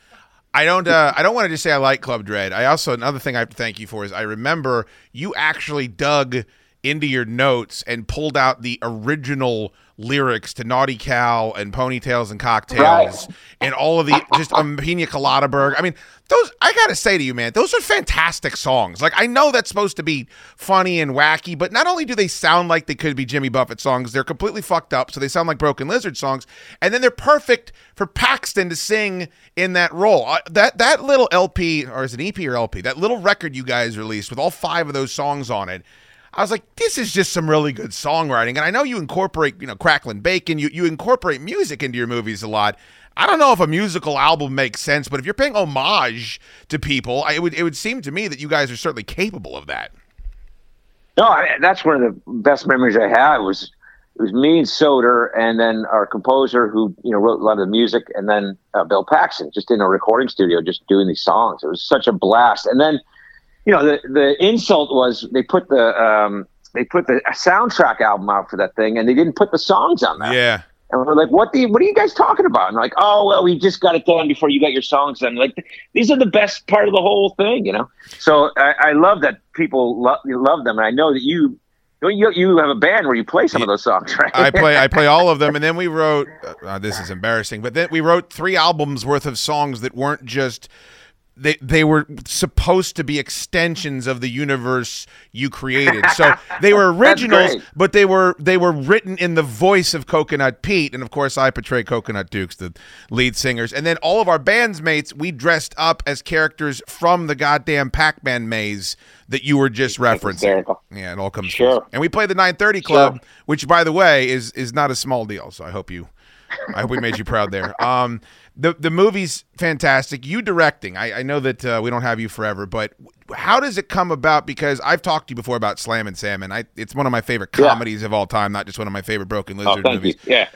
Speaker 7: I don't. Uh, I don't want to just say I like Club Dread. I also another thing I have to thank you for is I remember you actually dug into your notes and pulled out the original lyrics to Naughty Cow and Ponytails and Cocktails and all of the just um, Pina Colada Berg. I mean, those I gotta say to you, man, those are fantastic songs. Like I know that's supposed to be funny and wacky, but not only do they sound like they could be Jimmy Buffett songs, they're completely fucked up, so they sound like Broken Lizard songs, and then they're perfect for Paxton to sing in that role. Uh, that that little LP or is it EP or LP? That little record you guys released with all five of those songs on it. I was like, this is just some really good songwriting. And I know you incorporate, you know, Cracklin' Bacon, you, you incorporate music into your movies a lot. I don't know if a musical album makes sense, but if you're paying homage to people, I, it, would, it would seem to me that you guys are certainly capable of that.
Speaker 10: No, I, that's one of the best memories I had was it was me and Soder, and then our composer who you know wrote a lot of the music, and then uh, Bill Paxton just in a recording studio just doing these songs. It was such a blast. And then you know the the insult was they put the um, they put the soundtrack album out for that thing, and they didn't put the songs on that.
Speaker 7: Yeah.
Speaker 10: And we're like, what the, what are you guys talking about? And like, oh well, we just got it done before you got your songs done. Like, these are the best part of the whole thing, you know. So I, I love that people lo- love them, and I know that you, you you have a band where you play some of those songs, right?
Speaker 7: I play I play all of them, and then we wrote. Uh, this is embarrassing, but then we wrote three albums worth of songs that weren't just. They, they were supposed to be extensions of the universe you created. So they were originals,
Speaker 10: great.
Speaker 7: but they were they were written in the voice of Coconut Pete, and of course I portray Coconut Dukes, the lead singers, and then all of our band's mates we dressed up as characters from the goddamn Pac-Man maze that you were just referencing.
Speaker 10: hysterical.
Speaker 7: Yeah, it all comes
Speaker 10: Sure.
Speaker 7: first. And we play the 930 Club, which by the way is is not a small deal. So I hope you, I hope we made you proud there. Um, the the movie's fantastic. You directing. I, I know that uh, we don't have you forever, but w- how does it come about? Because I've talked to you before about Slam and Salmon. I it's one of my favorite
Speaker 10: Yeah.
Speaker 7: comedies of all time, not just one of my favorite Broken
Speaker 10: Oh,
Speaker 7: Lizard
Speaker 10: thank
Speaker 7: movies.
Speaker 10: you. Yeah.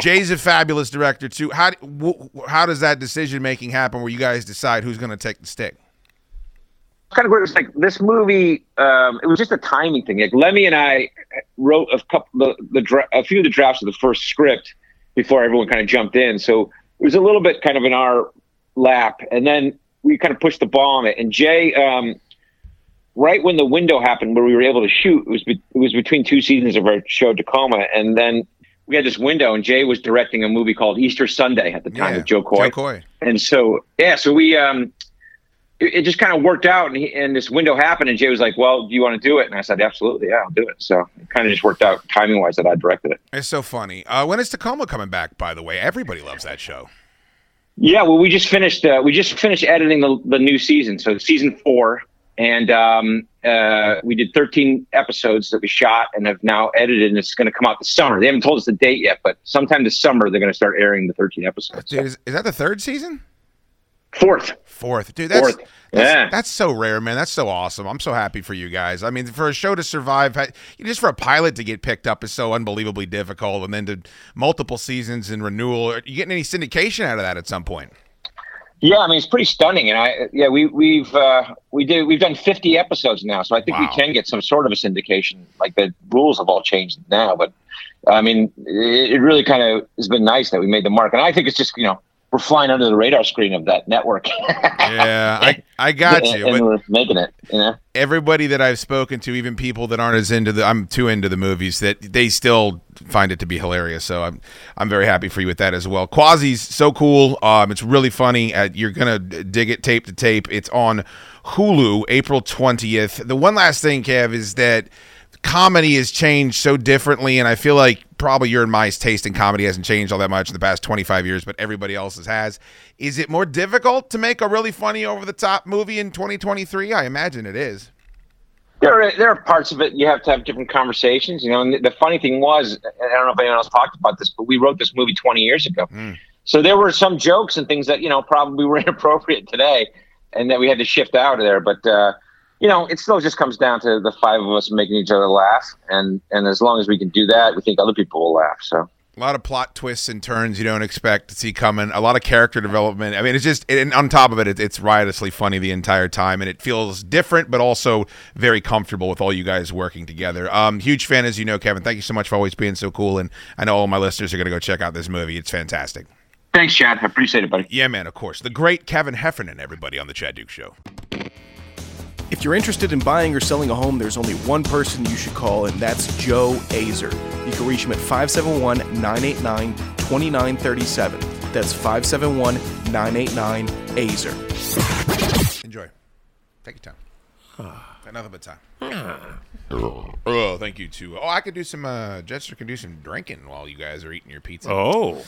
Speaker 7: Jay's a fabulous director too. How d- w- w- how does that decision making happen? Where you guys decide who's going to take the stick?
Speaker 10: it's kind of weird. It was like this movie. Um, it was just a timing thing. Like Lemmy and I wrote a couple, the, the dra- a few of the drafts of the first script before everyone kind of jumped in. So it was a little bit kind of in our lap, and then we kind of pushed the ball on it. And Jay, um, right when the window happened where we were able to shoot, it was be- it was between two seasons of our show Tacoma, and then we had this window, and Jay was directing a movie called Easter Sunday at the time
Speaker 7: Yeah.
Speaker 10: with Joe Coy
Speaker 7: Joe Coy.
Speaker 10: and so yeah, so we um, it, it just kind of worked out, and he, and this window happened, and Jay was like, "Well, do you want to do it?" And I said, "Absolutely, yeah, I'll do it." So it kind of just worked out timing wise that I directed it.
Speaker 7: It's so funny. Uh, when is Tacoma coming back? By the way, everybody loves that show.
Speaker 10: Yeah, well, we just finished uh, we just finished editing the, the new season, so season four, and um, uh, we did thirteen episodes that we shot and have now edited, and it's going to come out this summer. They haven't told us the date yet, but sometime this summer they're going to start airing the thirteen episodes.
Speaker 7: Dude, is, is that the third season?
Speaker 10: Fourth.
Speaker 7: Fourth, dude. That's,
Speaker 10: Fourth.
Speaker 7: that's
Speaker 10: Yeah.
Speaker 7: that's so rare, man. That's so awesome. I'm so happy for you guys. I mean, for a show to survive, ha- just for a pilot to get picked up is so unbelievably difficult, and then to multiple seasons and renewal. Are you getting any syndication out of that at some point?
Speaker 10: Yeah, I mean it's pretty stunning, and I yeah we we've uh, we do we've done fifty episodes now, so I think
Speaker 7: Wow.
Speaker 10: we can get some sort of a syndication. Like the rules have all changed now, but I mean it, it really kind of has been nice that we made the mark, and I think it's just you know we're flying under the radar screen of that network.
Speaker 7: Yeah, I I got you.
Speaker 10: and
Speaker 7: but-
Speaker 10: we're making it, you know.
Speaker 7: everybody that I've spoken to, even people that aren't as into the I'm too into the movies that they still find it to be hilarious. So I'm I'm very happy for you with that as well. Quasi's so cool. Um, it's really funny. Uh, you're gonna d- dig it tape to tape. It's on Hulu, April twentieth. The one last thing, Kev, is that comedy has changed so differently and i feel like probably your and my taste in comedy hasn't changed all that much in the past 25 years but everybody else's has is it more difficult to make a really funny over the top movie in 2023 i imagine it is
Speaker 10: There are, there are parts of it you have to have different conversations, you know. And the funny thing was, and I don't know if anyone else talked about this, but we wrote this movie 20 years ago. So there were some jokes and things that, you know, probably were inappropriate today and that we had to shift out of there. But, uh, you know, it still just comes down to the five of us making each other laugh. And, and as long as we can do that, we think other people will laugh. So.
Speaker 7: a lot of plot twists and turns you don't expect to see coming a lot of character development i mean it's just and on top of it, it it's riotously funny the entire time and it feels different but also very comfortable with all you guys working together um huge fan as you know kevin thank you so much for always being so cool and i know all my listeners are going to go check out this movie it's fantastic
Speaker 10: Thanks, Chad. I appreciate it, buddy.
Speaker 7: yeah man of course the great kevin heffernan everybody on the chad duke show
Speaker 9: If you're interested in buying or selling a home, there's only one person you should call, and that's Joe Azer. You can reach him at 571 989 2937. That's 571 989 Azer.
Speaker 7: enjoy take your time Got nothing but time Ah. oh thank you too oh i could do some uh jester can do some drinking while you guys are eating your pizza
Speaker 5: Oh.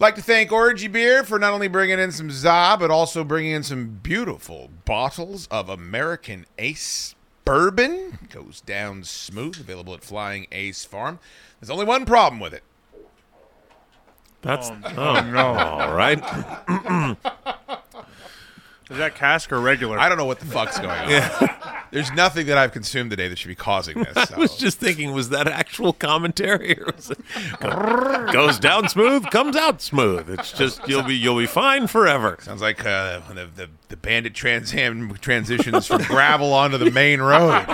Speaker 7: Like to thank Orgy Beer for not only bringing in some za, but also bringing in some beautiful bottles of American Ace bourbon. Goes down smooth. Available at Flying Ace Farm. There's only one problem with it.
Speaker 5: That's oh, no. All right.
Speaker 6: Is that cask or regular?
Speaker 7: I don't know what the fuck's going on. There's nothing that I've consumed today that should be causing this.
Speaker 5: I was
Speaker 7: so-
Speaker 5: just thinking, was that actual commentary? Or was it- goes down smooth, comes out smooth. It's just you'll be you'll be fine forever.
Speaker 7: Sounds like uh, when the, the, the bandit Trans Am transitions from gravel onto the main road.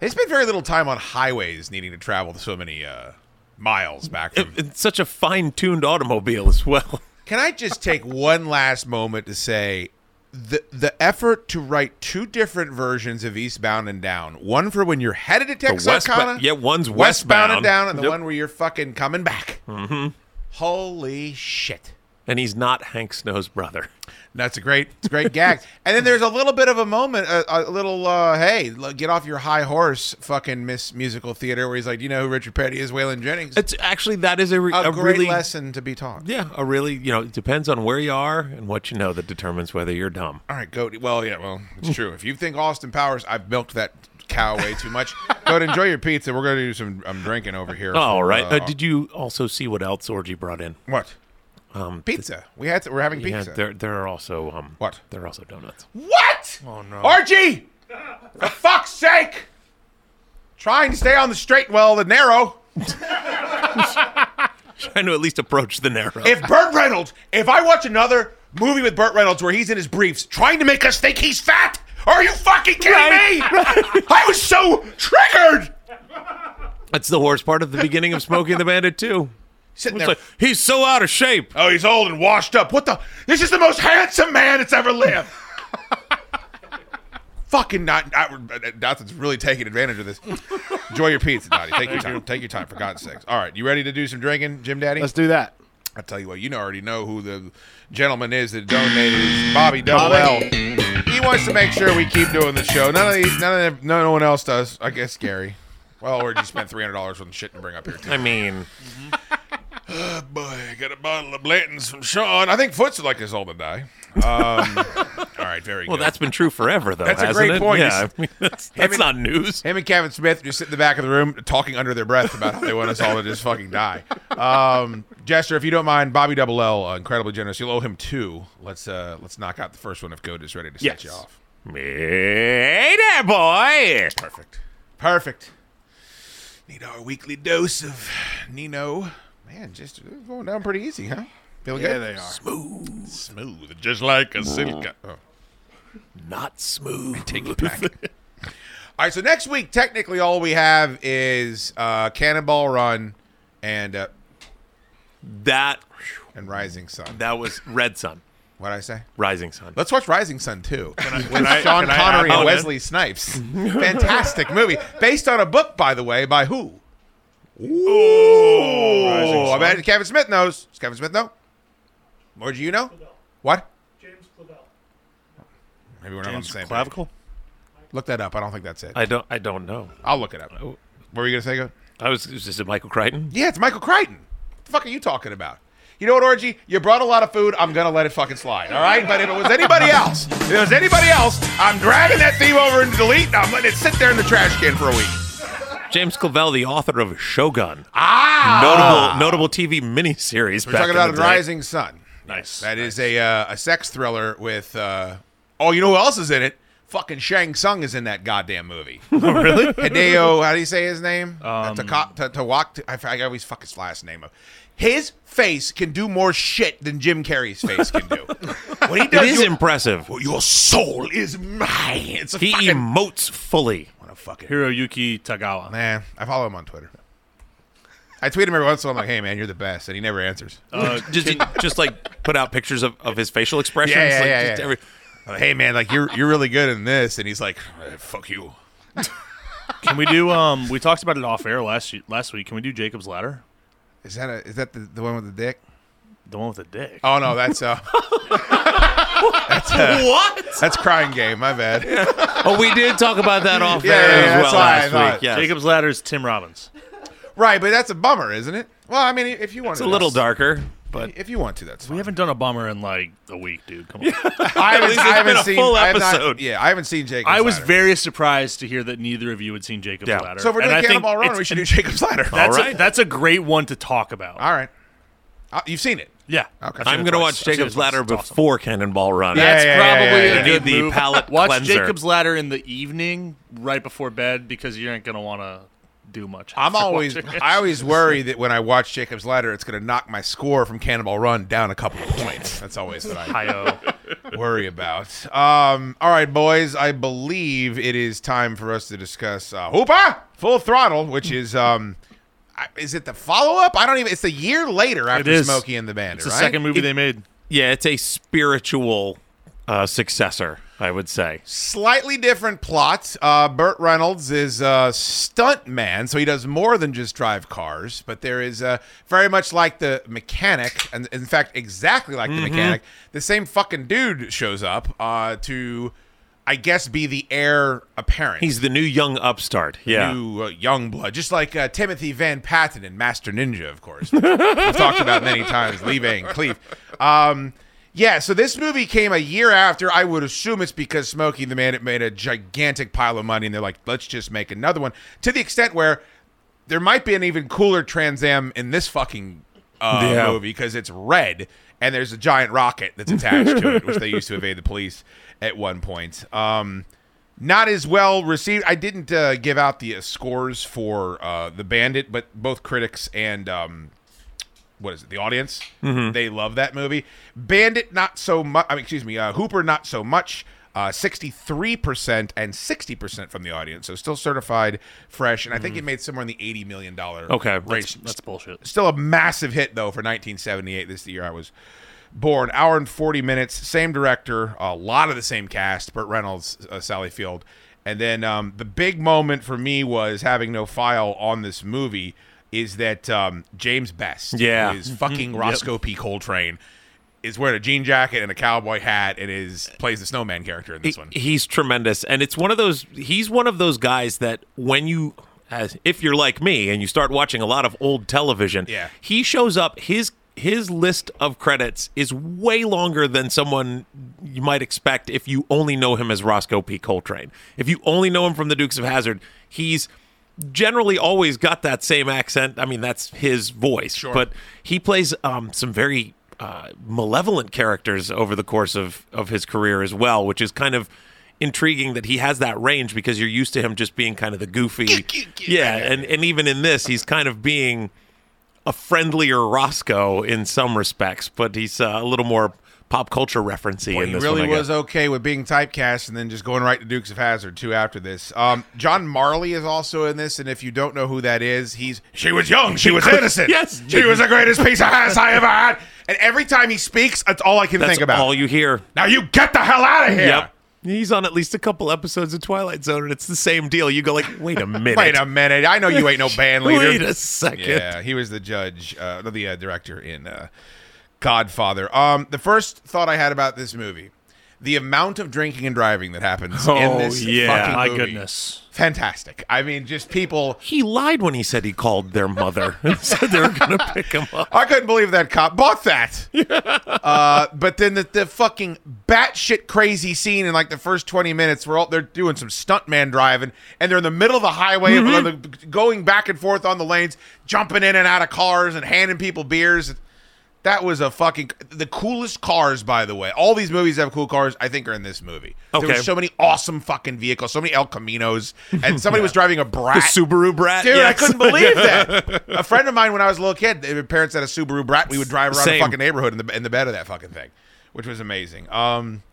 Speaker 7: They spend very little time on highways needing to travel so many uh, miles back
Speaker 5: It-
Speaker 7: from
Speaker 5: it's such a fine-tuned automobile as well.
Speaker 7: Can I just take one last moment to say the the effort to write two different versions of Eastbound and Down, one for when you're headed to Texarkana,
Speaker 5: westbound- yeah, one's
Speaker 7: and
Speaker 5: westbound.
Speaker 7: down, and the
Speaker 5: Yep.
Speaker 7: one where you're fucking coming back. Mm-hmm. Holy shit!
Speaker 5: And he's not Hank Snow's brother.
Speaker 7: That's a great, it's a great gag. And then there's a little bit of a moment, a, a little, uh, hey, l- get off your high horse, fucking Miss Musical Theater, where he's like, "Do you know who Richard Petty is? Waylon Jennings.
Speaker 5: It's actually that is a, re-
Speaker 7: a,
Speaker 5: a
Speaker 7: great
Speaker 5: really
Speaker 7: lesson to be taught.
Speaker 5: yeah a really you know it depends on where you are and what you know that determines whether you're dumb.
Speaker 7: All right, go. Well, yeah, well, it's true. If you think Austin Powers, I've milked that cow way too much. go and enjoy your pizza. We're gonna do some. I'm drinking over here.
Speaker 5: All right.
Speaker 7: Uh,
Speaker 5: Uh, did you also see what else Orgy brought in?
Speaker 7: what?
Speaker 5: Um,
Speaker 7: pizza. we had. To, we're having
Speaker 5: Yeah,
Speaker 7: pizza.
Speaker 5: there there are also um
Speaker 7: What?
Speaker 5: there are also donuts.
Speaker 7: what? Oh no. Archie, for fuck's sake! Trying to stay on the straight, well, the narrow.
Speaker 5: Trying to at least approach the narrow.
Speaker 7: If Burt Reynolds, if I watch another movie with Burt Reynolds where he's in his briefs trying to make us think he's fat, are you fucking kidding me? I was so triggered.
Speaker 5: That's the worst part of the beginning of Smoking the Bandit too.
Speaker 7: Sitting
Speaker 5: It's
Speaker 7: there.
Speaker 5: like he's so out of shape.
Speaker 7: Oh, he's old and washed up. What the? This is the most handsome man that's ever lived. Fucking not. I, Dothan's really taking advantage of this. Enjoy your pizza, Dottie. Take your time. Take your time, for God's sakes. All right, you ready to do some drinking, Jim Daddy?
Speaker 8: Let's do that.
Speaker 7: I tell you what, you already know who the gentleman is that donated. It's Bobby Double L. He wants to make sure we keep doing the show. None of these, none of, them, no one else does. I guess Gary. Well, or you spent three hundred dollars on shit to bring up here. Too.
Speaker 5: I mean,
Speaker 7: Boy, I got a bottle of Blanton's from Sean. I think Foots would like us all to die. Um, all right, very
Speaker 5: well,
Speaker 7: good.
Speaker 5: that's been true forever though.
Speaker 7: That's a
Speaker 5: hasn't
Speaker 7: great
Speaker 5: it?
Speaker 7: point.
Speaker 5: Yeah, I mean, that's, that's not news.
Speaker 7: Him and Kevin Smith just sit in the back of the room talking under their breath about how they want us all to just fucking die. Um, Jester, if you don't mind, Bobby Double L, uh, incredibly generous. You'll owe him two. Let's uh let's knock out the first one if Goat is ready to set you
Speaker 8: Yes.
Speaker 7: off.
Speaker 5: Hey there, boy.
Speaker 7: Perfect. Perfect. Need our weekly dose of Nino. Man, just they're going down pretty easy, huh? Feel
Speaker 8: Yeah,
Speaker 7: good?
Speaker 8: they are.
Speaker 7: Smooth. Smooth. Just like a silica. Oh.
Speaker 5: Not smooth.
Speaker 7: Take it back. all right, so next week, technically, all we have is uh, Cannonball Run and uh,
Speaker 5: That
Speaker 7: and Rising Sun.
Speaker 5: that was Red Sun,
Speaker 7: What'd I say?
Speaker 5: Rising Sun.
Speaker 7: Let's watch Rising Sun too.
Speaker 6: Can I-
Speaker 7: Sean
Speaker 6: can
Speaker 7: Connery
Speaker 6: I add-
Speaker 7: and
Speaker 5: Oh, man.
Speaker 7: Wesley Snipes. Fantastic movie. Based on a book, by the way, by who? Ooh. I bet Kevin Smith knows. Does Kevin Smith know? More do you know? What? James Clavell. Maybe we're not on the same. page.
Speaker 5: clavicle?
Speaker 7: Look that up. I don't think that's it.
Speaker 5: I don't. I don't know.
Speaker 7: I'll look it up.
Speaker 6: Oh.
Speaker 7: What were you going to say? Go?
Speaker 5: I was. Is it Michael Crichton?
Speaker 7: Yeah, it's Michael Crichton. What the fuck are you talking about? You know what, Orgy? You brought a lot of food. I'm gonna let it fucking slide. All right. But if it was anybody else, if it was anybody else, I'm dragging that theme over and delete. And I'm letting it sit there in the trash can for a week.
Speaker 5: James Clavell, the author of Shogun,
Speaker 7: Ah.
Speaker 5: notable notable TV miniseries.
Speaker 7: We're talking about Rising Sun.
Speaker 6: Nice.
Speaker 7: That is a uh, a sex thriller with. Uh, oh, you know who else is in it? Fucking Shang Tsung is in that goddamn movie.
Speaker 5: really?
Speaker 7: Hideo, how do you say his name? Oh, Um, Taka, ta, Tawak, I f- I always fuck his last name up. His face can do more shit than Jim Carrey's face can do. what he
Speaker 5: It
Speaker 7: does,
Speaker 5: is
Speaker 7: your,
Speaker 5: impressive.
Speaker 7: your soul is mine. It's a
Speaker 5: He
Speaker 7: fucking.
Speaker 5: emotes fully.
Speaker 7: what a fucking
Speaker 6: Hiroyuki Tagawa.
Speaker 7: man. I follow him on Twitter. I tweet him every once in a while. I'm like, hey man, you're the best, and he never answers.
Speaker 5: just, just like put out pictures of, of his facial expressions.
Speaker 7: Yeah, yeah,
Speaker 5: like,
Speaker 7: yeah,
Speaker 5: just
Speaker 7: yeah.
Speaker 5: every-
Speaker 7: I'm like, hey man, like you're you're really good in this, and he's like, "Eh, fuck you.
Speaker 6: Can we do? Um, we talked about it off air last ye- last week. Can we do Jacob's Ladder?
Speaker 7: Is that a, is that the, the one with the dick?
Speaker 6: The one with the dick.
Speaker 7: Oh no, that's uh,
Speaker 5: What?
Speaker 7: that's crying game. My bad. Yeah,
Speaker 5: Oh, we did talk about that off
Speaker 7: Yeah,
Speaker 5: air
Speaker 7: yeah,
Speaker 5: as
Speaker 7: yeah,
Speaker 5: well
Speaker 7: that's what I
Speaker 5: last
Speaker 7: thought.
Speaker 5: week. Yes.
Speaker 6: Jacob's Ladder is Tim Robbins.
Speaker 7: Right, but that's a bummer, isn't it? Well, I mean, if you want,
Speaker 5: it's a
Speaker 7: to,
Speaker 5: little
Speaker 7: that's-
Speaker 5: darker, but
Speaker 7: If you want to, that's
Speaker 6: We
Speaker 7: fine.
Speaker 6: haven't done a bummer in like a week, dude. Come on.
Speaker 7: I haven't,
Speaker 5: least it's been a full
Speaker 7: I have not-
Speaker 5: episode.
Speaker 7: yeah, I haven't seen Jacob's.
Speaker 6: I was
Speaker 7: Ladder.
Speaker 6: very surprised to hear that neither of you had seen Jacob's
Speaker 5: Yeah.
Speaker 6: Ladder.
Speaker 7: So if we're
Speaker 6: And
Speaker 7: doing
Speaker 6: I think
Speaker 7: Cannonball Run,
Speaker 6: it's-
Speaker 7: we should do Jacob's Ladder.
Speaker 6: That's
Speaker 5: All right.
Speaker 6: a, that's a great one to talk about.
Speaker 7: All right. Uh, you've seen it.
Speaker 6: Yeah.
Speaker 7: Okay.
Speaker 5: I'm going to watch
Speaker 6: I've seen it
Speaker 5: Jacob's
Speaker 6: twice.
Speaker 5: Ladder
Speaker 6: It's awesome.
Speaker 5: before Cannonball Run.
Speaker 7: Yeah,
Speaker 6: That's
Speaker 7: yeah,
Speaker 6: probably
Speaker 7: yeah, yeah,
Speaker 6: a
Speaker 7: yeah.
Speaker 6: good
Speaker 5: Need the
Speaker 6: move.
Speaker 5: palate
Speaker 6: Watch
Speaker 5: cleanser.
Speaker 6: Jacob's Ladder in the evening, right before bed, because you aren't gonna want to do much.
Speaker 7: I'm
Speaker 6: after
Speaker 7: always
Speaker 6: watching it.
Speaker 7: I always worry that when I watch Jacob's Ladder, it's going to knock my score from Cannonball Run down a couple of points. That's always what I
Speaker 6: Io.
Speaker 7: worry about. Um, all right, boys, I believe it is time for us to discuss uh, Hoopa Full Throttle, which is um, I- is it the follow up? I don't even. It's a year later after
Speaker 6: is.
Speaker 7: Smokey and the Bandit,
Speaker 6: It's the
Speaker 7: right?
Speaker 6: second movie they made.
Speaker 5: Yeah, it's a spiritual uh, successor, I would say.
Speaker 7: Slightly different plot. Uh, Burt Reynolds is a stunt man, so he does more than just drive cars. But there is uh, very much like the mechanic, and in fact, exactly like
Speaker 6: Mm-hmm.
Speaker 7: the mechanic. The same fucking dude shows up uh, to, I guess, be the heir apparent.
Speaker 5: He's the new young upstart. Yeah.
Speaker 7: new uh, young blood, just like uh, Timothy Van Patten in Master Ninja, of course. which We've talked about many times, Lee Van Cleef. Um, yeah, so this movie came a year after. I would assume it's because Smokey the Man it made a gigantic pile of money, and they're like, let's just make another one. To the extent where there might be an even cooler Trans Am in this fucking uh,
Speaker 5: Yeah.
Speaker 7: movie because it's red and there's a giant rocket that's attached to it, which they used to evade the police at one point. Um, not as well received. I didn't uh, give out the uh, scores for uh, the Bandit, but both critics and um, what is it, the audience, they love that movie. Bandit, not so much. I mean, excuse me, uh, Hooper, not so much. Uh, Sixty-three percent and sixty percent from the audience, so still certified fresh. And I think it made somewhere in the eighty million dollar
Speaker 5: Okay,
Speaker 7: range.
Speaker 6: That's bullshit.
Speaker 7: Still a massive hit though for 1978. This is the year I was born. Hour and 40 minutes. Same director. A lot of the same cast. Burt Reynolds, uh, Sally Field, and then um, the big moment for me was having no file on this movie. Is that um, James Best?
Speaker 5: Yeah. Mm-hmm.
Speaker 7: who is fucking Roscoe P. Coltrane. Is wearing a jean jacket and a cowboy hat and is plays the snowman character in this
Speaker 5: He-
Speaker 7: one.
Speaker 5: He's tremendous, and it's one of those. He's one of those guys that when you, as if you're like me and you start watching a lot of old television,
Speaker 7: Yeah.
Speaker 5: he shows up. His his list of credits is way longer than someone you might expect if you only know him as Roscoe P. Coltrane. If you only know him from The Dukes of Hazard, he's generally always got that same accent. I mean, that's his voice. Sure. But he plays um, some very uh, malevolent characters over the course of, of his career as well, which is kind of intriguing that he has that range because you're used to him just being kind of the goofy. yeah. And, and even in this, he's kind of being a friendlier Roscoe in some respects, but he's uh, a little more pop culture referencey in
Speaker 7: he
Speaker 5: this
Speaker 7: really
Speaker 5: one, I guess.
Speaker 7: was okay with being typecast and then just going right to Dukes of Hazard too after this. Um, John Marley is also in this, and if you don't know who that is, he's she was young, she was innocent,
Speaker 5: Yes.
Speaker 7: she was the greatest piece of ass I ever had. And every time he speaks, that's all I can
Speaker 5: That's
Speaker 7: think about.
Speaker 5: all you hear.
Speaker 7: now you get the hell out of here.
Speaker 5: Yep. He's on at least a couple episodes of Twilight Zone, and it's the same deal. You go like, wait a minute,
Speaker 7: Wait a minute, I know you ain't no band leader.
Speaker 5: wait a second.
Speaker 7: Yeah, he was the judge, uh, no, the uh, director in uh, Godfather. Um, the first thought I had about this movie, the amount of drinking and driving that happens in
Speaker 5: Oh,
Speaker 7: this
Speaker 5: yeah.
Speaker 7: fucking
Speaker 6: My
Speaker 7: movie.
Speaker 6: goodness.
Speaker 7: fantastic. I mean, just people.
Speaker 5: He lied when he said he called their mother and said they were going to pick him up.
Speaker 7: I couldn't believe that cop bought that. uh, but then the, the fucking batshit crazy scene in like the first twenty minutes, where all they're doing some stuntman driving, and they're in the middle of the highway, on
Speaker 5: Mm-hmm.
Speaker 7: the- going back and forth on the lanes, jumping in and out of cars and handing people beers. That was a fucking the coolest cars, by the way. All these movies have cool cars. I think are in this movie. There
Speaker 5: Okay.
Speaker 7: were so many awesome fucking vehicles, so many El Caminos, and somebody was driving a Brat.
Speaker 5: Subaru brat.
Speaker 7: Dude, I
Speaker 5: yes.
Speaker 7: couldn't believe that. a friend of mine, when I was a little kid, their parents had a Subaru Brat. We would drive around
Speaker 5: Same.
Speaker 7: the fucking neighborhood in the in the bed of that fucking thing, which was amazing. Um,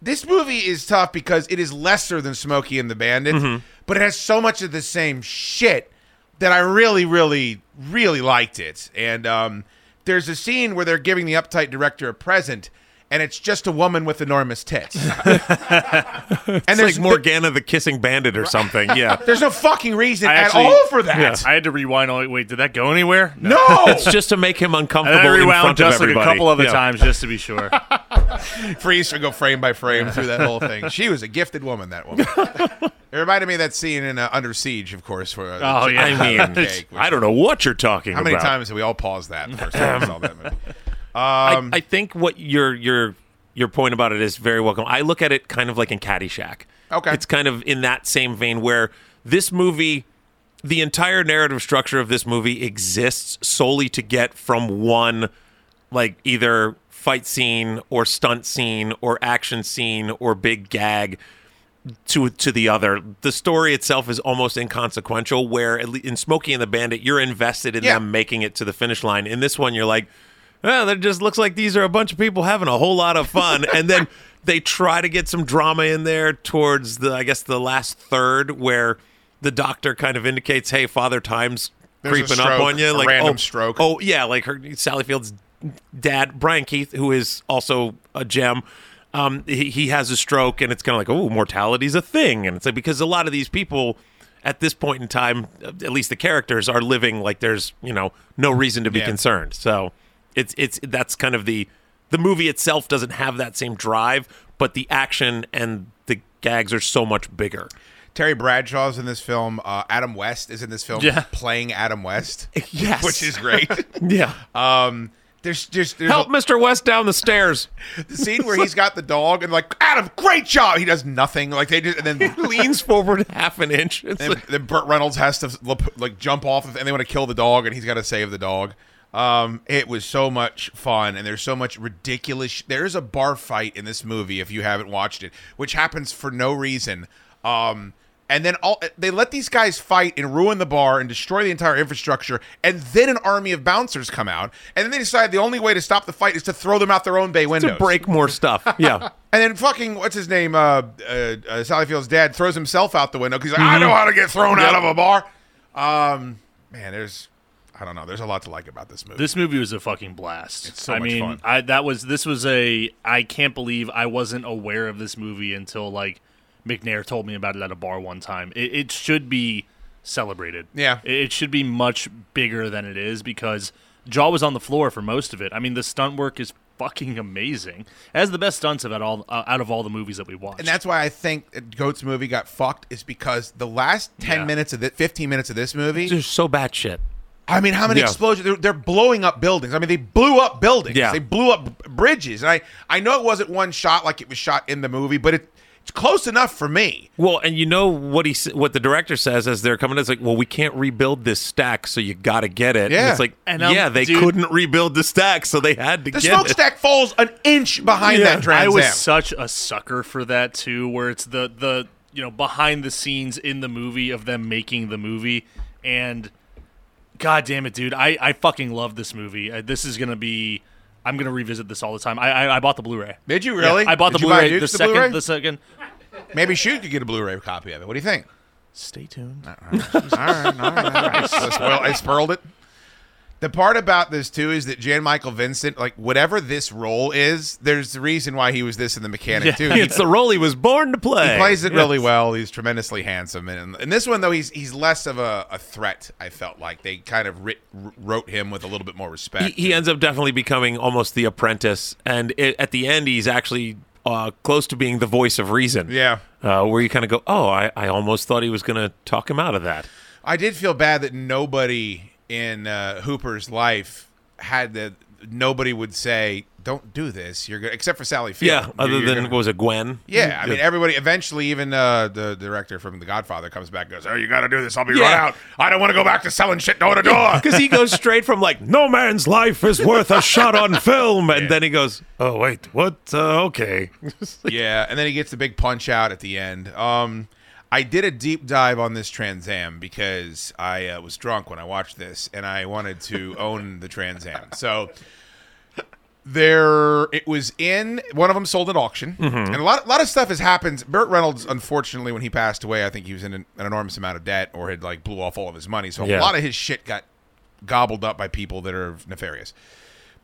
Speaker 7: this movie is tough because it is lesser than Smokey and the Bandit, but it has so much of the same shit that I really, really, really liked it. And um, there's a scene where they're giving the uptight director a present. And it's just a woman with enormous tits. and
Speaker 5: It's like Morgana the Kissing Bandit or something. Yeah.
Speaker 7: there's no fucking reason
Speaker 6: I
Speaker 7: at
Speaker 6: actually-
Speaker 7: all for that.
Speaker 6: I had to rewind. All, wait, did that go anywhere?
Speaker 7: No,
Speaker 5: It's just to make him
Speaker 6: And
Speaker 5: uncomfortable
Speaker 6: I
Speaker 5: in
Speaker 6: rewound
Speaker 5: front
Speaker 6: just
Speaker 5: of
Speaker 6: like a
Speaker 5: everybody.
Speaker 6: couple other
Speaker 5: Yeah.
Speaker 6: times just to be sure.
Speaker 7: freeze and go frame by frame through that whole thing. She was a gifted woman, that woman. it reminded me of that scene in uh, Under Siege, of course. Where, uh,
Speaker 6: Oh,
Speaker 7: the chick
Speaker 6: yeah.
Speaker 7: had
Speaker 5: I
Speaker 7: a
Speaker 5: mean,
Speaker 7: cake, which-
Speaker 5: I don't know what you're talking
Speaker 7: How
Speaker 5: about.
Speaker 7: many times did we all pause that the first time we saw that movie?
Speaker 5: I, I think what your your your point about it is very welcome. I look at it kind of like in Caddyshack.
Speaker 7: Okay.
Speaker 5: it's kind of in that same vein where this movie, the entire narrative structure of this movie exists solely to get from one, like either fight scene or stunt scene or action scene or big gag to to the other. The story itself is almost inconsequential. Where at le- in Smokey and the Bandit, you're invested in
Speaker 7: Yeah.
Speaker 5: them making it to the finish line. In this one, you're like, well, it just looks like these are a bunch of people having a whole lot of fun, and then they try to get some drama in there towards the I guess the last third where the doctor kind of indicates, hey, Father Time's
Speaker 7: There's a
Speaker 5: creeping up
Speaker 7: stroke,
Speaker 5: on you,
Speaker 7: a
Speaker 5: like
Speaker 7: random
Speaker 5: oh,
Speaker 7: stroke.
Speaker 5: Oh yeah, like her Sally Field's dad, Brian Keith, who is also a gem. Um, he, he has a stroke, and it's kind of like, oh, mortality's a thing, and it's like because a lot of these people at this point in time, at least the characters are living like there's you know no reason to be
Speaker 7: Yeah.
Speaker 5: concerned. So it's it's that's kind of the the movie itself doesn't have that same drive, but the action and the gags are so much bigger.
Speaker 7: Terry Bradshaw's in this film. Uh, Adam West is in this film,
Speaker 6: Yeah.
Speaker 7: playing Adam West,
Speaker 5: Yes,
Speaker 7: which is great.
Speaker 5: yeah. Um,
Speaker 7: Um, there's just there's
Speaker 5: Help, Mister West, down the stairs.
Speaker 7: the scene where he's got the dog and like Adam, great job. He does nothing. Like they just and then
Speaker 5: leans forward half an inch. It's
Speaker 7: And then Burt Reynolds has to lep- like jump off, of, and they want to kill the dog, and he's got to save the dog. Um, it was so much fun, and there's so much ridiculous. Sh- there's a bar fight in this movie if you haven't watched it, which happens for no reason. Um, and then all they let these guys fight and ruin the bar and destroy the entire infrastructure, and then an army of bouncers come out, and then they decide the only way to stop the fight is to throw them out their own bay windows.
Speaker 5: to break more stuff. Yeah.
Speaker 7: And then fucking what's his name? Uh, uh, uh, Sally Field's dad throws himself out the window because he's like,
Speaker 6: Mm-hmm.
Speaker 7: I know how to get thrown out of a bar. Um, man, there's, I don't know, there's a lot to like about this movie.
Speaker 6: This movie was a fucking blast.
Speaker 7: It's so
Speaker 6: I
Speaker 7: much
Speaker 6: mean,
Speaker 7: fun.
Speaker 6: I that was this was a I can't believe I wasn't aware of this movie until like McNair told me about it at a bar one time. It, it should be celebrated.
Speaker 7: Yeah.
Speaker 6: it, it should be much bigger than it is because Jaw was on the floor for most of it. I mean, the stunt work is fucking amazing. It has the best stunts of out all uh, out of all the movies that we watched.
Speaker 7: and that's why I think that Goat's movie got fucked is because the last ten
Speaker 6: Yeah.
Speaker 7: minutes of the fifteen minutes of this movie,
Speaker 5: There's so bad shit.
Speaker 7: I mean, how many
Speaker 5: Yeah.
Speaker 7: explosions? They're, they're blowing up buildings. I mean, they blew up buildings.
Speaker 5: Yeah.
Speaker 7: They blew up b- bridges. And I, I know it wasn't one shot like it was shot in the movie, but it It's close enough for me.
Speaker 5: Well, and you know what he s- what the director says as they're coming. in, It's like, well, we can't rebuild this stack, so you got to get it. And um,
Speaker 7: Yeah.
Speaker 5: it's like,
Speaker 6: And I'm-
Speaker 5: yeah, they
Speaker 6: dude-
Speaker 5: couldn't rebuild the stack, so they had to
Speaker 7: The
Speaker 5: get it.
Speaker 7: smokestack falls an inch behind that Trans
Speaker 6: I was
Speaker 7: Am.
Speaker 6: such a sucker for that too, where it's the the you know behind the scenes in the movie of them making the movie, and god damn it, dude, I I fucking love this movie. Uh, this is gonna be. I'm gonna revisit this all the time. I I, I bought the Blu-ray.
Speaker 7: Did you really?
Speaker 6: I bought the
Speaker 7: Did you buy
Speaker 6: Blu-ray.
Speaker 7: Dukes
Speaker 6: The
Speaker 7: the
Speaker 6: 2nd
Speaker 7: Blu-ray?
Speaker 6: the second.
Speaker 7: Maybe Shoot could get a Blu-ray copy of it. What do you think?
Speaker 6: Stay tuned.
Speaker 7: all right, all right, all right. So spoil- I spoiled it. The part about this too is that Jan Michael Vincent, like whatever this role is, there's a reason why he was this in the mechanic too. He
Speaker 5: it's the role he was born to play.
Speaker 7: He plays it really well. He's tremendously handsome, and in this one though, he's he's less of a, a threat. I felt like they kind of writ, wrote him with a little bit more respect.
Speaker 5: He, he ends up definitely becoming almost the apprentice, and it, at the end, he's actually uh, close to being the voice of reason.
Speaker 7: Yeah.
Speaker 5: uh, where you kind of go, oh, I, I almost thought he was going to talk him out of that.
Speaker 7: I did feel bad that nobody in uh, Hooper's life had the nobody would say, "Don't do this." You're good, except for Sally Field.
Speaker 5: Yeah,
Speaker 7: You're-
Speaker 5: other
Speaker 7: you're
Speaker 5: than
Speaker 7: gonna-
Speaker 5: what was it Gwen?
Speaker 7: Yeah, I mean, everybody. Eventually, even uh, the director from The Godfather comes back and goes, "Oh, you got to do this. I'll be
Speaker 5: Yeah.
Speaker 7: run out. I don't want to go back to selling shit door to door."
Speaker 5: Because he goes straight from like, no man's life is worth a shot on film. And then he goes, Uh, oh, wait, what? Uh, okay.
Speaker 7: yeah, and then he gets the big punch out at the end. Um, I did a deep dive on this Trans Am because I uh, was drunk when I watched this, and I wanted to own the Trans Am. So there, it was in one of them sold at auction, and a lot, a lot of stuff has happened. Burt Reynolds, unfortunately, when he passed away, I think he was in an, an enormous amount of debt or had like blew off all of his money. So
Speaker 5: Yeah.
Speaker 7: a lot of his shit got gobbled up by people that are nefarious.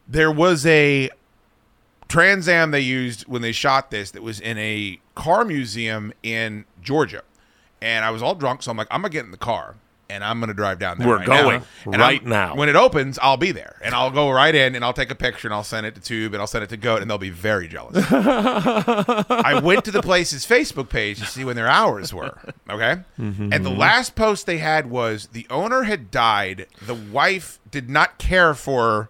Speaker 7: There was a Trans Am they used when they shot this that was in a car museum in Georgia. And I was all drunk, so I'm like, I'm gonna get in the car and I'm gonna drive down there.
Speaker 5: We're
Speaker 7: right
Speaker 5: going
Speaker 7: now. And
Speaker 5: right
Speaker 7: I'm-
Speaker 5: now.
Speaker 7: When it opens, I'll be there and I'll go right in and I'll take a picture and I'll send it to Tube and I'll send it to Goat and they'll be very jealous. I went to the place's Facebook page to see when their hours were. Okay. And the
Speaker 5: Mm-hmm.
Speaker 7: last post they had was the owner had died. The wife did not care for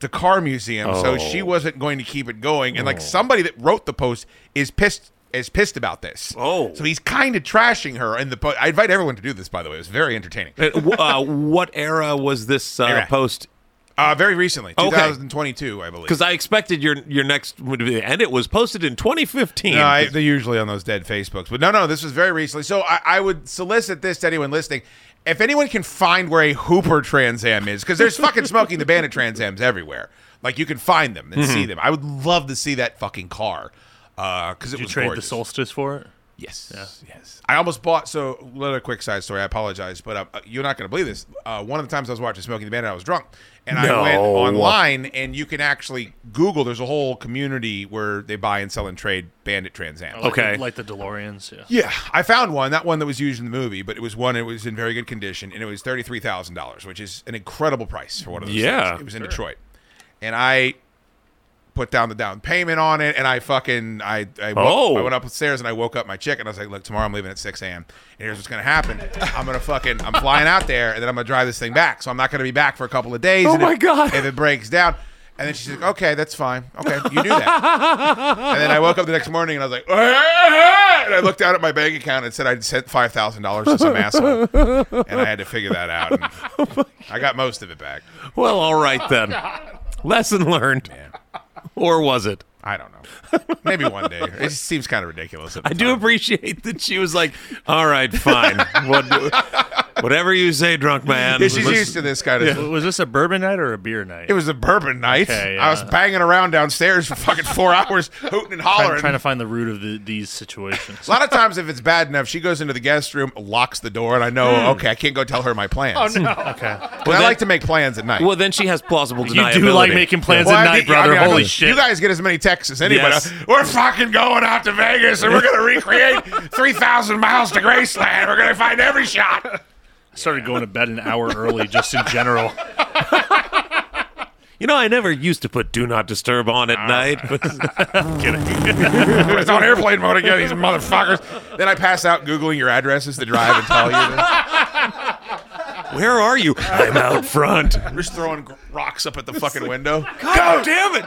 Speaker 7: the car museum, so
Speaker 5: Oh.
Speaker 7: she wasn't going to keep it going. And like somebody that wrote the post is pissed is pissed about this.
Speaker 5: Oh.
Speaker 7: So he's kind of trashing her in the post. I invite everyone to do this, by the way. It was very entertaining.
Speaker 5: Uh, w- uh, what era was this uh,
Speaker 7: Era.
Speaker 5: post?
Speaker 7: Uh, very recently,
Speaker 5: Okay.
Speaker 7: 2022, I believe.
Speaker 5: Because I expected your your next would be, and it was posted in 2015.
Speaker 7: No, I, they're usually on those dead Facebooks. But no, no, this was very recently. So I, I would solicit this to anyone listening. If anyone can find where a Hooper Trans Am is, because there's fucking smoking the bandit Trans Ams everywhere. Like you can find them and
Speaker 6: Mm-hmm.
Speaker 7: see them. I would love to see that fucking car. Because it
Speaker 6: You
Speaker 7: was
Speaker 6: trade
Speaker 7: gorgeous.
Speaker 6: the solstice for it.
Speaker 7: Yes. Yes. I almost bought. So, another quick side story. I apologize, but uh, you're not going to believe this. Uh, one of the times I was watching Smoking the Bandit, I was drunk, and I went online, and you can actually Google. There's a whole community where they buy and sell and trade Bandit Trans Am.
Speaker 6: Like the-
Speaker 5: Okay.
Speaker 6: like the DeLoreans. Yeah.
Speaker 7: Yeah, I found one. That one that was used in the movie, but it was one. It was in very good condition, and it was thirty three thousand dollars, which is an incredible price for one of those.
Speaker 5: Yeah.
Speaker 7: things. it was in Detroit, and I put down the down payment on it, and I fucking I I, woke,
Speaker 5: Oh.
Speaker 7: I went upstairs and I woke up my chick, and I was like, look, tomorrow I'm leaving at six a.m. and here's what's gonna happen. I'm gonna fucking I'm flying out there, and then I'm gonna drive this thing back. So I'm not gonna be back for a couple of days. Oh
Speaker 5: my God.
Speaker 7: If it breaks down. And then she's like, "Okay, that's fine. Okay, you do that." And then I woke up the next morning and I was like, "Ah!" and I looked down at my bank account and it said I'd sent five thousand dollars to some asshole, and I had to figure that out. And
Speaker 5: Oh
Speaker 7: I got most of it back.
Speaker 5: well, all right then. Lesson learned, or was it?
Speaker 7: I don't know. Maybe one day. It just seems kind of ridiculous. At the
Speaker 5: I do
Speaker 7: time.
Speaker 5: appreciate that she was like, "All right, fine, what, whatever you say, drunk man."
Speaker 7: Yeah, she's
Speaker 5: Listen-
Speaker 7: used to this kind of.
Speaker 6: Was this a bourbon night or a beer night?
Speaker 7: It was a bourbon night.
Speaker 6: Okay,
Speaker 7: I was
Speaker 6: yeah.
Speaker 7: banging around downstairs for fucking four hours, hooting and hollering.
Speaker 6: trying, trying to find the root of the, these situations.
Speaker 7: a lot of times, if it's bad enough, she goes into the guest room, locks the door, and I know, okay, I can't go tell her my plans. Oh no!
Speaker 6: Hmm. okay.
Speaker 7: But I
Speaker 5: that-
Speaker 7: like to make plans at night.
Speaker 5: Well, then she has plausible
Speaker 6: You
Speaker 5: deniability.
Speaker 6: do like making plans
Speaker 7: Well,
Speaker 6: at
Speaker 7: I
Speaker 6: night,
Speaker 7: think- I
Speaker 6: brother.
Speaker 7: mean, I
Speaker 6: Holy
Speaker 7: think
Speaker 6: shit!
Speaker 7: You guys get as many texts as anybody.
Speaker 5: Yes.
Speaker 7: else. We're fucking going out to Vegas and we're going to recreate 3,000 miles to Graceland. We're going to find every shot.
Speaker 6: started going to bed an hour early just in general.
Speaker 5: You know, I never used to put "Do Not Disturb" on at night. But
Speaker 7: It's on airplane mode again, these motherfuckers. Then I pass out Googling your addresses to drive and tell you. This.
Speaker 5: where are you? I'm out front.
Speaker 7: We're just throwing gr- rocks up at the fucking window.
Speaker 5: God damn it!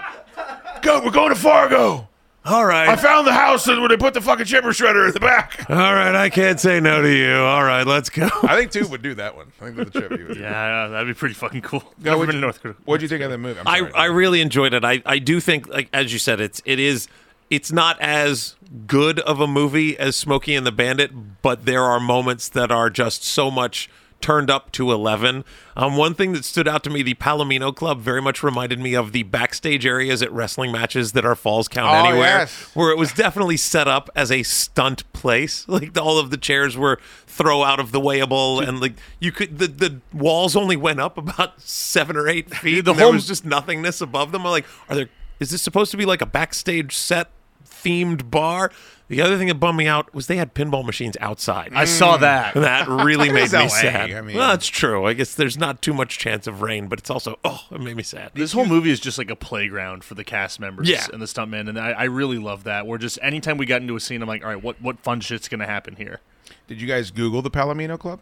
Speaker 7: Go, we're going to Fargo.
Speaker 5: All right.
Speaker 7: I found the house where they put the fucking chipper shredder in the back.
Speaker 5: All right. I can't say no to you. All right. Let's go.
Speaker 7: I think Tube would do that one. I think that's the chip he would do.
Speaker 6: Yeah, that'd be pretty fucking cool.
Speaker 7: Yeah,
Speaker 6: Never
Speaker 7: would
Speaker 6: been
Speaker 7: you-
Speaker 6: to North Korea.
Speaker 7: What'd you think of the movie? I'm
Speaker 5: I,
Speaker 7: sorry.
Speaker 5: I really enjoyed it. I, I do think like as you said, it's it is it's not as good of a movie as Smokey and the Bandit, but there are moments that are just so much turned up to eleven. Um, one thing that stood out to me, the Palomino Club very much reminded me of the backstage areas at wrestling matches that are Falls Count
Speaker 7: Oh,
Speaker 5: Anywhere,
Speaker 7: yes.
Speaker 5: where it was definitely set up as a stunt place. Like the, all of the chairs were throw out of the wayable, and like you could the, the walls only went up about seven or eight feet. The there
Speaker 6: whole-
Speaker 5: was just nothingness above them. I'm like, are there? Is this supposed to be like a backstage set themed bar? The other thing that bummed me out was they had pinball machines outside.
Speaker 6: I saw
Speaker 7: Mm.
Speaker 6: that.
Speaker 5: that really made
Speaker 7: is
Speaker 5: me
Speaker 7: LA,
Speaker 5: sad.
Speaker 7: I mean-
Speaker 5: well, that's true. I guess there's not too much chance of rain, but it's also oh, it made me sad.
Speaker 6: This whole movie is just like a playground for the cast members
Speaker 5: Yeah.
Speaker 6: and the stuntmen, and I, I really love that. We're just anytime we got into a scene, I'm like, all right, what what fun shit's gonna happen here?
Speaker 7: Did you guys Google the Palomino Club?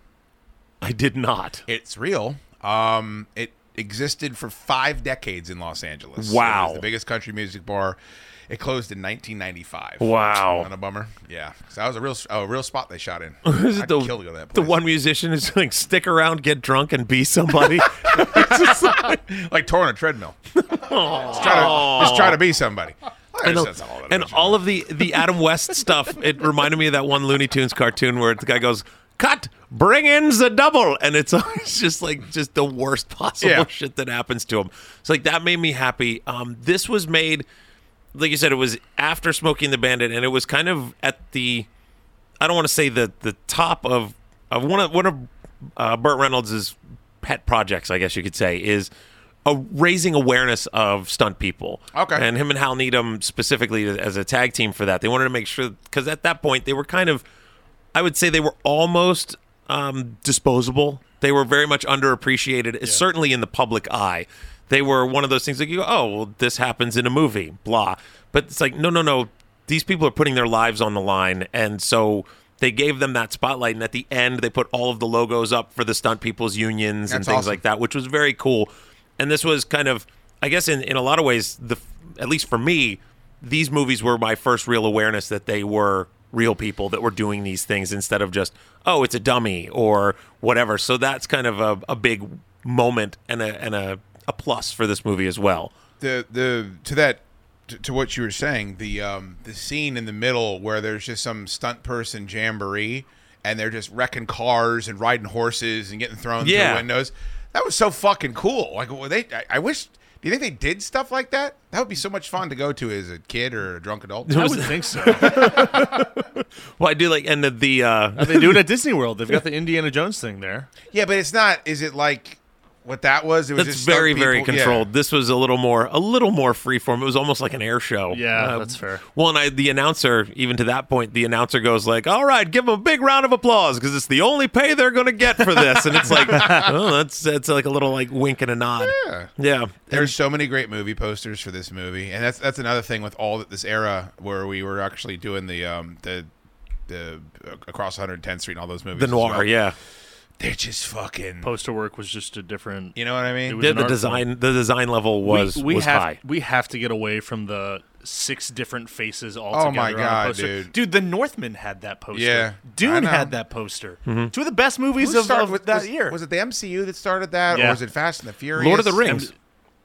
Speaker 5: I did not.
Speaker 7: It's real. Um, it existed for five decades in Los Angeles.
Speaker 5: Wow.
Speaker 7: It was the biggest country music bar. It closed in 1995.
Speaker 5: Wow.
Speaker 7: Not a bummer. Yeah, 'Cause that was a real, a real spot they shot in.
Speaker 5: Is it
Speaker 7: I'd
Speaker 5: the,
Speaker 7: kill to go to that
Speaker 5: the
Speaker 7: place.
Speaker 5: one musician is like stick around, get drunk, and be somebody?
Speaker 7: like touring a treadmill. just, try to, just try to be somebody.
Speaker 5: and
Speaker 7: I
Speaker 5: all,
Speaker 7: guess that's all that
Speaker 5: and
Speaker 7: is.
Speaker 5: all of the the Adam West stuff. It reminded me of that one Looney Tunes cartoon where the guy goes, "Cut, bring in the double," and it's always just like just the worst possible
Speaker 7: Yeah.
Speaker 5: shit that happens to him. So like that made me happy. Um, this was made, like you said, it was after Smoking the Bandit, and it was kind of at the I don't want to say the the top of of one of one of uh, Burt Reynolds' pet projects, I guess you could say, is a raising awareness of stunt people.
Speaker 7: Okay.
Speaker 5: and him and Hal Needham specifically as a tag team for that. They wanted to make sure because at that point they were kind of, I would say they were almost um, disposable. They were very much underappreciated, certainly in the public eye. They were one of those things like you go, oh, well, this happens in a movie, blah. But it's like, no, no, no. These people are putting their lives on the line, and so they gave them that spotlight. And at the end, they put all of the logos up for the stunt people's unions and
Speaker 7: That's
Speaker 5: things
Speaker 7: awesome.
Speaker 5: like that, which was very cool. And this was kind of, I guess, in, in a lot of ways, the at least for me, these movies were my first real awareness that they were real people that were doing these things instead of just, oh, it's a dummy or whatever. So that's kind of a, a big moment and a and a, a plus for this movie as well.
Speaker 7: the the to that to, to what you were saying the um the scene in the middle where there's just some stunt person jamboree and they're just wrecking cars and riding horses and getting thrown
Speaker 5: Yeah.
Speaker 7: through windows that was so fucking cool like were they I, I wish do you think they did stuff like that that would be so much fun to go to as a kid or a drunk adult
Speaker 6: I would think so.
Speaker 5: Well, I do like and the, the uh,
Speaker 6: they do it at Disney World. They've got the Indiana Jones thing there.
Speaker 7: yeah but it's not is it like what that was it was
Speaker 5: that's
Speaker 7: just stunt
Speaker 5: very very
Speaker 7: people- yeah.
Speaker 5: controlled. This was a little more a little more freeform. It was almost like an air show. Uh,
Speaker 6: Yeah, that's fair.
Speaker 5: Well, and I, the announcer, even to that point, the announcer goes like, "All right, give them a big round of applause because it's the only pay they're going to get for this." And it's like, oh, that's that's like a little like wink and a nod. Yeah, yeah.
Speaker 7: There's so many great movie posters for this movie, and that's that's another thing with all that this era where we were actually doing the um the the uh, across 110th Street and all those movies.
Speaker 5: The
Speaker 7: as
Speaker 5: noir,
Speaker 7: well.
Speaker 5: yeah,
Speaker 7: they're just fucking.
Speaker 6: Poster work was just a different.
Speaker 7: You know what I mean?
Speaker 6: It was
Speaker 5: yeah.
Speaker 6: an
Speaker 5: The
Speaker 6: art
Speaker 5: design, the design level was
Speaker 6: we, we
Speaker 5: was
Speaker 6: have
Speaker 5: high.
Speaker 6: we have to get away from the six different faces all together.
Speaker 7: Oh my
Speaker 6: on a
Speaker 7: God,
Speaker 6: poster.
Speaker 7: dude.
Speaker 6: the Northman had that poster.
Speaker 7: Yeah, I
Speaker 6: Dune
Speaker 7: know.
Speaker 6: had that poster.
Speaker 5: Mm-hmm.
Speaker 6: Two of the best movies
Speaker 7: Who
Speaker 6: of,
Speaker 7: started
Speaker 6: of
Speaker 7: with-
Speaker 6: that
Speaker 7: was,
Speaker 6: year.
Speaker 7: Was it the MCU that started that, or
Speaker 6: Yeah.
Speaker 7: was it Fast and the Furious?
Speaker 5: Lord of the Rings,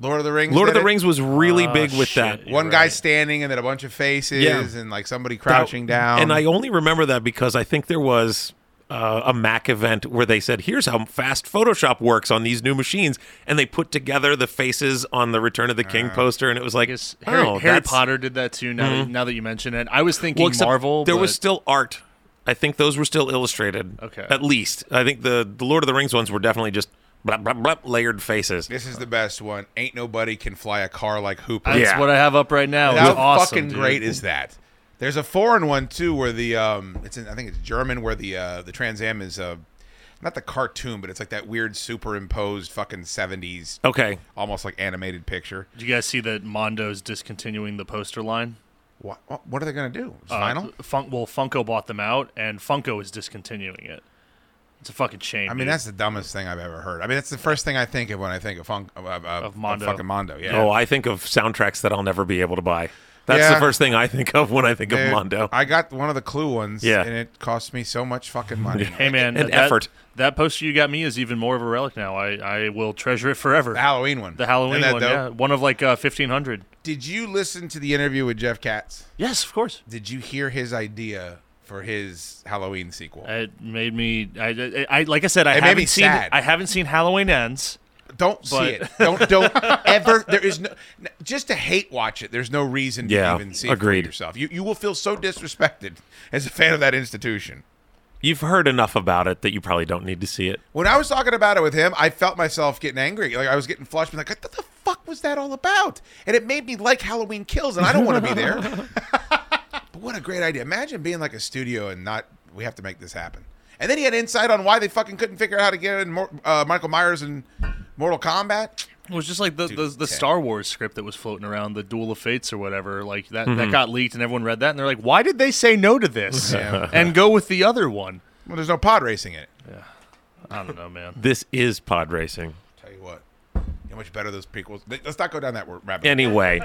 Speaker 7: Lord of the Rings.
Speaker 5: Lord of
Speaker 7: did
Speaker 5: the
Speaker 7: it?
Speaker 5: Rings was really big with
Speaker 6: shit,
Speaker 5: that.
Speaker 6: yeah.
Speaker 7: One
Speaker 6: You're
Speaker 7: guy
Speaker 6: right.
Speaker 7: standing and then a bunch of faces
Speaker 5: Yeah.
Speaker 7: and like somebody
Speaker 5: that-
Speaker 7: crouching down.
Speaker 5: And I only remember that because I think there was uh, a Mac event where they said, "Here's how fast Photoshop works on these new machines," and they put together the faces on the Return of the King
Speaker 7: Uh,
Speaker 5: poster, and it was like,
Speaker 6: Yes, Harry,
Speaker 5: "Oh,
Speaker 6: Harry
Speaker 5: that's- Mm-hmm.
Speaker 6: Potter did that too. Now, that, now that you mention it, I was thinking
Speaker 5: Well, except
Speaker 6: Marvel.
Speaker 5: There was
Speaker 6: but-
Speaker 5: still art. I think those were still illustrated.
Speaker 6: Okay.
Speaker 5: At least I think the the Lord of the Rings ones were definitely just blah blah blah layered faces.
Speaker 7: this is the best one. Ain't nobody can fly a car like Hooper.
Speaker 6: that's
Speaker 5: Yeah.
Speaker 6: what I have up right now. It's
Speaker 7: How
Speaker 6: Oh, awesome,
Speaker 7: fucking
Speaker 6: dude.
Speaker 7: great is that? There's a foreign one too, where the um, it's in, I think it's German, where the uh, the Trans Am is uh, not the cartoon, but it's like that weird superimposed fucking '70s,
Speaker 6: Oh.
Speaker 5: Okay.
Speaker 7: almost like animated picture.
Speaker 6: Did you guys see that Mondo's discontinuing the poster line?
Speaker 7: What what, what are they gonna do? It's
Speaker 6: Uh,
Speaker 7: Final?
Speaker 6: Fun- well, Funko bought them out, and Funko is discontinuing it. It's a fucking shame.
Speaker 7: I mean,
Speaker 6: dude.
Speaker 7: that's the dumbest thing I've ever heard. I mean, that's the first thing I think of when I think of funk of, of,
Speaker 6: Mondo. Oh,
Speaker 7: fucking Mondo. Yeah.
Speaker 5: Oh, I think of soundtracks that I'll never be able to buy. That's
Speaker 7: Yeah.
Speaker 5: the first thing I think of when I think
Speaker 7: Dude,
Speaker 5: of Mondo.
Speaker 7: I got one of the Clue ones,
Speaker 5: Yeah.
Speaker 7: and it cost me so much fucking money.
Speaker 6: Hey man,
Speaker 5: And
Speaker 6: that-
Speaker 5: effort.
Speaker 6: That poster you got me is even more of a relic now. I, I will treasure it forever.
Speaker 7: The Halloween one.
Speaker 6: The Halloween
Speaker 7: Isn't that
Speaker 6: one,
Speaker 7: dope?
Speaker 6: yeah, one of like uh, fifteen hundred.
Speaker 7: Did you listen to the interview with Jeff Katz?
Speaker 6: Yes, of course.
Speaker 7: Did you hear his idea for his Halloween sequel?
Speaker 6: It made me. I, I, I like I said,
Speaker 7: It
Speaker 6: I
Speaker 7: made me
Speaker 6: haven't seen.
Speaker 7: sad.
Speaker 6: I haven't seen Halloween Ends.
Speaker 7: don't
Speaker 6: but-
Speaker 7: see it. Don't don't ever. There is no just to hate watch it. There's no reason to
Speaker 5: Yeah,
Speaker 7: even see it for
Speaker 5: agreed.
Speaker 7: yourself. You you will feel so disrespected as a fan of that institution.
Speaker 5: You've heard enough about it that you probably don't need to see it.
Speaker 7: When I was talking about it with him, I felt myself getting angry. Like I was getting flushed. Like what the fuck was that all about? And it made me like Halloween Kills, and I don't want to be there. but what a great idea! Imagine being like a studio and not we have to make this happen. And then he had insight on why they fucking couldn't figure out how to get in Mor- uh, Michael Myers and Mortal Kombat.
Speaker 6: It was just like the the, the
Speaker 7: okay.
Speaker 6: Star Wars script that was floating around, the Duel of Fates or whatever. Like that that got leaked, and everyone read that, and they're like, "Why did they say no to this
Speaker 7: Yeah.
Speaker 6: and go with the other one?"
Speaker 7: Well, there's no pod racing in it.
Speaker 6: I don't know, man.
Speaker 5: This is pod racing.
Speaker 7: Tell you what, you know how much better those prequels. Let's not go down that rabbit. hole.
Speaker 5: Anyway,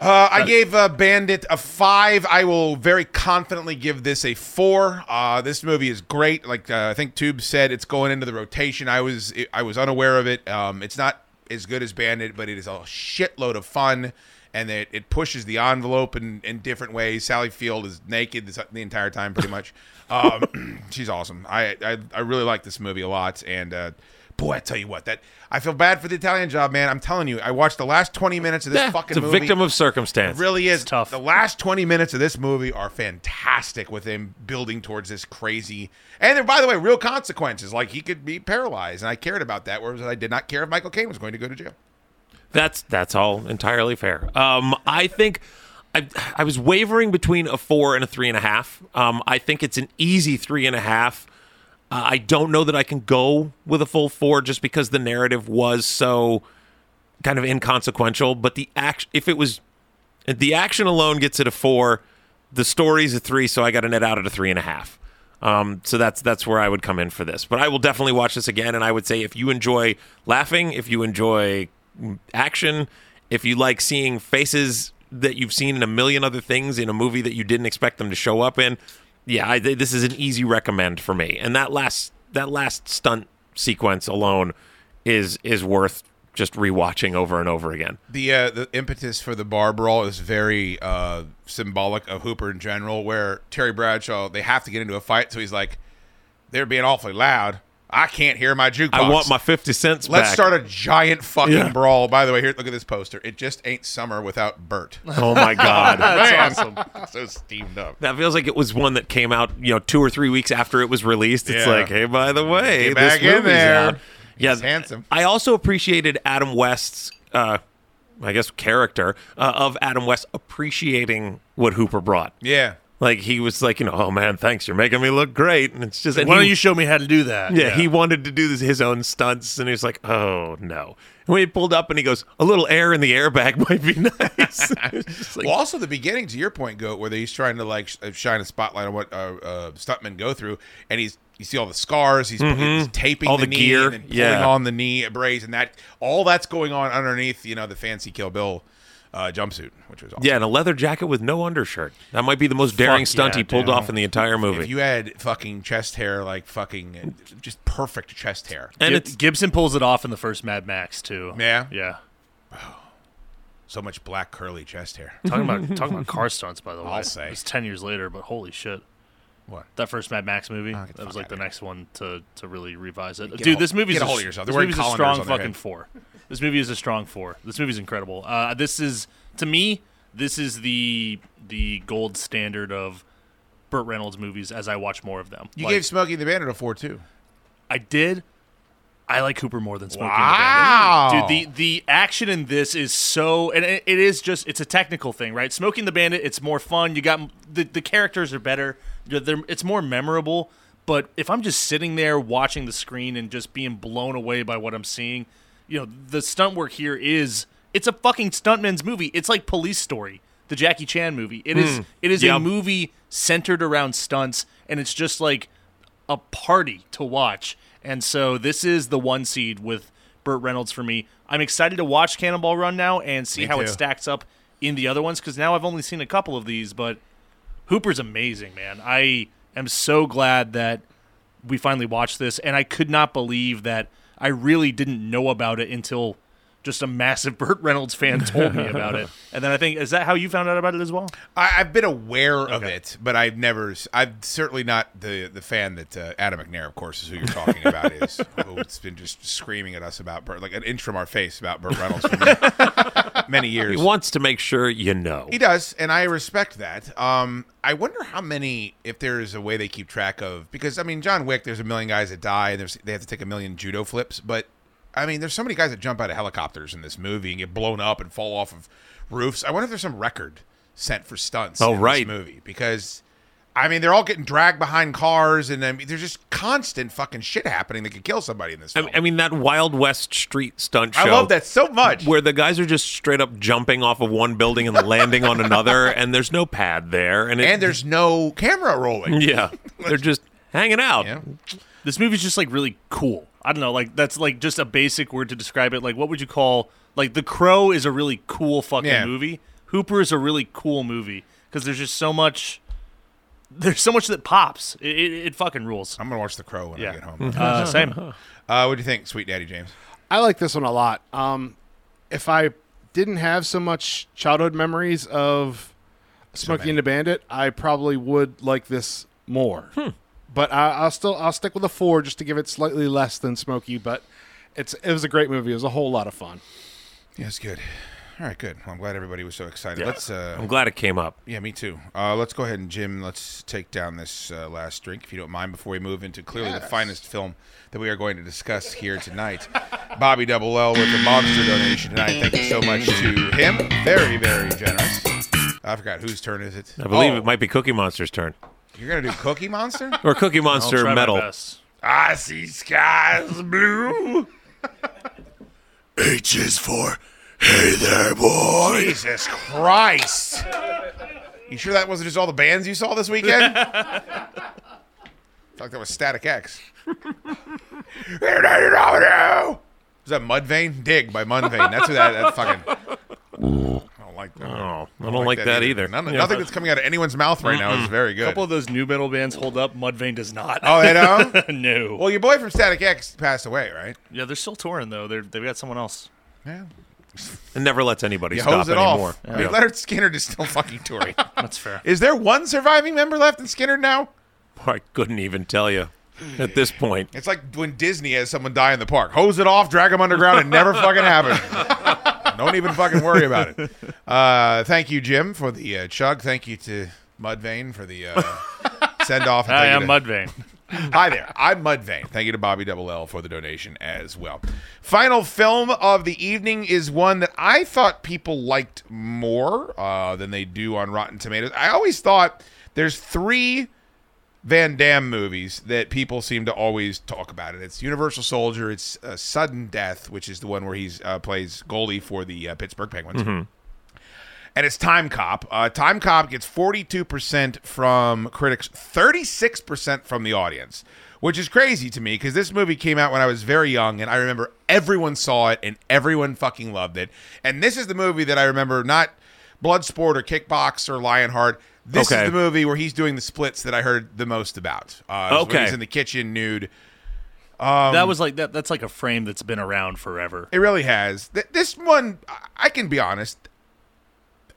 Speaker 7: Uh, I gave uh, Bandit a five. I will very confidently give this a four. Uh, this movie is great. Like uh, I think Tube said, it's going into the rotation. I was I was unaware of it. Um, it's not as good as Bandit, but it is a shitload of fun, and it, it pushes the envelope in, in different ways. Sally Field is naked this- the entire time, pretty much. Um, she's awesome. I, I I really like this movie a lot, and. Uh, Boy, I tell you what, that I feel bad for the Italian job, man. I'm telling you, I watched the last 20 minutes of this
Speaker 5: it's
Speaker 7: fucking
Speaker 5: a
Speaker 7: movie.
Speaker 5: victim of circumstance.
Speaker 7: It really is
Speaker 6: tough.
Speaker 7: The last twenty minutes of this movie are fantastic with him building towards this crazy, and there, by the way, real consequences. Like he could be paralyzed, and I cared about that, whereas I did not care if Michael Caine was going to go to jail.
Speaker 5: That's that's all entirely fair. Um, I think I I was wavering between a four and a three and a half. Um, I think it's an easy three and a half. Uh, I don't know that I can go with a full four just because the narrative was so kind of inconsequential. But the action, if it was, the action alone gets it a four. The story's a three, so I got to net out at a three and a half. Um, so that's that's where I would come in for this. But I will definitely watch this again, and I would say if you enjoy laughing, if you enjoy mm, action, if you like seeing faces that you've seen in a million other things in a movie that you didn't expect them to show up in, yeah, I, th- this is an easy recommend for me. And that last that last stunt sequence alone is is worth just rewatching over and over again.
Speaker 7: The uh, the impetus for the bar brawl is very uh, symbolic of Hooper in general, where Terry Bradshaw they have to get into a fight, so he's like, "They're being awfully loud. I can't hear my jukebox.
Speaker 5: I want my fifty cents
Speaker 7: Let's
Speaker 5: back.
Speaker 7: start a giant fucking
Speaker 5: Yeah.
Speaker 7: brawl. By the way, here, look at this poster. It just ain't summer without Bert.
Speaker 5: oh my god.
Speaker 7: That's awesome. so steamed up.
Speaker 5: That feels like it was one that came out, you know, two or three weeks after it was released. It's
Speaker 7: Yeah.
Speaker 5: like, hey, by the way,
Speaker 7: Get back
Speaker 5: this
Speaker 7: in
Speaker 5: movie's
Speaker 7: there.
Speaker 5: out. Yeah,
Speaker 7: He's handsome.
Speaker 5: I also appreciated Adam West's, uh, I guess, character uh, of Adam West appreciating what Hooper brought.
Speaker 7: Yeah.
Speaker 5: Like he was like, you know, oh man, thanks, you're making me look great, and it's just. and
Speaker 6: Why
Speaker 5: he-
Speaker 6: don't you show me how to do that?
Speaker 5: yeah, he wanted to do this, his own stunts, and he was like, "Oh no!" And when he pulled up, and he goes, "A little air in the airbag might be nice." It's just like,
Speaker 7: well, also the beginning to your point, goat, where he's trying to like sh- shine a spotlight on what uh, uh, stuntmen go through, and he's you see all the scars, he's, he's
Speaker 5: Mm-hmm.
Speaker 7: taping
Speaker 5: All the
Speaker 7: knee
Speaker 5: gear,
Speaker 7: and then pulling
Speaker 5: yeah.
Speaker 7: on the knee brace, and that all that's going on underneath, you know, the fancy Kill Bill uh, jumpsuit, which was awesome.
Speaker 5: Yeah, and a leather jacket with no undershirt. That might be the most daring stunt
Speaker 6: yeah,
Speaker 5: he pulled off in the entire movie.
Speaker 7: If you had fucking chest hair, like fucking uh, just perfect chest hair.
Speaker 5: and
Speaker 6: Gib-
Speaker 5: it's
Speaker 6: Gibson pulls it off in the first Mad Max too.
Speaker 7: Yeah?
Speaker 6: yeah.
Speaker 7: So much black curly chest hair.
Speaker 6: Talking about talking about car stunts, by the way.
Speaker 7: I'll say.
Speaker 6: it's ten years later, but holy shit.
Speaker 7: What? Ah,
Speaker 6: That first Mad Max movie,
Speaker 7: get the
Speaker 6: that was
Speaker 7: fuck
Speaker 6: like the
Speaker 7: outta here.
Speaker 6: next one to, to really revise it.
Speaker 7: a
Speaker 6: Dude,
Speaker 7: hold-
Speaker 6: this movie's
Speaker 7: get a
Speaker 6: a
Speaker 7: hold of
Speaker 6: s-
Speaker 7: yourself. They're
Speaker 6: This
Speaker 7: wearing
Speaker 6: movie's a
Speaker 7: colanders
Speaker 6: strong
Speaker 7: on their
Speaker 6: fucking
Speaker 7: head.
Speaker 6: four. This movie is a strong four. This movie's incredible. Uh, this is to me, this is the the gold standard of Burt Reynolds movies. As I watch more of them,
Speaker 7: You
Speaker 6: Like,
Speaker 7: gave Smokey the Bandit a four too.
Speaker 6: I did. I like Cooper more than Smokey
Speaker 7: Wow.
Speaker 6: and the Bandit. Dude, the, the action in this is so, and it, it is just, it's a technical thing, right? Smoking the Bandit, it's more fun. You got, the, the characters are better. They're, they're- it's more memorable. But if I'm just sitting there watching the screen and just being blown away by what I'm seeing, you know, the stunt work here is, it's a fucking stuntman's movie. It's like Police Story, the Jackie Chan movie. It is, it is
Speaker 5: Yeah.
Speaker 6: a movie centered around stunts, and it's just like, a party to watch. And so this is the one seed with Burt Reynolds for me. I'm excited to watch Cannonball Run now and see how it
Speaker 7: too.
Speaker 6: stacks up in the other ones because now I've only seen a couple of these, but Hooper's amazing, man. I am so glad that we finally watched this, and I could not believe that I really didn't know about it until just a massive Burt Reynolds fan told me about it. And then I think is that how you found out about it as well?
Speaker 7: I, I've been aware of it, but I've never. s- I'm certainly not the the fan that uh, Adam McNair, of course, is who you're talking about. Is who has been just screaming at us about Burt, like an inch from our face about Burt Reynolds for many years.
Speaker 5: He wants to make sure you know.
Speaker 7: He does, and I respect that. Um, I wonder how many, if there is a way they keep track of, because I mean, John Wick, there's a million guys that die, and there's, they have to take a million judo flips, but I mean, there's so many guys that jump out of helicopters in this movie and get blown up and fall off of roofs. I wonder if there's some record sent for stunts.
Speaker 5: Oh,
Speaker 7: in
Speaker 5: right.
Speaker 7: this movie because. I mean, they're all getting dragged behind cars, and I mean, there's just constant fucking shit happening that could kill somebody in this film.
Speaker 5: I, I mean, that Wild West street stunt show.
Speaker 7: I love that so much.
Speaker 5: Where the guys are just straight up jumping off of one building and landing on another, and there's no pad there. And, it,
Speaker 7: and there's no camera rolling.
Speaker 5: Yeah. They're just hanging out.
Speaker 7: Yeah.
Speaker 6: This movie's just like really cool. I don't know, like that's like just a basic word to describe it. Like what would you call like The Crow is a really cool fucking
Speaker 7: Yeah.
Speaker 6: movie. Hooper is a really cool movie because there's just so much. There's so much that pops. It, it, it fucking rules.
Speaker 7: I'm gonna watch The Crow when I
Speaker 6: Yeah.
Speaker 7: get
Speaker 5: Mm.
Speaker 7: home.
Speaker 6: Uh, same.
Speaker 7: Uh, what do you think, Sweet Daddy James?
Speaker 8: I like this one a lot. Um, if I didn't have so much childhood memories of Smokey
Speaker 7: many.
Speaker 8: and the Bandit, I probably would like this more.
Speaker 7: Hmm.
Speaker 8: But I, I'll still I'll stick with a four just to give it slightly less than Smokey. But it's it was a great movie. It was a whole lot of fun.
Speaker 7: Yeah, it's good. All right, good. Well, I'm glad everybody was so excited. Let's.
Speaker 5: I'm
Speaker 7: Uh,
Speaker 5: glad it came up.
Speaker 7: yeah, me too. Uh, let's go ahead and Jim. Let's take down this uh, last drink, if you don't mind, before we move into clearly the finest film that we are going to discuss here tonight. Bobby Double L with the monster donation tonight. Thank you so much to him. Very, very generous. I forgot whose turn is it.
Speaker 5: I believe
Speaker 7: Oh,
Speaker 5: it might be Cookie Monster's turn.
Speaker 7: You're gonna do Cookie Monster?
Speaker 5: Or Cookie Monster
Speaker 6: Try my
Speaker 5: Metal.
Speaker 6: best.
Speaker 7: I see skies blue.
Speaker 1: H is for Hey There Boy.
Speaker 7: Jesus Christ. You sure that wasn't just all the bands you saw this weekend? I feel like that was Static X. Is that Mudvayne? Dig by Mudvayne. That's who that, that fucking. I don't like that.
Speaker 5: Oh, I don't, like, that either.
Speaker 7: None,
Speaker 5: Yeah.
Speaker 7: Nothing that's coming out of anyone's mouth right now is very
Speaker 6: A
Speaker 7: good.
Speaker 6: couple of those new metal bands hold up. Mudvayne does not.
Speaker 7: oh, you know?
Speaker 6: no.
Speaker 7: Well, your boy from Static X passed away, right?
Speaker 6: yeah, they're still touring though. They're they've got someone else.
Speaker 7: Yeah.
Speaker 5: It never lets anybody
Speaker 7: You
Speaker 5: stop
Speaker 7: hose it
Speaker 5: anymore.
Speaker 7: off. I mean, Leonard Skinner is still fucking touring.
Speaker 6: That's fair.
Speaker 7: is there one surviving member left in Skinner now?
Speaker 5: I couldn't even tell you at this point.
Speaker 7: It's like when Disney has someone die in the park. Hose it off, drag them underground, and never fucking happen. Don't even fucking worry about it. Uh, thank you, Jim, for the uh, chug. Thank you to Mudvayne for the uh, send off.
Speaker 6: I am Mudvayne.
Speaker 7: Hi there. I'm Mudvayne. Thank you to Bobby Double L for the donation as well. Final film of the evening is one that I thought people liked more uh, than they do on Rotten Tomatoes. I always thought there's three Van Damme movies that people seem to always talk about, and it's Universal Soldier, it's uh, Sudden Death, which is the one where he uh, plays goalie for the uh, Pittsburgh Penguins and it's Time Cop. Uh, Time Cop gets 42% from critics, 36% from the audience, which is crazy to me because this movie came out when I was very young, and I remember everyone saw it and everyone fucking loved it. And this is the movie that I remember not Bloodsport or Kickbox or Lionheart. This
Speaker 5: Okay.
Speaker 7: is the movie where he's doing the splits that I heard the most about. Uh, it's when
Speaker 5: Okay.
Speaker 7: he's in the kitchen nude.
Speaker 6: that was like that. That's like a frame that's been around forever.
Speaker 7: It really has. Th- this one, I- I can be honest.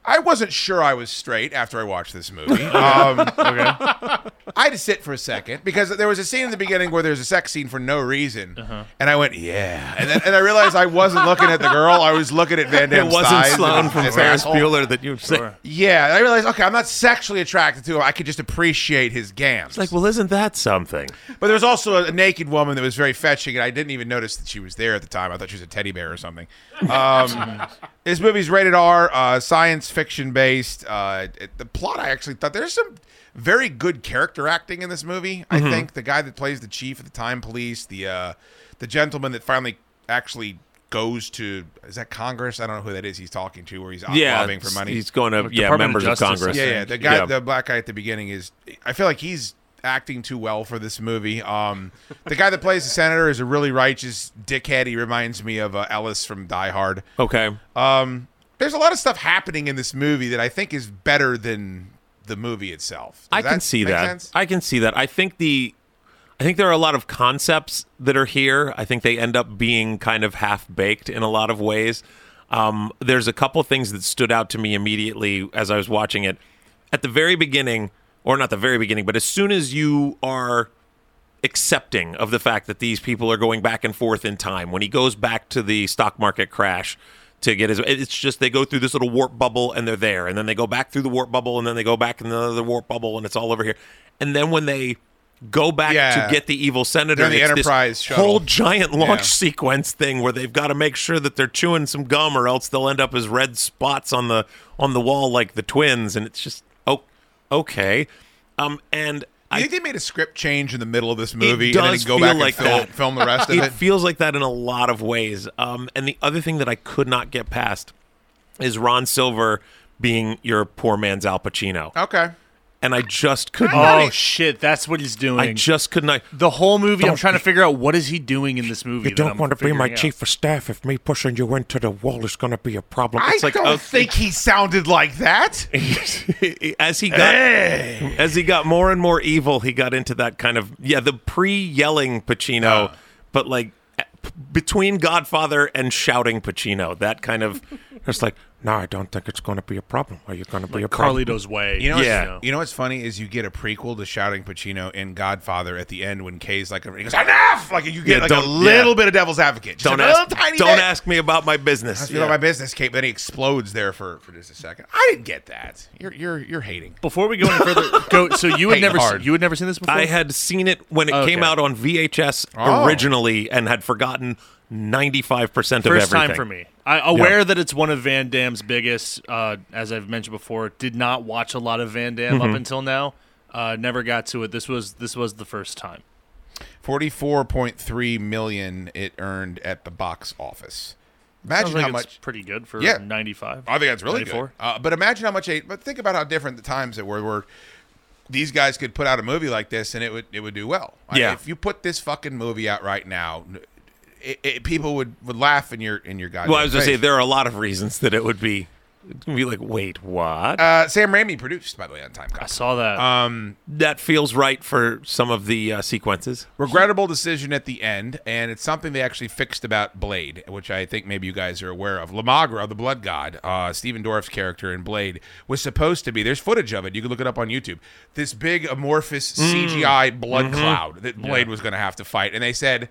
Speaker 7: I wasn't sure I was straight after I watched this movie. Um, I had to sit for a second because there was a scene in the beginning where there's a sex scene for no reason,
Speaker 5: Uh-huh.
Speaker 7: and I went, "Yeah," and, then, and I realized I wasn't looking at the girl; I was looking at Van
Speaker 5: It
Speaker 7: Damme's
Speaker 5: wasn't
Speaker 7: thighs
Speaker 5: Sloan
Speaker 7: and
Speaker 5: from
Speaker 7: his
Speaker 5: Ferris
Speaker 7: asshole.
Speaker 5: Bueller that you said.
Speaker 7: Yeah, and I realized, okay, I'm not sexually attracted to him. I could just appreciate his gams.
Speaker 5: Like, well, isn't that something?
Speaker 7: But there was also a, a naked woman that was very fetching, and I didn't even notice that she was there at the time. I thought she was a teddy bear or something. Um, this movie's rated R, uh, science fiction based. Uh, it- the plot, I actually thought there's some very good character acting in this movie. I
Speaker 5: Mm-hmm.
Speaker 7: think the guy that plays the chief of the time police, the uh, the gentleman that finally actually goes to is that Congress? I don't know who that is. He's talking to, where he's out
Speaker 5: Yeah,
Speaker 7: lobbying for money.
Speaker 5: he's going to yeah
Speaker 6: Department of
Speaker 5: members of,
Speaker 6: Justice, I
Speaker 5: Congress.
Speaker 7: Yeah, yeah. The guy, the black guy at the beginning is. I feel like he's acting too well for this movie. Um, the guy that plays the senator is a really righteous dickhead. He reminds me of uh, Ellis from Die Hard.
Speaker 5: okay.
Speaker 7: There's a lot of stuff happening in this movie that I think is better than the movie itself. Does
Speaker 5: I can see
Speaker 7: make
Speaker 5: that.
Speaker 7: sense?
Speaker 5: I can see that. I think the I think there are a lot of concepts that are here. I think they end up being kind of half baked in a lot of ways. Um, there's a couple things that stood out to me immediately as I was watching it. At the very beginning, or not the very beginning, but as soon as you are accepting of the fact that these people are going back and forth in time. When he goes back to the stock market crash to get his, it's just they go through this little warp bubble and they're there, and then they go back through the warp bubble, and then they go back in another warp bubble, and it's all over here. And then when they go back
Speaker 7: Yeah.
Speaker 5: to get the evil senator,
Speaker 7: They're in the
Speaker 5: it's this
Speaker 7: Enterprise shuttle.
Speaker 5: whole giant launch
Speaker 7: Yeah.
Speaker 5: sequence thing where they've got to make sure that they're chewing some gum, or else they'll end up as red spots on the on the wall like the twins. And it's just oh, okay. Um, and
Speaker 7: I
Speaker 5: I
Speaker 7: think they made a script change in the middle of this movie
Speaker 5: it
Speaker 7: and then
Speaker 5: does
Speaker 7: they go
Speaker 5: feel
Speaker 7: back
Speaker 5: like
Speaker 7: and film,
Speaker 5: that.
Speaker 7: film the rest of it.
Speaker 5: feels like that in a lot of ways. Um, and the other thing that I could not get past is Ron Silver being your poor man's Al Pacino,
Speaker 7: okay.
Speaker 5: and I just could
Speaker 6: Oh
Speaker 5: not.
Speaker 6: shit, that's what he's doing.
Speaker 5: I just could not.
Speaker 6: the whole movie, I'm
Speaker 5: Don't-
Speaker 6: trying to figure out what is he doing in this movie.
Speaker 5: You don't want to be my
Speaker 6: chief.
Speaker 5: chief of staff if me pushing you into the wall is going to be a problem.
Speaker 7: I
Speaker 5: it's like
Speaker 7: don't
Speaker 5: okay.
Speaker 7: think he sounded like that.
Speaker 5: as he got as he got more and more evil, he got into that kind of yeah, the pre-yelling Pacino, but like a- p- between Godfather and shouting Pacino, that kind of it's like no, I don't think it's going to be a problem. Are you going to be a problem?
Speaker 6: Carlito's way.
Speaker 7: You know, what's-
Speaker 5: Yeah.
Speaker 7: you know what's funny is you get a prequel to Shouting Pacino in Godfather at the end when Kay's like, he goes, enough! Like, you
Speaker 5: Yeah,
Speaker 7: get like a
Speaker 5: don't-
Speaker 7: little
Speaker 5: yeah.
Speaker 7: bit of devil's advocate. Just
Speaker 5: Don't
Speaker 7: a little
Speaker 5: ask.
Speaker 7: "Oh, tiny
Speaker 5: Don't
Speaker 7: bit.
Speaker 5: ask me about my business.
Speaker 7: You know, my business, Kate. but Then he explodes there for, for just a second. I didn't get that. You're you're you're hating.
Speaker 6: Before we go any further, go. So you had
Speaker 7: Hate
Speaker 6: never
Speaker 7: hard.
Speaker 6: se- you had never seen this before.
Speaker 5: I had seen it when it came
Speaker 6: Okay.
Speaker 5: out on VHS
Speaker 7: Oh.
Speaker 5: originally and had forgotten ninety-five percent of
Speaker 6: first
Speaker 5: everything.
Speaker 6: time for me. I aware that it's one of Van Damme's biggest. Uh, as I've mentioned before, did not watch a lot of Van Damme up until now. Uh, never got to it. This was this was the first time.
Speaker 7: Forty four point three million it earned at the box office. Imagine
Speaker 6: Sounds like
Speaker 7: how
Speaker 6: it's
Speaker 7: much.
Speaker 6: pretty good for
Speaker 7: Yeah.
Speaker 6: 95.
Speaker 7: I think that's really
Speaker 6: 94.
Speaker 7: good. Uh, but imagine how much. They, but think about how different the times that were. Where these guys could put out a movie like this and it would it would do well. I-
Speaker 5: Yeah.
Speaker 7: if you put this fucking movie out right now, it, it, people would, would laugh in your in your guys.
Speaker 5: Well, I was going to say there are a lot of reasons that it would be. It's gonna be like, wait, what?
Speaker 7: Uh, Sam Raimi produced, by the way, on Time Cop.
Speaker 6: I saw that.
Speaker 5: that feels right for some of the uh, sequences.
Speaker 7: regrettable decision at the end, and it's something they actually fixed about Blade, which I think maybe you guys are aware of. Lamagra, the Blood God, uh, Stephen Dorff's character in Blade, was supposed to be. There's footage of it. You can look it up on YouTube. This big amorphous CGI blood cloud that Blade was going to have to fight, and they said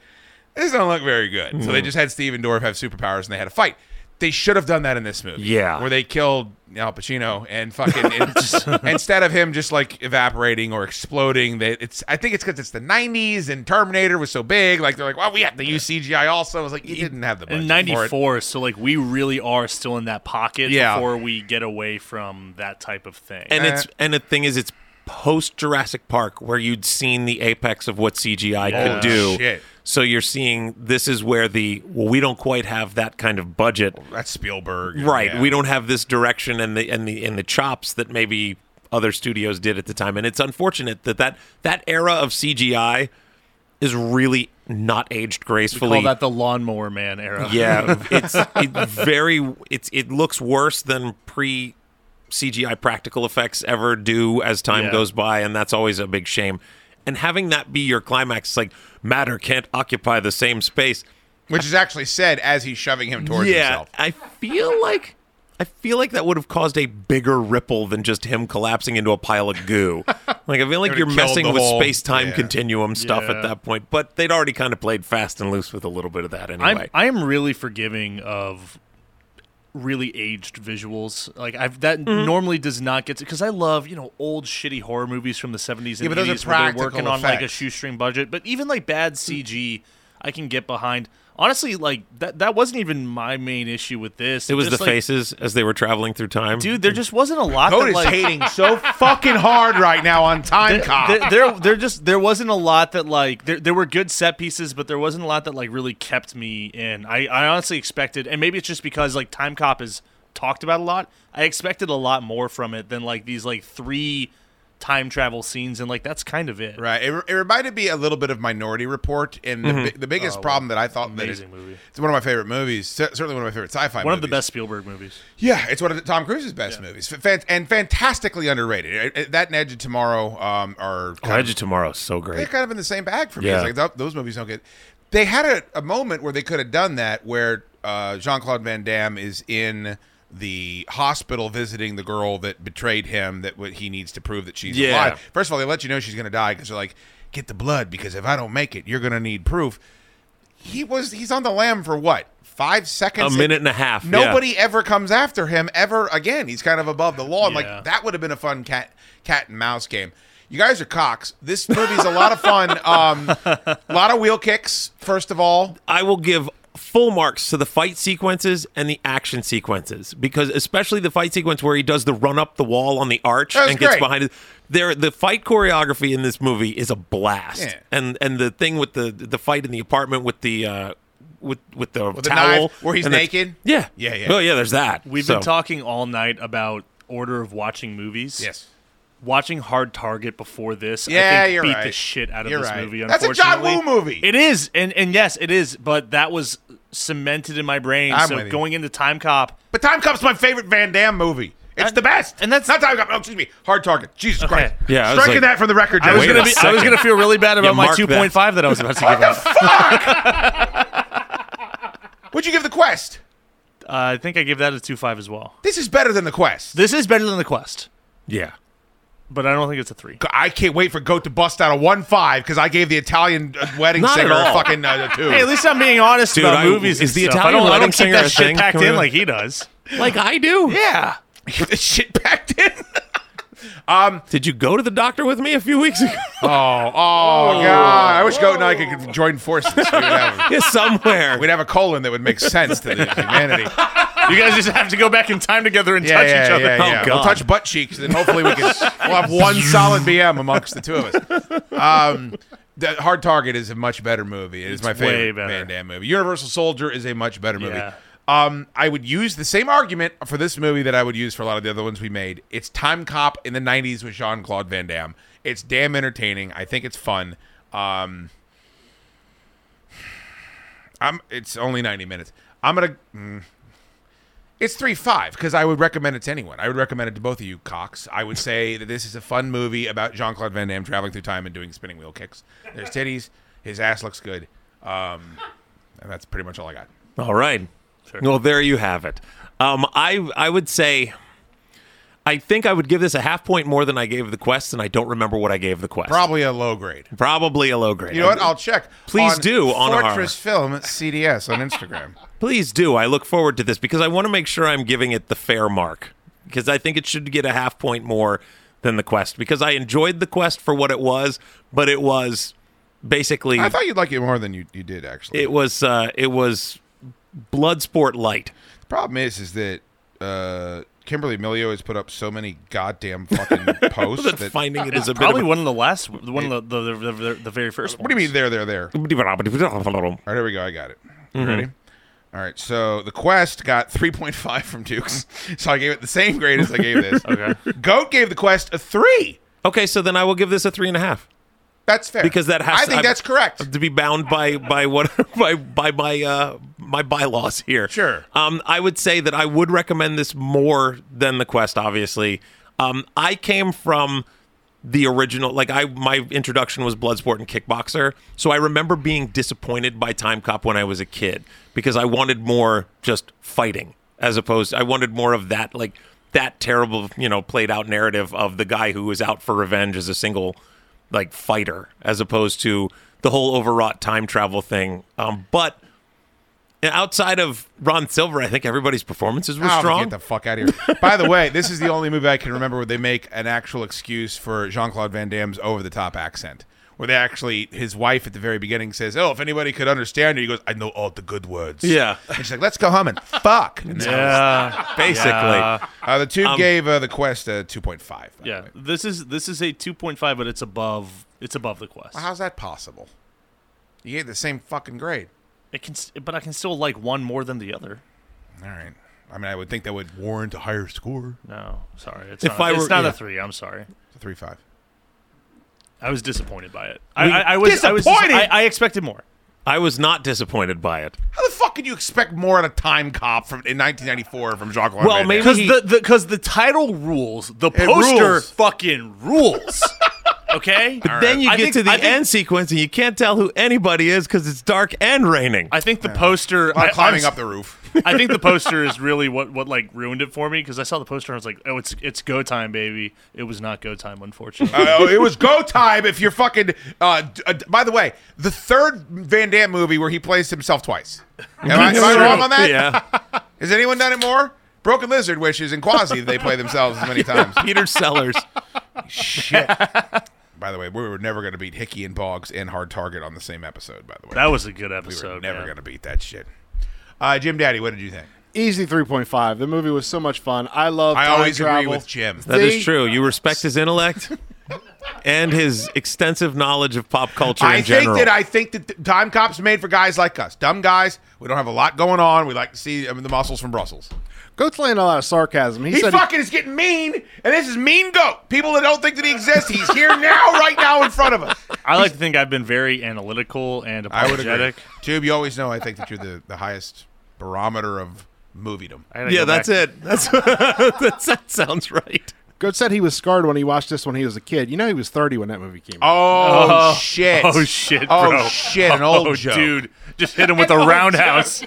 Speaker 7: this doesn't look very good. So they just had Stephen Dorff have superpowers, and they had a fight. They should have done that in this movie.
Speaker 5: Yeah.
Speaker 7: Where they killed Al Pacino and fucking and just- instead of him just like evaporating or exploding, they, it's I think it's because it's the '90s and Terminator was so big. Like they're like, well, we have to use CGI also. I was like, you didn't have the budget
Speaker 6: in
Speaker 7: for it.
Speaker 6: '94, so like we really are still in that pocket
Speaker 7: Yeah.
Speaker 6: before we get away from that type of thing.
Speaker 5: And
Speaker 7: Eh.
Speaker 5: it's and the thing is, it's post Jurassic Park where you'd seen the apex of what CGI
Speaker 6: Yeah.
Speaker 5: could do.
Speaker 7: Shit.
Speaker 5: So you're seeing this is where the well, we don't quite have that kind of budget,
Speaker 7: That's Spielberg,
Speaker 5: right?
Speaker 7: Yeah.
Speaker 5: We don't have this direction and the and the and the chops that maybe other studios did at the time. And it's unfortunate that that that era of CGI is really not aged
Speaker 6: we
Speaker 5: gracefully.
Speaker 6: call that the lawnmower man era.
Speaker 5: Yeah, it's it very it's it looks worse than pre CGI practical effects ever do as time
Speaker 6: Yeah.
Speaker 5: goes by, and that's always a big shame. And having that be your climax, it's like matter can't occupy the same space.
Speaker 7: Which is actually said as he's shoving him towards
Speaker 5: yeah,
Speaker 7: himself.
Speaker 5: I feel like I feel like that would have caused a bigger ripple than just him collapsing into a pile of goo. like I feel like
Speaker 7: would've
Speaker 5: you're
Speaker 7: killed
Speaker 5: messing
Speaker 7: the
Speaker 5: with
Speaker 7: whole-
Speaker 5: space time
Speaker 7: yeah.
Speaker 5: continuum stuff
Speaker 6: Yeah.
Speaker 5: at that point. But they'd already kind of played fast and loose with a little bit of that anyway.
Speaker 6: I'm I am really forgiving of really aged visuals. Like I've that
Speaker 7: Mm-hmm.
Speaker 6: normally does not get because I love you know old shitty horror movies from the 70s and
Speaker 7: Yeah, but those are
Speaker 6: 80s where they're
Speaker 7: practical
Speaker 6: working on like a
Speaker 7: effects. Mm.
Speaker 6: shoestring budget. But even like bad CG, I can get behind. Honestly, like that that wasn't even my main issue with this.
Speaker 5: It was
Speaker 6: Just,
Speaker 5: the
Speaker 6: like,
Speaker 5: faces as they were traveling through time.
Speaker 6: dude. There just wasn't a lot.
Speaker 7: Code
Speaker 6: That,
Speaker 7: is
Speaker 6: like,
Speaker 7: hating so fucking hard right now on Time Cop.
Speaker 6: there, there, there just there wasn't a lot that like there, there were good set pieces, but there wasn't a lot that like really kept me in. I, I honestly expected, and maybe it's just because like Time Cop is talked about a lot. I expected a lot more from it than like these like three time travel scenes, and like that's kind of it.
Speaker 7: Right. It, it reminded me a little bit of Minority Report, and the, bi- the biggest problem that I thought that is
Speaker 6: Oh, amazing movie.
Speaker 7: it's one of my favorite movies, cer- certainly one of my favorite sci-fi.
Speaker 6: One of the
Speaker 7: movies.
Speaker 6: best Spielberg movies.
Speaker 7: Yeah, it's one of the, Tom Cruise's best movies, F- fan- and fantastically underrated. I- I- that and Edge of Tomorrow um, are kind
Speaker 5: Oh, Edge of Tomorrow is so great.
Speaker 7: they're kind of in the same bag for me.
Speaker 5: Yeah.
Speaker 7: It's like th- those movies don't get. They had a, a moment where they could have done that, where uh, Jean Claude Van Damme is in the hospital visiting the girl that betrayed him. That what he needs to prove that she's
Speaker 5: Yeah.
Speaker 7: alive. First of all, they let you know she's going to die because they're like, get the blood because if I don't make it, you're going to need proof. He was he's on the lam for what five seconds,
Speaker 5: A minute and a half, yeah.
Speaker 7: Nobody ever comes after him ever again. He's kind of above the law. I'm
Speaker 6: Yeah.
Speaker 7: like, that would have been a fun cat cat and mouse game. You guys are cocks. This movie's a lot of fun. Um, a lot of wheel kicks. First of all,
Speaker 5: I will give full marks to the fight sequences and the action sequences because especially the fight sequence where he does the run up the wall on the arch
Speaker 7: That was
Speaker 5: and gets
Speaker 7: great.
Speaker 5: behind it. There, the fight choreography in this movie is a blast,
Speaker 7: Yeah.
Speaker 5: and and the thing with the the fight in the apartment with the. Uh, with with the
Speaker 7: the
Speaker 5: towel
Speaker 7: knife where he's
Speaker 5: and the-
Speaker 7: naked?
Speaker 5: yeah,
Speaker 7: Yeah, yeah.
Speaker 5: Oh yeah, there's that.
Speaker 6: We've
Speaker 5: So,
Speaker 6: been talking all night about order of watching movies. watching Hard Target before this,
Speaker 7: Yeah,
Speaker 6: I think
Speaker 7: you're
Speaker 6: beat the
Speaker 7: right.
Speaker 6: shit out of
Speaker 7: You're
Speaker 6: this
Speaker 7: right.
Speaker 6: movie.
Speaker 7: That's a John
Speaker 6: unfortunately.
Speaker 7: Woo movie.
Speaker 6: It is, and and yes, it is. But that was cemented in my brain.
Speaker 7: I'm with
Speaker 6: so
Speaker 7: you.
Speaker 6: going into Time Cop,
Speaker 7: But Time Cop's my favorite Van Damme movie. It's
Speaker 6: And-
Speaker 7: the best.
Speaker 6: and that's-
Speaker 7: not Time Cop. Oh, excuse me. Hard Target. Jesus Christ.
Speaker 5: Yeah, I was
Speaker 7: Striking
Speaker 5: like-
Speaker 7: that from the record.
Speaker 6: I was
Speaker 5: wait
Speaker 7: Joe.
Speaker 5: a
Speaker 6: gonna be, I was
Speaker 5: second.
Speaker 6: gonna feel really bad about my
Speaker 5: mark that.
Speaker 6: two point five that I was about to give Uh, out.
Speaker 7: What'd you give the quest?
Speaker 6: Uh, I think I gave that a two five as well.
Speaker 7: This is better than the quest.
Speaker 6: This is better than the Quest,
Speaker 5: yeah,
Speaker 6: but I don't think it's a three.
Speaker 7: I can't wait for Goat to bust out a one five because I gave the Italian uh, wedding
Speaker 5: Not at
Speaker 7: singer a
Speaker 5: all.
Speaker 7: fucking uh, a two.
Speaker 6: Hey, at least I'm being honest
Speaker 5: Dude,
Speaker 6: about
Speaker 5: I-
Speaker 6: movies.
Speaker 5: is
Speaker 6: and
Speaker 5: the
Speaker 6: stuff.
Speaker 5: Italian
Speaker 6: I don't, I
Speaker 5: wedding
Speaker 6: don't keep
Speaker 5: singer a
Speaker 6: that
Speaker 5: thing?
Speaker 6: shit packed
Speaker 5: Can we-
Speaker 6: in like he does.
Speaker 5: like I do.
Speaker 6: Yeah.
Speaker 7: the shit packed in.
Speaker 5: Did you go to the doctor with me a few weeks ago?
Speaker 7: Oh, oh, God. I wish Goat and I could join forces. We'd have,
Speaker 5: yeah, somewhere.
Speaker 7: we'd have a colon that would make sense to the humanity. Yeah,
Speaker 6: You guys just have to go back in time together and touch
Speaker 7: yeah,
Speaker 6: each other.
Speaker 7: yeah,
Speaker 5: Oh,
Speaker 7: yeah. We'll
Speaker 5: God.
Speaker 7: touch butt cheeks, and hopefully we can we'll have one solid BM amongst the two of us. Um, the Hard Target is a much better movie. It is my
Speaker 6: way
Speaker 7: favorite
Speaker 6: better.
Speaker 7: Van Damme movie. Universal Soldier is a much better movie.
Speaker 6: Yeah.
Speaker 7: Um, I would use the same argument for this movie that I would use for a lot of the other ones we made. It's Time Cop in the '90s with Jean Claude Van Damme. It's damn entertaining. I think it's fun. Um, I'm. It's only ninety minutes. I'm gonna. Mm, it's three five because I would recommend it to anyone. I would recommend it to both of you, Cox. I would say that this is a fun movie about Jean Claude Van Damme traveling through time and doing spinning wheel kicks. There's titties. His ass looks good. Um, and that's pretty much all I got.
Speaker 5: All right. Well, there you have it. Um, I I would say, I think I would give this a half point more than I gave the quest, and I don't remember what I gave the quest.
Speaker 7: Probably a low grade.
Speaker 5: Probably a low grade.
Speaker 7: You know what? I'll check.
Speaker 5: Please
Speaker 7: on
Speaker 5: do on our-
Speaker 7: Fortress Film CDS on Instagram.
Speaker 5: Please do. I look forward to this because I want to make sure I'm giving it the fair mark because I think it should get a half point more than the quest because I enjoyed the quest for what it was, but it was basically
Speaker 7: I thought you'd like it more than you, you did actually.
Speaker 5: it was uh, it was blood sport light.
Speaker 7: the problem is, is that. Uh, Kimberly Milio has put up so many goddamn fucking posts
Speaker 5: That
Speaker 7: that
Speaker 5: finding it is a bit
Speaker 6: Probably
Speaker 5: of a-
Speaker 6: one of the last, one of the the, the, the, the very first.
Speaker 7: What do you
Speaker 6: ones.
Speaker 7: mean there, there, there? All right, here we go. I got it.
Speaker 5: Mm-hmm.
Speaker 7: You Ready? All right. So the quest got 3.5 from Dukes. So I gave it the same grade as I gave this. okay. Goat gave the quest a three.
Speaker 5: Okay, so then I will give this a three and a half.
Speaker 7: That's fair.
Speaker 5: because that has
Speaker 7: I
Speaker 5: to,
Speaker 7: think that's correct.
Speaker 5: to be bound by by what by by my uh my bylaws here.
Speaker 7: Sure.
Speaker 5: Um, I would say that I would recommend this more than the quest. Obviously, um, I came from the original like i my introduction was bloodsport and kickboxer so i remember being disappointed by time cop when i was a kid because i wanted more just fighting as opposed i wanted more of that like that terrible you know played out narrative of the guy who is out for revenge as a single like fighter as opposed to the whole overwrought time travel thing um but outside of ron silver i think everybody's performances were
Speaker 7: Oh,
Speaker 5: strong
Speaker 7: Get the fuck out of here. By the way, this is the only movie I can remember where they make an actual excuse for Jean Claude Van Damme's over the top accent. Where they actually, his wife at the very beginning says, "Oh, if anybody could understand you," he goes, "I know all the good words."
Speaker 5: Yeah.
Speaker 7: and she's like, "Let's go home and fuck." And that was-
Speaker 6: Yeah,
Speaker 5: basically
Speaker 6: Yeah.
Speaker 7: Uh, the
Speaker 5: Um,
Speaker 7: two gave uh, the quest a two point five.
Speaker 6: yeah. This is this is a 2.5, but it's above it's above the quest.
Speaker 7: How's that possible? You gave the same fucking grade.
Speaker 6: It can, s- but I can still like one more than the other.
Speaker 7: All right. I mean, I would think that would warrant a higher score.
Speaker 6: No, sorry, it's
Speaker 5: If
Speaker 6: not,
Speaker 5: I
Speaker 6: it's
Speaker 5: were-
Speaker 6: not
Speaker 5: yeah.
Speaker 6: a three. I'm sorry.
Speaker 7: Three five.
Speaker 6: I was disappointed by it. I, I, I was
Speaker 7: Disappointed?
Speaker 6: I, was, I, I expected more.
Speaker 5: I was not disappointed by it.
Speaker 7: How the fuck could you expect more at a time cop from in 1994 from Jacques?
Speaker 5: Well, maybe-
Speaker 6: Because
Speaker 5: He-
Speaker 6: the because the, title rules. The
Speaker 7: It
Speaker 6: poster
Speaker 7: rules.
Speaker 6: fucking rules. okay. All
Speaker 5: Then
Speaker 6: right.
Speaker 5: you
Speaker 6: I
Speaker 5: get
Speaker 6: think-
Speaker 5: to the
Speaker 6: I think-
Speaker 5: end sequence and you can't tell who anybody is because it's dark and raining.
Speaker 6: I think the poster. I,
Speaker 7: I'm Uh, climbing
Speaker 6: I'm-
Speaker 7: up the roof.
Speaker 6: I think the poster is really what what like ruined it for me because I saw the poster and I was like, oh, it's it's go time, baby. It was not go time, unfortunately.
Speaker 7: Uh, it was go time if you're fucking. Uh, d- uh, d- by the way, the third Van Damme movie where he plays himself twice. Am I, am I wrong on that?
Speaker 5: yeah,
Speaker 7: Has anyone done it more? Broken Lizard, which is in Quasi, they play themselves as many times.
Speaker 5: Peter Sellers.
Speaker 7: By the way, we were never going to beat Hickey and Boggs and Hard Target on the same episode. By the way,
Speaker 6: that was a good
Speaker 7: we were
Speaker 6: episode.
Speaker 7: never
Speaker 6: man.
Speaker 7: going to beat that shit. Uh, Jim Daddy, what did you think?
Speaker 8: Easy 3.5. The movie was so much fun. I love
Speaker 7: I
Speaker 8: time
Speaker 7: always
Speaker 8: travel.
Speaker 7: agree with Jim.
Speaker 5: That is
Speaker 8: They-
Speaker 5: true. You respect his intellect and his extensive knowledge of pop culture
Speaker 7: I
Speaker 5: in
Speaker 7: think
Speaker 5: general.
Speaker 7: that I think that th- Time Cop's made for guys like us, dumb guys. We don't have a lot going on. We like to see I mean, the muscles from Brussels.
Speaker 8: Goat's laying a lot of sarcasm. He,
Speaker 7: He,
Speaker 8: said he-
Speaker 7: fucking is getting mean, and this is Mean Goat. People that don't think that he exists, he's here now, right now, in front of us.
Speaker 6: I like to think I've been very analytical and
Speaker 7: I would
Speaker 6: apologetic.
Speaker 7: agree. Tube, you always know. I think that you're the, the highest barometer of Oh, moviedom.
Speaker 6: I gotta
Speaker 5: yeah,
Speaker 6: go
Speaker 5: that's
Speaker 6: back.
Speaker 5: it. That's, that's that sounds right.
Speaker 8: Goat said he was scarred when he watched this when he was a kid. You know he was 30 when that movie came out.
Speaker 7: Oh, shit!
Speaker 6: Oh shit,
Speaker 7: Oh
Speaker 6: bro.
Speaker 7: shit! An old
Speaker 6: oh,
Speaker 7: joke.
Speaker 6: dude. Just hit him with a roundhouse.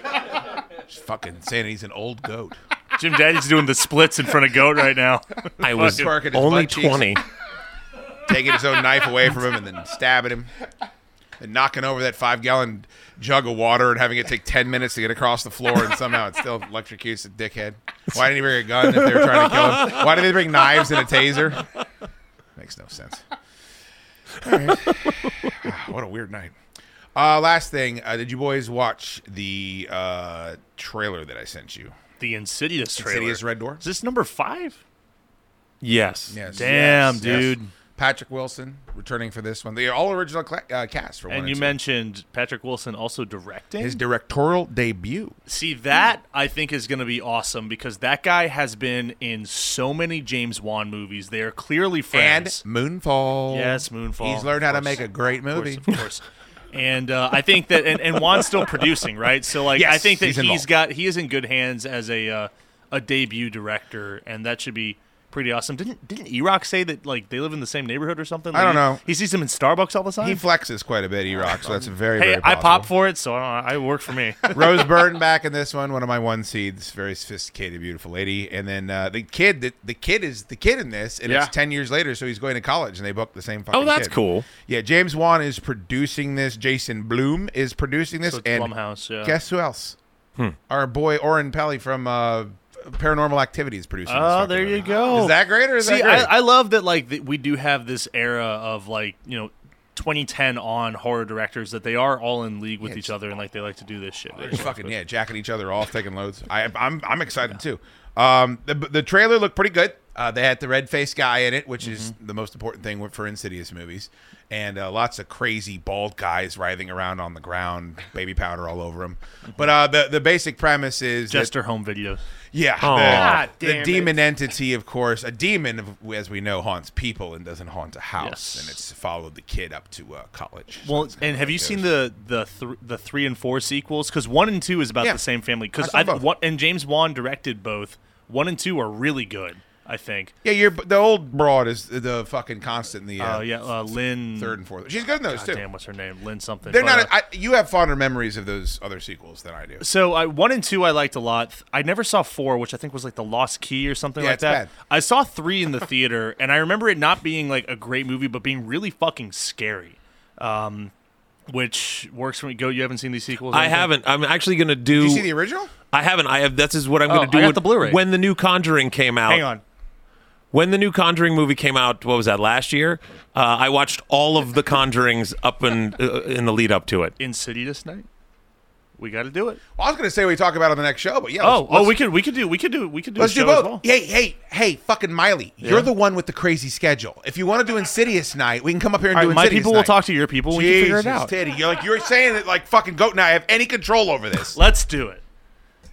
Speaker 7: Just fucking saying he's an old goat.
Speaker 6: Jim Daddy's doing the splits in front of Goat right now.
Speaker 5: I was
Speaker 7: Sparking his
Speaker 5: only
Speaker 7: butt cheeks.
Speaker 5: twenty.
Speaker 7: Taking his own knife away from him and then stabbing him, and knocking over that five gallon jug of water and having it take ten minutes to get across the floor, and somehow it still electrocutes the dickhead. Why didn't he bring a gun if they were trying to kill him? Why did they bring knives and a taser? Makes no sense. All right. what a weird night. Uh, last thing, uh, did you boys watch the uh, trailer that I sent you?
Speaker 6: The Insidious trailer.
Speaker 7: Insidious Red Door?
Speaker 6: Is this number five?
Speaker 5: Yes.
Speaker 7: Yes.
Speaker 6: Damn,
Speaker 7: yes, yes.
Speaker 6: dude.
Speaker 7: Patrick Wilson returning for this one. The all original cla- uh, cast for one.
Speaker 6: And you
Speaker 7: two.
Speaker 6: mentioned Patrick Wilson also directing.
Speaker 7: his directorial debut.
Speaker 6: See, that I think is going to be awesome because that guy has been in so many James Wan movies. They are clearly friends.
Speaker 7: And Moonfall.
Speaker 6: Yes, Moonfall.
Speaker 7: He's learned
Speaker 6: of
Speaker 7: how to make
Speaker 6: course.
Speaker 7: a great
Speaker 6: Of course,
Speaker 7: movie.
Speaker 6: of course. And uh, I think that, and, and Juan's still producing, right? So, like,
Speaker 7: Yes,
Speaker 6: I think that
Speaker 7: he's
Speaker 6: he's
Speaker 7: involved.
Speaker 6: got he is in good hands as a uh, a debut director, and that should be pretty awesome. Didn't didn't E-Rock say that like they live in the same neighborhood or something?
Speaker 7: I
Speaker 6: Like,
Speaker 7: don't know.
Speaker 6: He, he sees him in Starbucks all the time.
Speaker 7: He flexes quite a bit, E Rock, so that's very,
Speaker 6: hey,
Speaker 7: very
Speaker 6: I pop
Speaker 7: possible.
Speaker 6: for it, so uh, I, don't, I work for me.
Speaker 7: Rose Byrne back in this one, one of my one seeds, very sophisticated, beautiful lady. And then uh, the kid the, the kid is the kid in this, and
Speaker 8: Yeah.
Speaker 7: it's ten years later, so he's going to college and they booked the same fucking
Speaker 5: Oh, that's
Speaker 7: kid.
Speaker 5: cool.
Speaker 7: Yeah, James Wan is producing this, Jason Bloom is producing this
Speaker 6: So it's
Speaker 7: and
Speaker 6: Blumhouse, yeah.
Speaker 7: guess who else?
Speaker 6: Hmm.
Speaker 7: Our boy Oren Pelly from uh, Paranormal Activity is producing this
Speaker 6: Oh,
Speaker 7: fucking
Speaker 6: there you
Speaker 7: movie.
Speaker 6: go.
Speaker 7: Is that great or is
Speaker 6: See,
Speaker 7: that great?
Speaker 6: I, I love that like that we do have this era of like you know 2010 on horror directors that they are all in league with each other and like they like to do this shit.
Speaker 7: They're just fucking yeah, jacking each other off, taking loads. I, I'm I'm excited too. Um, the, the trailer looked pretty good. Uh, they had the red faced guy in it, which is
Speaker 6: Mm-hmm.
Speaker 7: the most important thing for Insidious movies, and uh, lots of crazy bald guys writhing around on the ground, baby powder all over them. But uh, the the basic premise is that-
Speaker 6: Jester home videos.
Speaker 7: yeah,
Speaker 5: Aw.
Speaker 7: the, the demon entity, of course, a demon, as we know, haunts people and doesn't haunt a house,
Speaker 6: Yes.
Speaker 7: and it's followed the kid up to uh, college. So
Speaker 6: Well,
Speaker 7: it's kinda
Speaker 6: and have
Speaker 7: like
Speaker 6: you
Speaker 7: those.
Speaker 6: seen the the th- the three and four sequels? Because one and two is about
Speaker 7: Yeah.
Speaker 6: the same family.
Speaker 7: I
Speaker 6: Because
Speaker 7: saw
Speaker 6: I,
Speaker 7: both.
Speaker 6: what and James Wan directed both. One and two are really good. I think.
Speaker 7: Yeah, you're the old broad is the fucking constant. in The
Speaker 6: Oh
Speaker 7: uh,
Speaker 6: yeah, uh, Lynn.
Speaker 7: third and fourth. She's good in those too.
Speaker 6: Damn, what's her name? Lynn something.
Speaker 7: They're
Speaker 6: but,
Speaker 7: not.
Speaker 6: uh,
Speaker 7: I, you have fonder memories of those other sequels than I do.
Speaker 6: So I one and two I liked a lot. Th- I never saw four, which I think was like the Lost Key or something
Speaker 7: Yeah,
Speaker 6: like
Speaker 7: it's
Speaker 6: that.
Speaker 7: bad.
Speaker 6: I saw three in the theater, and I remember it not being like a great movie, but being really fucking scary. Um, which works for me. Go, you haven't seen these sequels? or
Speaker 5: I
Speaker 6: anything?
Speaker 5: haven't. I'm actually going to do.
Speaker 7: Did you see the original?
Speaker 5: I haven't. I have. This is what I'm
Speaker 6: Oh,
Speaker 5: going to do.
Speaker 6: I got
Speaker 5: when-
Speaker 6: the Blu-ray.
Speaker 5: when the new Conjuring came out.
Speaker 6: Hang on.
Speaker 5: When the new Conjuring movie came out, what was that last year? Uh, I watched all of the Conjurings up in uh, in the lead up to it.
Speaker 6: Insidious Night. We got to do it.
Speaker 7: Well, I was going to say we talk about it on the next show, but yeah.
Speaker 6: Oh,
Speaker 7: let's-
Speaker 6: oh,
Speaker 7: let's-
Speaker 6: we could, we could do, we could do, we could do.
Speaker 7: Let's
Speaker 6: a
Speaker 7: do
Speaker 6: show
Speaker 7: both.
Speaker 6: As well.
Speaker 7: Hey, hey, hey, fucking Miley, you're the one with the crazy schedule. If you want to do Insidious Night, we can come up here and
Speaker 6: All
Speaker 7: do
Speaker 6: right, my
Speaker 7: Insidious
Speaker 6: people
Speaker 7: Night.
Speaker 6: will talk to your people. We can figure it
Speaker 7: Jesus,
Speaker 6: out.
Speaker 7: Teddy, you're like you're saying that like fucking Goat and I have any control over this.
Speaker 6: Let's do it.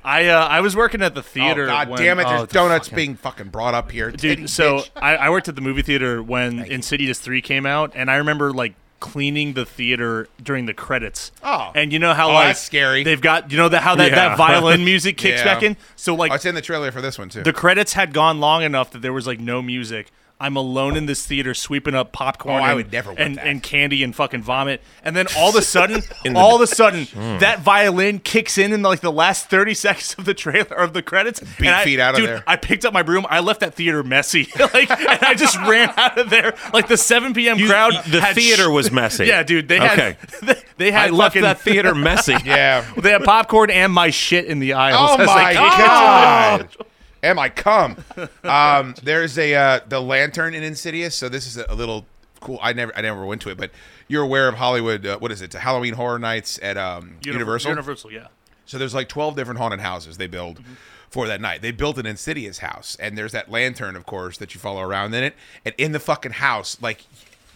Speaker 6: I uh, I was working at the theater.
Speaker 7: Oh, God
Speaker 6: when-
Speaker 7: damn it!
Speaker 6: oh,
Speaker 7: There's
Speaker 6: the
Speaker 7: donuts
Speaker 6: fucking-
Speaker 7: being fucking brought up here,
Speaker 6: Dude, so I, I worked at the movie theater when Insidious three came out, and I remember like cleaning the theater during the credits.
Speaker 7: Oh.
Speaker 6: and you know how
Speaker 7: Oh,
Speaker 6: like
Speaker 7: that's scary.
Speaker 6: They've got you know that how that,
Speaker 5: Yeah.
Speaker 6: that violin music kicks
Speaker 7: Yeah.
Speaker 6: back in. So like
Speaker 7: Oh, it's in the trailer for this one too.
Speaker 6: the credits had gone long enough that there was like no music. I'm alone in this theater sweeping up popcorn.
Speaker 7: Oh, I
Speaker 6: and-
Speaker 7: would never want
Speaker 6: and,
Speaker 7: that.
Speaker 6: and candy and fucking vomit. And then all of a sudden, all of a sudden,
Speaker 7: Hmm.
Speaker 6: that violin kicks in in like the last 30 seconds of the trailer of the credits.
Speaker 7: Beat
Speaker 6: and I,
Speaker 7: feet out of
Speaker 6: dude,
Speaker 7: there.
Speaker 6: I picked up my broom. I left that theater messy. like, and I just ran out of there. Like the 7 p.m. crowd.
Speaker 5: the
Speaker 6: had
Speaker 5: theater
Speaker 6: sh-
Speaker 5: was messy.
Speaker 6: Yeah, dude. They had.
Speaker 5: Okay.
Speaker 6: They, they
Speaker 5: I
Speaker 6: had
Speaker 5: left
Speaker 6: fucking-
Speaker 5: that theater messy.
Speaker 7: yeah.
Speaker 6: They had popcorn and my shit in the aisles.
Speaker 7: Oh
Speaker 6: I was
Speaker 7: my
Speaker 6: like,
Speaker 7: god! Am I cum? Um, there's a uh, the lantern in Insidious. So this is a little cool. I never I never went to it, but you're aware of Hollywood. Uh, what is it? Halloween Horror Nights at um, Universal.
Speaker 6: Universal, yeah.
Speaker 7: So there's like 12 different haunted houses they build
Speaker 6: Mm-hmm.
Speaker 7: for that night. They built an insidious house, and there's that lantern, of course, that you follow around in it. And in the fucking house, like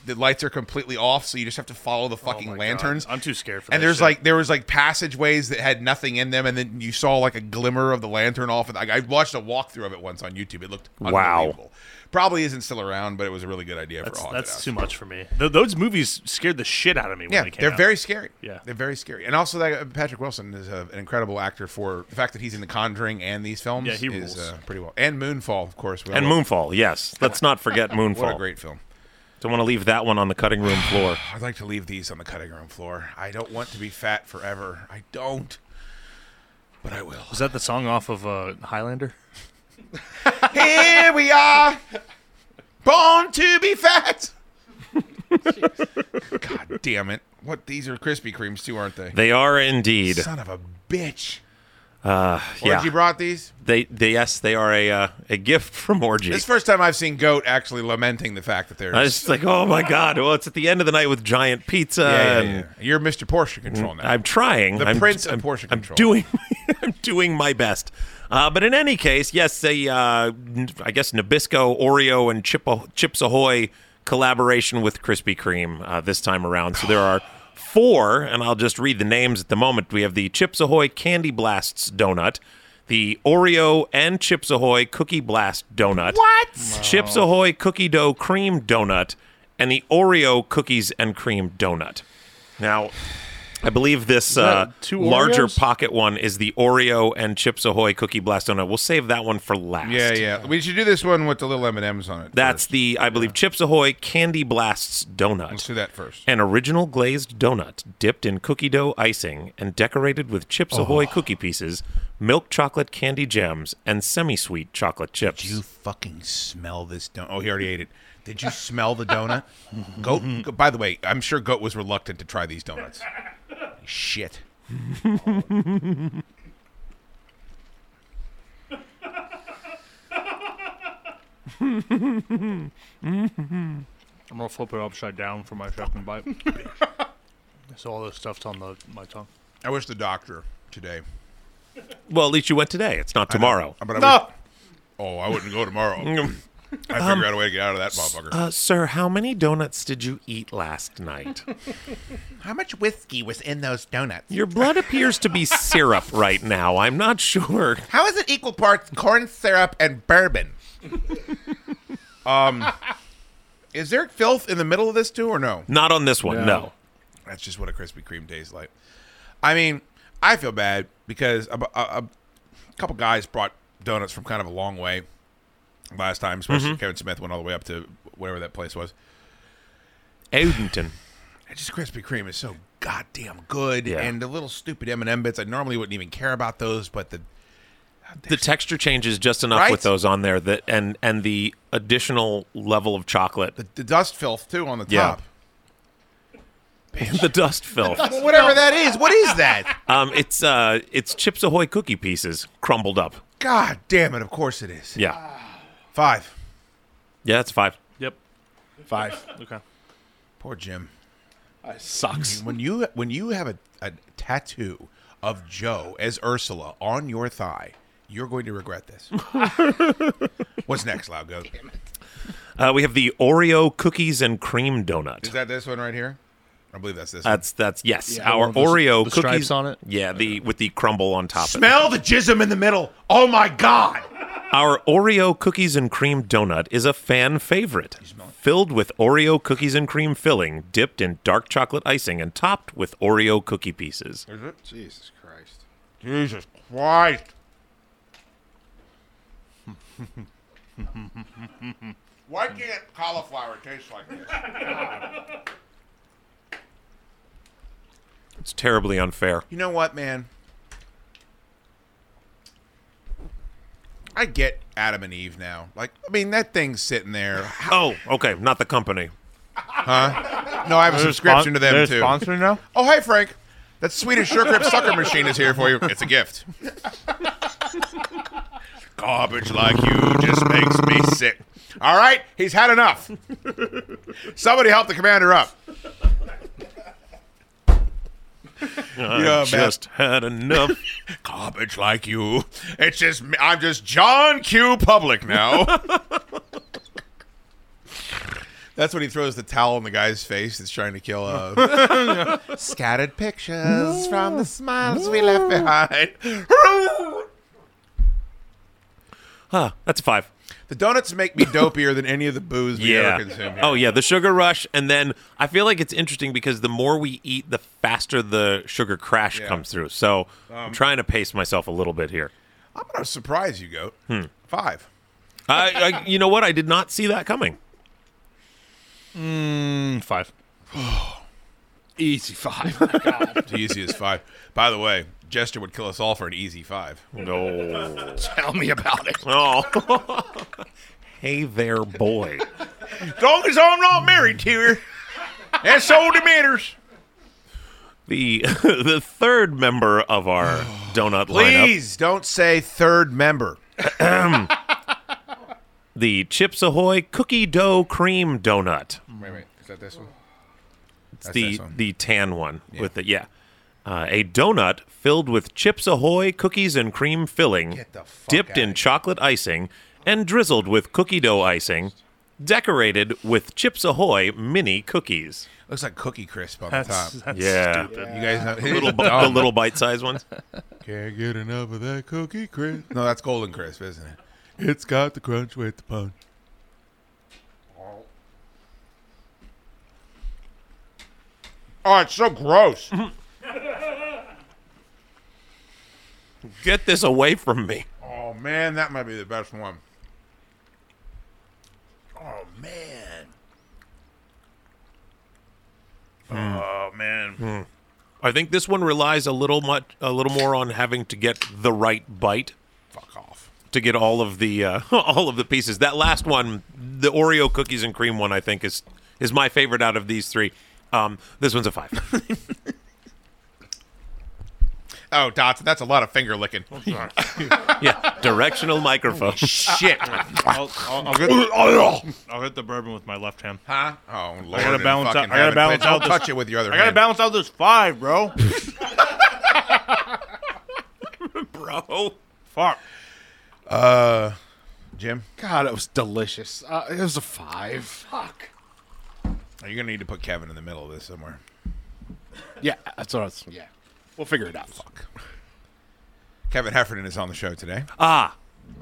Speaker 7: the lights are completely off, so you just have to follow the fucking
Speaker 6: Oh my God.
Speaker 7: lanterns.
Speaker 6: I'm too scared for
Speaker 7: And
Speaker 6: that
Speaker 7: there's
Speaker 6: shit.
Speaker 7: like there was like passageways that had nothing in them, and then you saw like a glimmer of the lantern off. Of the, I watched a walkthrough of it once on YouTube. It looked
Speaker 5: Wow.
Speaker 7: unbelievable. Probably isn't still around, but it was a really good idea for a
Speaker 6: That's,
Speaker 7: haunted
Speaker 6: that's
Speaker 7: house.
Speaker 6: too much for me. Th- those movies scared the shit out of me when
Speaker 7: Yeah,
Speaker 6: they came
Speaker 7: they're
Speaker 6: out.
Speaker 7: very scary.
Speaker 6: Yeah.
Speaker 7: they're very scary. And also, that uh, Patrick Wilson is a, an incredible actor for the fact that he's in The Conjuring and these films.
Speaker 6: Yeah, he
Speaker 7: is
Speaker 6: rules.
Speaker 7: uh, pretty well. And Moonfall, of course. We all
Speaker 5: And
Speaker 7: love-
Speaker 5: Moonfall, yes. Let's not forget Moonfall.
Speaker 7: What a great film.
Speaker 5: Don't want to leave that one on the cutting room floor.
Speaker 7: I'd like to leave these on the cutting room floor. I don't want to be fat forever. I don't. But I will.
Speaker 6: Was that the song off of uh, Highlander?
Speaker 7: Here we are, born to be fat. God damn it! What these are Krispy Kremes too, aren't they?
Speaker 5: They are indeed.
Speaker 7: Son of a bitch.
Speaker 5: yeah.
Speaker 7: Orgy brought these.
Speaker 5: They, they yes, they are a uh, a gift from Orgy.
Speaker 7: This is the first time I've seen Goat actually lamenting the fact that there's.
Speaker 5: I was just like, oh my god! Well, it's at the end of the night with giant pizza.
Speaker 7: yeah, yeah,
Speaker 5: and
Speaker 7: yeah. You're Mr. Portion Control now.
Speaker 5: um, I'm trying.
Speaker 7: The
Speaker 5: I'm,
Speaker 7: prince of
Speaker 5: I'm,
Speaker 7: portion
Speaker 5: I'm
Speaker 7: control.
Speaker 5: doing. I'm doing my best. Uh, but in any case, yes, they. Uh, n- I guess Nabisco, Oreo, and Chip- Chips Ahoy collaboration with Krispy Kreme uh, this time around. So there are four, and I'll just read the names at the moment. We have the Chips Ahoy Candy Blasts donut. The Oreo and Chips Ahoy Cookie Blast Donut. What? Chips Ahoy Cookie Dough Cream Donut. And the Oreo Cookies and Cream Donut. Now, I believe this uh,
Speaker 6: two
Speaker 5: larger
Speaker 6: Oreos?
Speaker 5: pocket one is the Oreo and Chips Ahoy Cookie Blast donut. We'll save that one for last.
Speaker 7: yeah, yeah. We should do this one with the little M and M's on it.
Speaker 5: That's
Speaker 7: first.
Speaker 5: the I believe Chips Ahoy Candy Blasts
Speaker 7: Let's
Speaker 5: donut.
Speaker 7: do that first.
Speaker 5: An original glazed donut dipped in cookie dough icing and decorated with
Speaker 7: Oh.
Speaker 5: Chips Ahoy cookie pieces, milk chocolate candy gems, and semi-sweet chocolate chips.
Speaker 7: Did you fucking smell this donut? Oh, he already ate it. Did you smell the donut? Goat. go- By the way, I'm sure Goat was reluctant to try these donuts. Shit.
Speaker 6: I'm gonna flip it upside down for my second bite. so all this stuff's on the my tongue.
Speaker 7: I wish the doctor today.
Speaker 5: well, at least you went today. It's not tomorrow.
Speaker 7: But I
Speaker 6: No.
Speaker 7: wish- oh, I wouldn't go tomorrow. I figure out a way to get out of that motherfucker.
Speaker 5: Uh, sir, how many donuts did you eat last night?
Speaker 7: uh, How much whiskey was in those donuts?
Speaker 5: Your blood appears to be syrup right now. I'm not sure.
Speaker 7: How is it equal parts corn syrup and bourbon? um, is there filth in the middle of this too, or no?
Speaker 5: Not on this one, no.
Speaker 7: That's just what a Krispy Kreme tastes like. I mean, I feel bad because a, a, a couple guys brought donuts from kind of a long way last time, especially
Speaker 5: Mm-hmm.
Speaker 7: Kevin Smith went all the way up to whatever that place was.
Speaker 5: Odenton.
Speaker 7: And just Krispy Kreme is so goddamn good,
Speaker 5: Yeah.
Speaker 7: and the little stupid M and M bits. I normally wouldn't even care about those, but the
Speaker 5: The texture changes just enough
Speaker 7: Right?
Speaker 5: with those on there that and and the additional level of chocolate, the,
Speaker 7: the, the dust filth too on the
Speaker 5: Yeah.
Speaker 7: top.
Speaker 5: dust filth.
Speaker 7: Well, whatever that is, what is that?
Speaker 5: um, it's uh, it's Chips Ahoy cookie pieces crumbled up.
Speaker 7: God damn it! Of course it is.
Speaker 5: Yeah,
Speaker 7: Five.
Speaker 5: yeah, that's five.
Speaker 6: Yep.
Speaker 8: Five.
Speaker 6: Okay.
Speaker 7: Poor Jim.
Speaker 8: Sucks.
Speaker 7: When you when you have a, a tattoo of Joe as Ursula on your thigh, you're going to regret this. What's next, Loud Goat?
Speaker 5: Uh, we have the Oreo cookies and cream donut.
Speaker 7: Is that this one right here? I believe that's this.
Speaker 5: That's that's yes.
Speaker 8: Yeah,
Speaker 5: Our
Speaker 6: the s-
Speaker 5: Oreo
Speaker 6: the
Speaker 5: cookies
Speaker 6: stripes on it?
Speaker 5: Yeah, the with the crumble on top. Of it.
Speaker 7: Smell the jism in the middle. Oh my god!
Speaker 5: Our Oreo cookies and cream donut is a fan favorite. Filled with Oreo cookies and cream filling, dipped in dark chocolate icing, and topped with Oreo cookie pieces.
Speaker 8: Jesus Christ.
Speaker 7: Jesus Christ! Why can't cauliflower taste like this?
Speaker 5: It's terribly unfair.
Speaker 7: You know what, man? I get Adam and Eve now. Like, I mean, that thing's sitting there.
Speaker 5: Oh, okay, not the company.
Speaker 7: No, I have a subscription to them
Speaker 2: They're
Speaker 7: too.
Speaker 2: sponsoring now.
Speaker 7: Oh, hey, Frank. That Swedish Sugarcrip sucker machine is here for you. It's a gift. Garbage like you just makes me sick. All right, he's had enough. Somebody help the commander up. Yeah, man.
Speaker 5: Just had enough.
Speaker 7: Garbage like you. It's just me- I'm just John Q. Public now. That's when he throws the towel in the guy's face that's trying to kill uh Scattered pictures from the smiles we left behind.
Speaker 5: huh, that's a five.
Speaker 7: The donuts make me dopier than any of the booze we
Speaker 5: Yeah.
Speaker 7: ever consumed.
Speaker 5: Oh yeah, the sugar rush, and then I feel like it's interesting because the more we eat, the faster the sugar crash
Speaker 7: Yeah. Um,
Speaker 5: comes through. So I'm trying to pace myself a little bit here.
Speaker 7: I'm gonna surprise you, goat.
Speaker 5: Hmm.
Speaker 7: Five.
Speaker 5: I, I, you know what? I did not see that coming.
Speaker 6: Five.
Speaker 8: Easy five.
Speaker 7: It's easy as five. By the way, Jester would kill us all for an easy five.
Speaker 5: No.
Speaker 8: Tell me about it.
Speaker 5: Oh. hey there, boy.
Speaker 7: As long as I'm not married to her, that's all that matters.
Speaker 5: The the third member of our donut lineup,
Speaker 7: Please don't say third member.
Speaker 5: the Chips Ahoy cookie dough cream donut.
Speaker 7: Wait, wait. Is that this one?
Speaker 5: It's
Speaker 7: That's
Speaker 5: the
Speaker 7: this one.
Speaker 5: the tan one with the yeah. Uh, a donut filled with Chips Ahoy cookies and cream filling,
Speaker 7: the fuck
Speaker 5: dipped
Speaker 7: outta
Speaker 5: in
Speaker 7: here.
Speaker 5: chocolate icing and drizzled with cookie dough icing, decorated with Chips Ahoy mini cookies.
Speaker 7: Looks like cookie crisp on
Speaker 6: That's,
Speaker 7: the top.
Speaker 6: that's
Speaker 5: Yeah.
Speaker 6: stupid.
Speaker 7: You guys know
Speaker 5: Little bu-
Speaker 7: Oh,
Speaker 5: the little bite-sized ones.
Speaker 7: Can't get enough of that cookie crisp. No, that's golden crisp, isn't it? It's got the crunch with the punch. Oh, it's so gross.
Speaker 5: Get this away from me.
Speaker 7: oh man, that might be the best one. Oh man.
Speaker 2: Hmm.
Speaker 7: Oh man.
Speaker 5: I think this one relies a little much, a little more on having to get the right bite
Speaker 7: Fuck off.
Speaker 5: to get all of the uh, all of the pieces. That last one, the Oreo cookies and cream one, I think is is my favorite out of these three. Um, this one's a five.
Speaker 7: Oh, Dotson, that's a lot of finger licking.
Speaker 2: Oh,
Speaker 5: yeah, directional microphone.
Speaker 7: Shit.
Speaker 2: I'll, I'll, I'll, hit, I'll hit the bourbon with my left hand. I
Speaker 7: Huh? Oh, Lord.
Speaker 2: gotta
Speaker 7: in
Speaker 2: balance
Speaker 7: fucking
Speaker 2: out- I gotta
Speaker 7: heaven.
Speaker 2: balance
Speaker 7: Don't
Speaker 2: out this-
Speaker 7: touch it with your other
Speaker 2: gotta
Speaker 7: hand.
Speaker 2: balance out this five, bro.
Speaker 5: Bro,
Speaker 2: Fuck.
Speaker 7: Jim,
Speaker 8: God, it was delicious. Uh, it was a five. Fuck.
Speaker 7: you're going to need to put Kevin in the middle of this somewhere.
Speaker 8: Yeah, that's what I was. Yeah. We'll figure it out.
Speaker 7: Kevin Heffernan is on the show today.
Speaker 5: ah,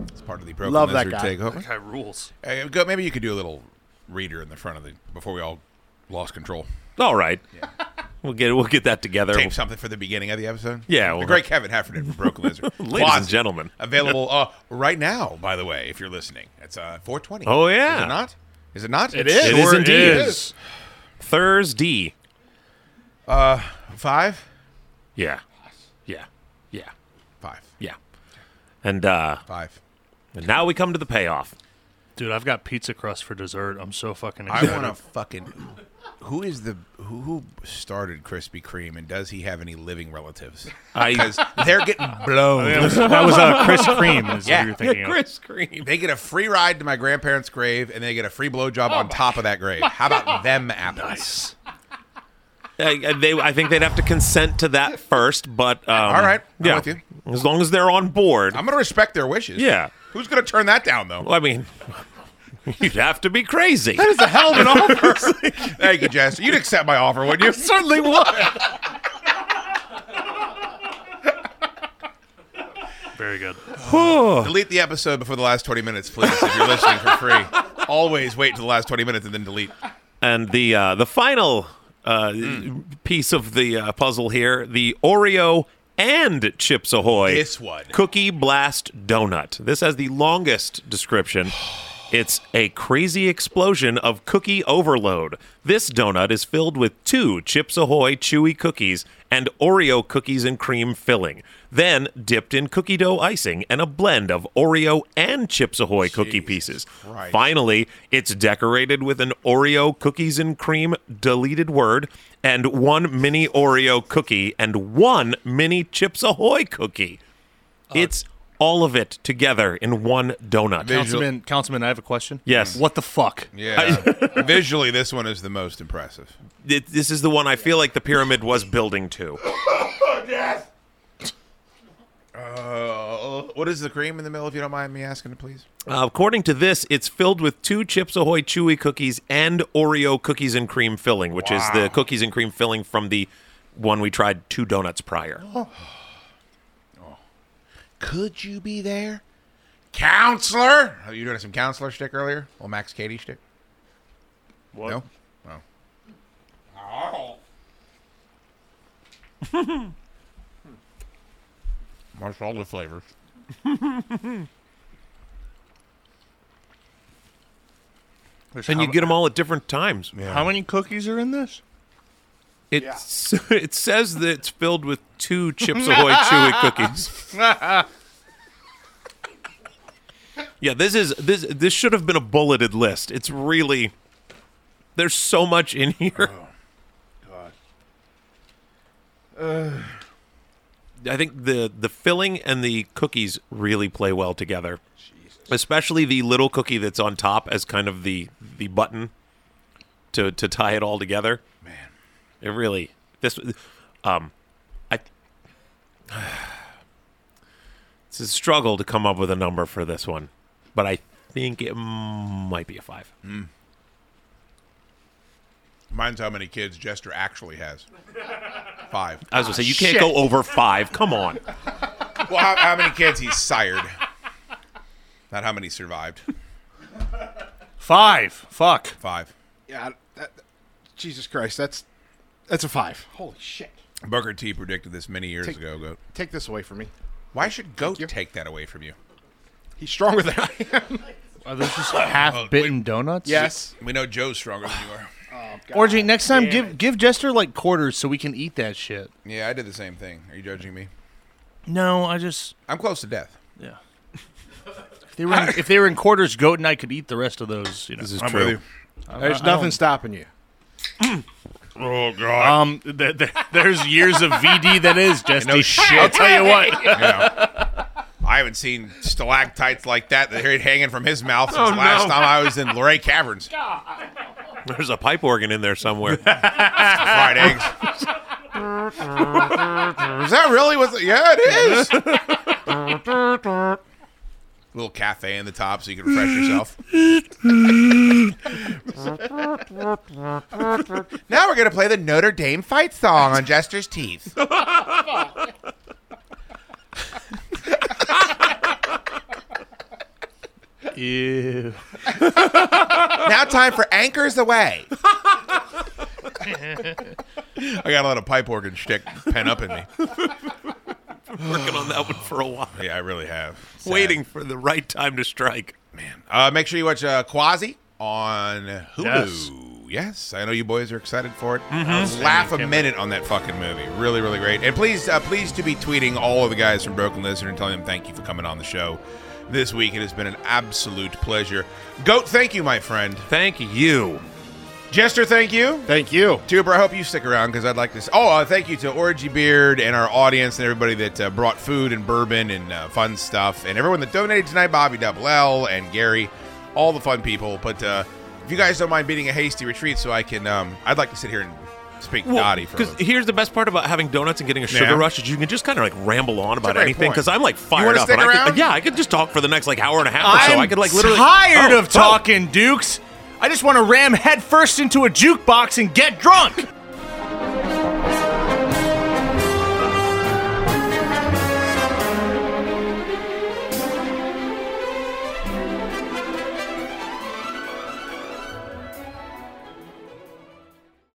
Speaker 7: It's part of the Broken
Speaker 8: Love that
Speaker 7: Lizard
Speaker 8: guy.
Speaker 7: takeover.
Speaker 6: Guy rules.
Speaker 7: Uh, go- maybe you could do a little reader in the front of the before we all lost control.
Speaker 5: all right. We'll get we'll get that together.
Speaker 7: Tape something for the beginning of the episode.
Speaker 5: Yeah,
Speaker 7: the
Speaker 5: well-
Speaker 7: great Kevin Heffernan from Broken Lizard.
Speaker 5: Ladies and
Speaker 7: Closet.
Speaker 5: gentlemen.
Speaker 7: available uh, right now. By the way, if you're listening, it's uh, 420.
Speaker 5: Oh, yeah.
Speaker 7: is it not? Is it not?
Speaker 6: It is.
Speaker 5: It is
Speaker 6: Sure
Speaker 5: indeed.
Speaker 6: is.
Speaker 5: Thursday.
Speaker 7: five.
Speaker 5: Yeah, yeah, yeah,
Speaker 7: Five.
Speaker 5: yeah. And uh,
Speaker 7: Five.
Speaker 5: and now we come to the payoff.
Speaker 6: Dude, I've got pizza crust for dessert. I'm so fucking
Speaker 7: I
Speaker 6: excited.
Speaker 7: want to fucking. Who is the who, who started Krispy Kreme and does he have any living relatives?
Speaker 5: I
Speaker 7: Because they're getting blown.
Speaker 6: That was, that was uh, Chris Cream. Is
Speaker 7: Yeah.
Speaker 6: what you're thinking of.
Speaker 5: Chris Cream.
Speaker 7: They get a free ride to my grandparents' grave, and they get a free blowjob on top of that grave. How about them apples?
Speaker 5: I, they, I think they'd have to consent to that first, but um,
Speaker 7: All right. I'm
Speaker 5: yeah,
Speaker 7: with you.
Speaker 5: as long as they're on board.
Speaker 7: I'm gonna respect their wishes.
Speaker 5: yeah,
Speaker 7: Who's gonna turn that down though?
Speaker 5: well, I mean, You'd have to be crazy.
Speaker 8: That is a hell of an offer.
Speaker 7: Thank you, Jester. You'd accept my offer, wouldn't you?
Speaker 8: Certainly would.
Speaker 6: Very good.
Speaker 7: delete the episode before the last 20 minutes, please, if you're listening for free. Always wait till the last 20 minutes and then delete.
Speaker 5: And the uh, the final uh, piece of the uh, puzzle here: the Oreo and Chips Ahoy.
Speaker 7: This one.
Speaker 5: cookie blast donut. This has the longest description. It's a crazy explosion of cookie overload. This donut is filled with two Chips Ahoy chewy cookies and Oreo cookies and cream filling, then dipped in cookie dough icing and a blend of Oreo and Chips Ahoy cookie pieces.
Speaker 7: Christ.
Speaker 5: Finally, it's decorated with an Oreo cookies and cream deleted word and one mini Oreo cookie and one mini Chips Ahoy cookie. It's all of it together in one donut.
Speaker 6: Councilman, Councilman, I have a question.
Speaker 5: Yes.
Speaker 6: What the fuck?
Speaker 7: Yeah. Visually, this one is the most impressive.
Speaker 5: Th- This is the one I feel like the pyramid was building to.
Speaker 7: Uh, what is the cream in the middle, if you don't mind me asking, please?
Speaker 5: Uh, according to this, it's filled with two Chips Ahoy Chewy cookies and Oreo cookies and cream filling, which is the cookies and cream filling from the one we tried two donuts prior.
Speaker 7: Could you be there? Counselor? Oh, you doing some counselor shtick earlier? Well, Max Katie shtick?
Speaker 6: What?
Speaker 7: No? Oh. Marshall all the flavors.
Speaker 5: And you get them all at different times.
Speaker 6: How many cookies are in this?
Speaker 5: It's, it says that it's filled with two Chips Ahoy Chewy cookies. yeah, this is this this should have been a bulleted list. It's really there's so much in here. I think the the filling and the cookies really play well together. Especially the little cookie that's on top as kind of the the button to to tie it all together. Man, it really this um I it's a struggle to come up with a number for this one, but I think it might be a 5.
Speaker 7: Mine's how many kids Jester actually has. Five.
Speaker 5: I was going to say you can't go over 5. Come on.
Speaker 7: Well, how, how many kids he sired? Not how many survived.
Speaker 6: Five. Fuck.
Speaker 7: Five.
Speaker 8: Yeah, that, Jesus Christ, that's that's a five. Holy shit!
Speaker 7: Booker T predicted this many years ago. Goat.
Speaker 8: Take this away from me.
Speaker 7: Why should Goat take that away from you?
Speaker 8: He's stronger than I am.
Speaker 6: Are those just
Speaker 7: Oh,
Speaker 6: half bitten donuts?
Speaker 8: yes.
Speaker 7: We know Joe's stronger than you are.
Speaker 6: Orgy, next time give give Jester like quarters so we can eat that shit.
Speaker 7: Yeah, I did the same thing. Are you judging me?
Speaker 6: No, I just
Speaker 7: I'm close to death.
Speaker 6: yeah. If they were in, if they were in quarters, Goat and I could eat the rest of those. You know.
Speaker 7: I'm true.
Speaker 8: There's nothing stopping you.
Speaker 7: Oh God.
Speaker 6: Um, th- th- there's years of VD that is Jester.
Speaker 7: No shit.
Speaker 6: I'll tell you what.
Speaker 7: I haven't seen stalactites like that that are hanging from his mouth since last time I was in Luray Caverns.
Speaker 5: There's a pipe organ in there somewhere.
Speaker 7: Fried eggs. is that really what's? Yeah, it is. Little cafe in the top so you can refresh yourself. now we're gonna play the Notre Dame fight song on Jester's teeth.
Speaker 6: Ew.
Speaker 7: Now time for anchors away. I got a lot of pipe organ shtick pen up in me.
Speaker 5: Working on that one for a while.
Speaker 7: Yeah, I really have. Sad.
Speaker 5: Waiting for the right time to strike.
Speaker 7: Man. Uh, make sure you watch uh, Quasi on
Speaker 6: Yes.
Speaker 7: Hulu. Yes. I know you boys are excited for it. Uh, Laugh a minute on that fucking movie. Really, really great. And please, uh, please to be tweeting all of the guys from Broken Lizard and telling them thank you for coming on the show this week. It has been an absolute pleasure. Goat, thank you, my friend.
Speaker 5: Thank you.
Speaker 7: Jester, thank you.
Speaker 8: Thank you.
Speaker 7: Tuber, I hope you stick around because I'd like to. s- Oh, uh, thank you to Orgy Beard and our audience and everybody that uh, brought food and bourbon and uh, fun stuff and everyone that donated tonight. Bobby Double L and Gary, all the fun people. But uh, if you guys don't mind beating a hasty retreat, so I can, um, I'd like to sit here and Speak
Speaker 5: Well,
Speaker 7: Gotti for a minute.
Speaker 5: here's the best part about having donuts and getting a sugar
Speaker 7: Yeah.
Speaker 5: rush is you can just kind of like ramble on about
Speaker 7: great
Speaker 5: anything
Speaker 7: point.
Speaker 5: because I'm like fired
Speaker 7: wanna
Speaker 5: up.
Speaker 7: stick
Speaker 5: and I
Speaker 7: around?
Speaker 5: could, yeah, I could just talk for the next like hour and a half or so. I could like literally
Speaker 6: tired
Speaker 5: Oh,
Speaker 6: of
Speaker 5: oh.
Speaker 6: talking Dukes. I just want to ram headfirst into a jukebox and get drunk.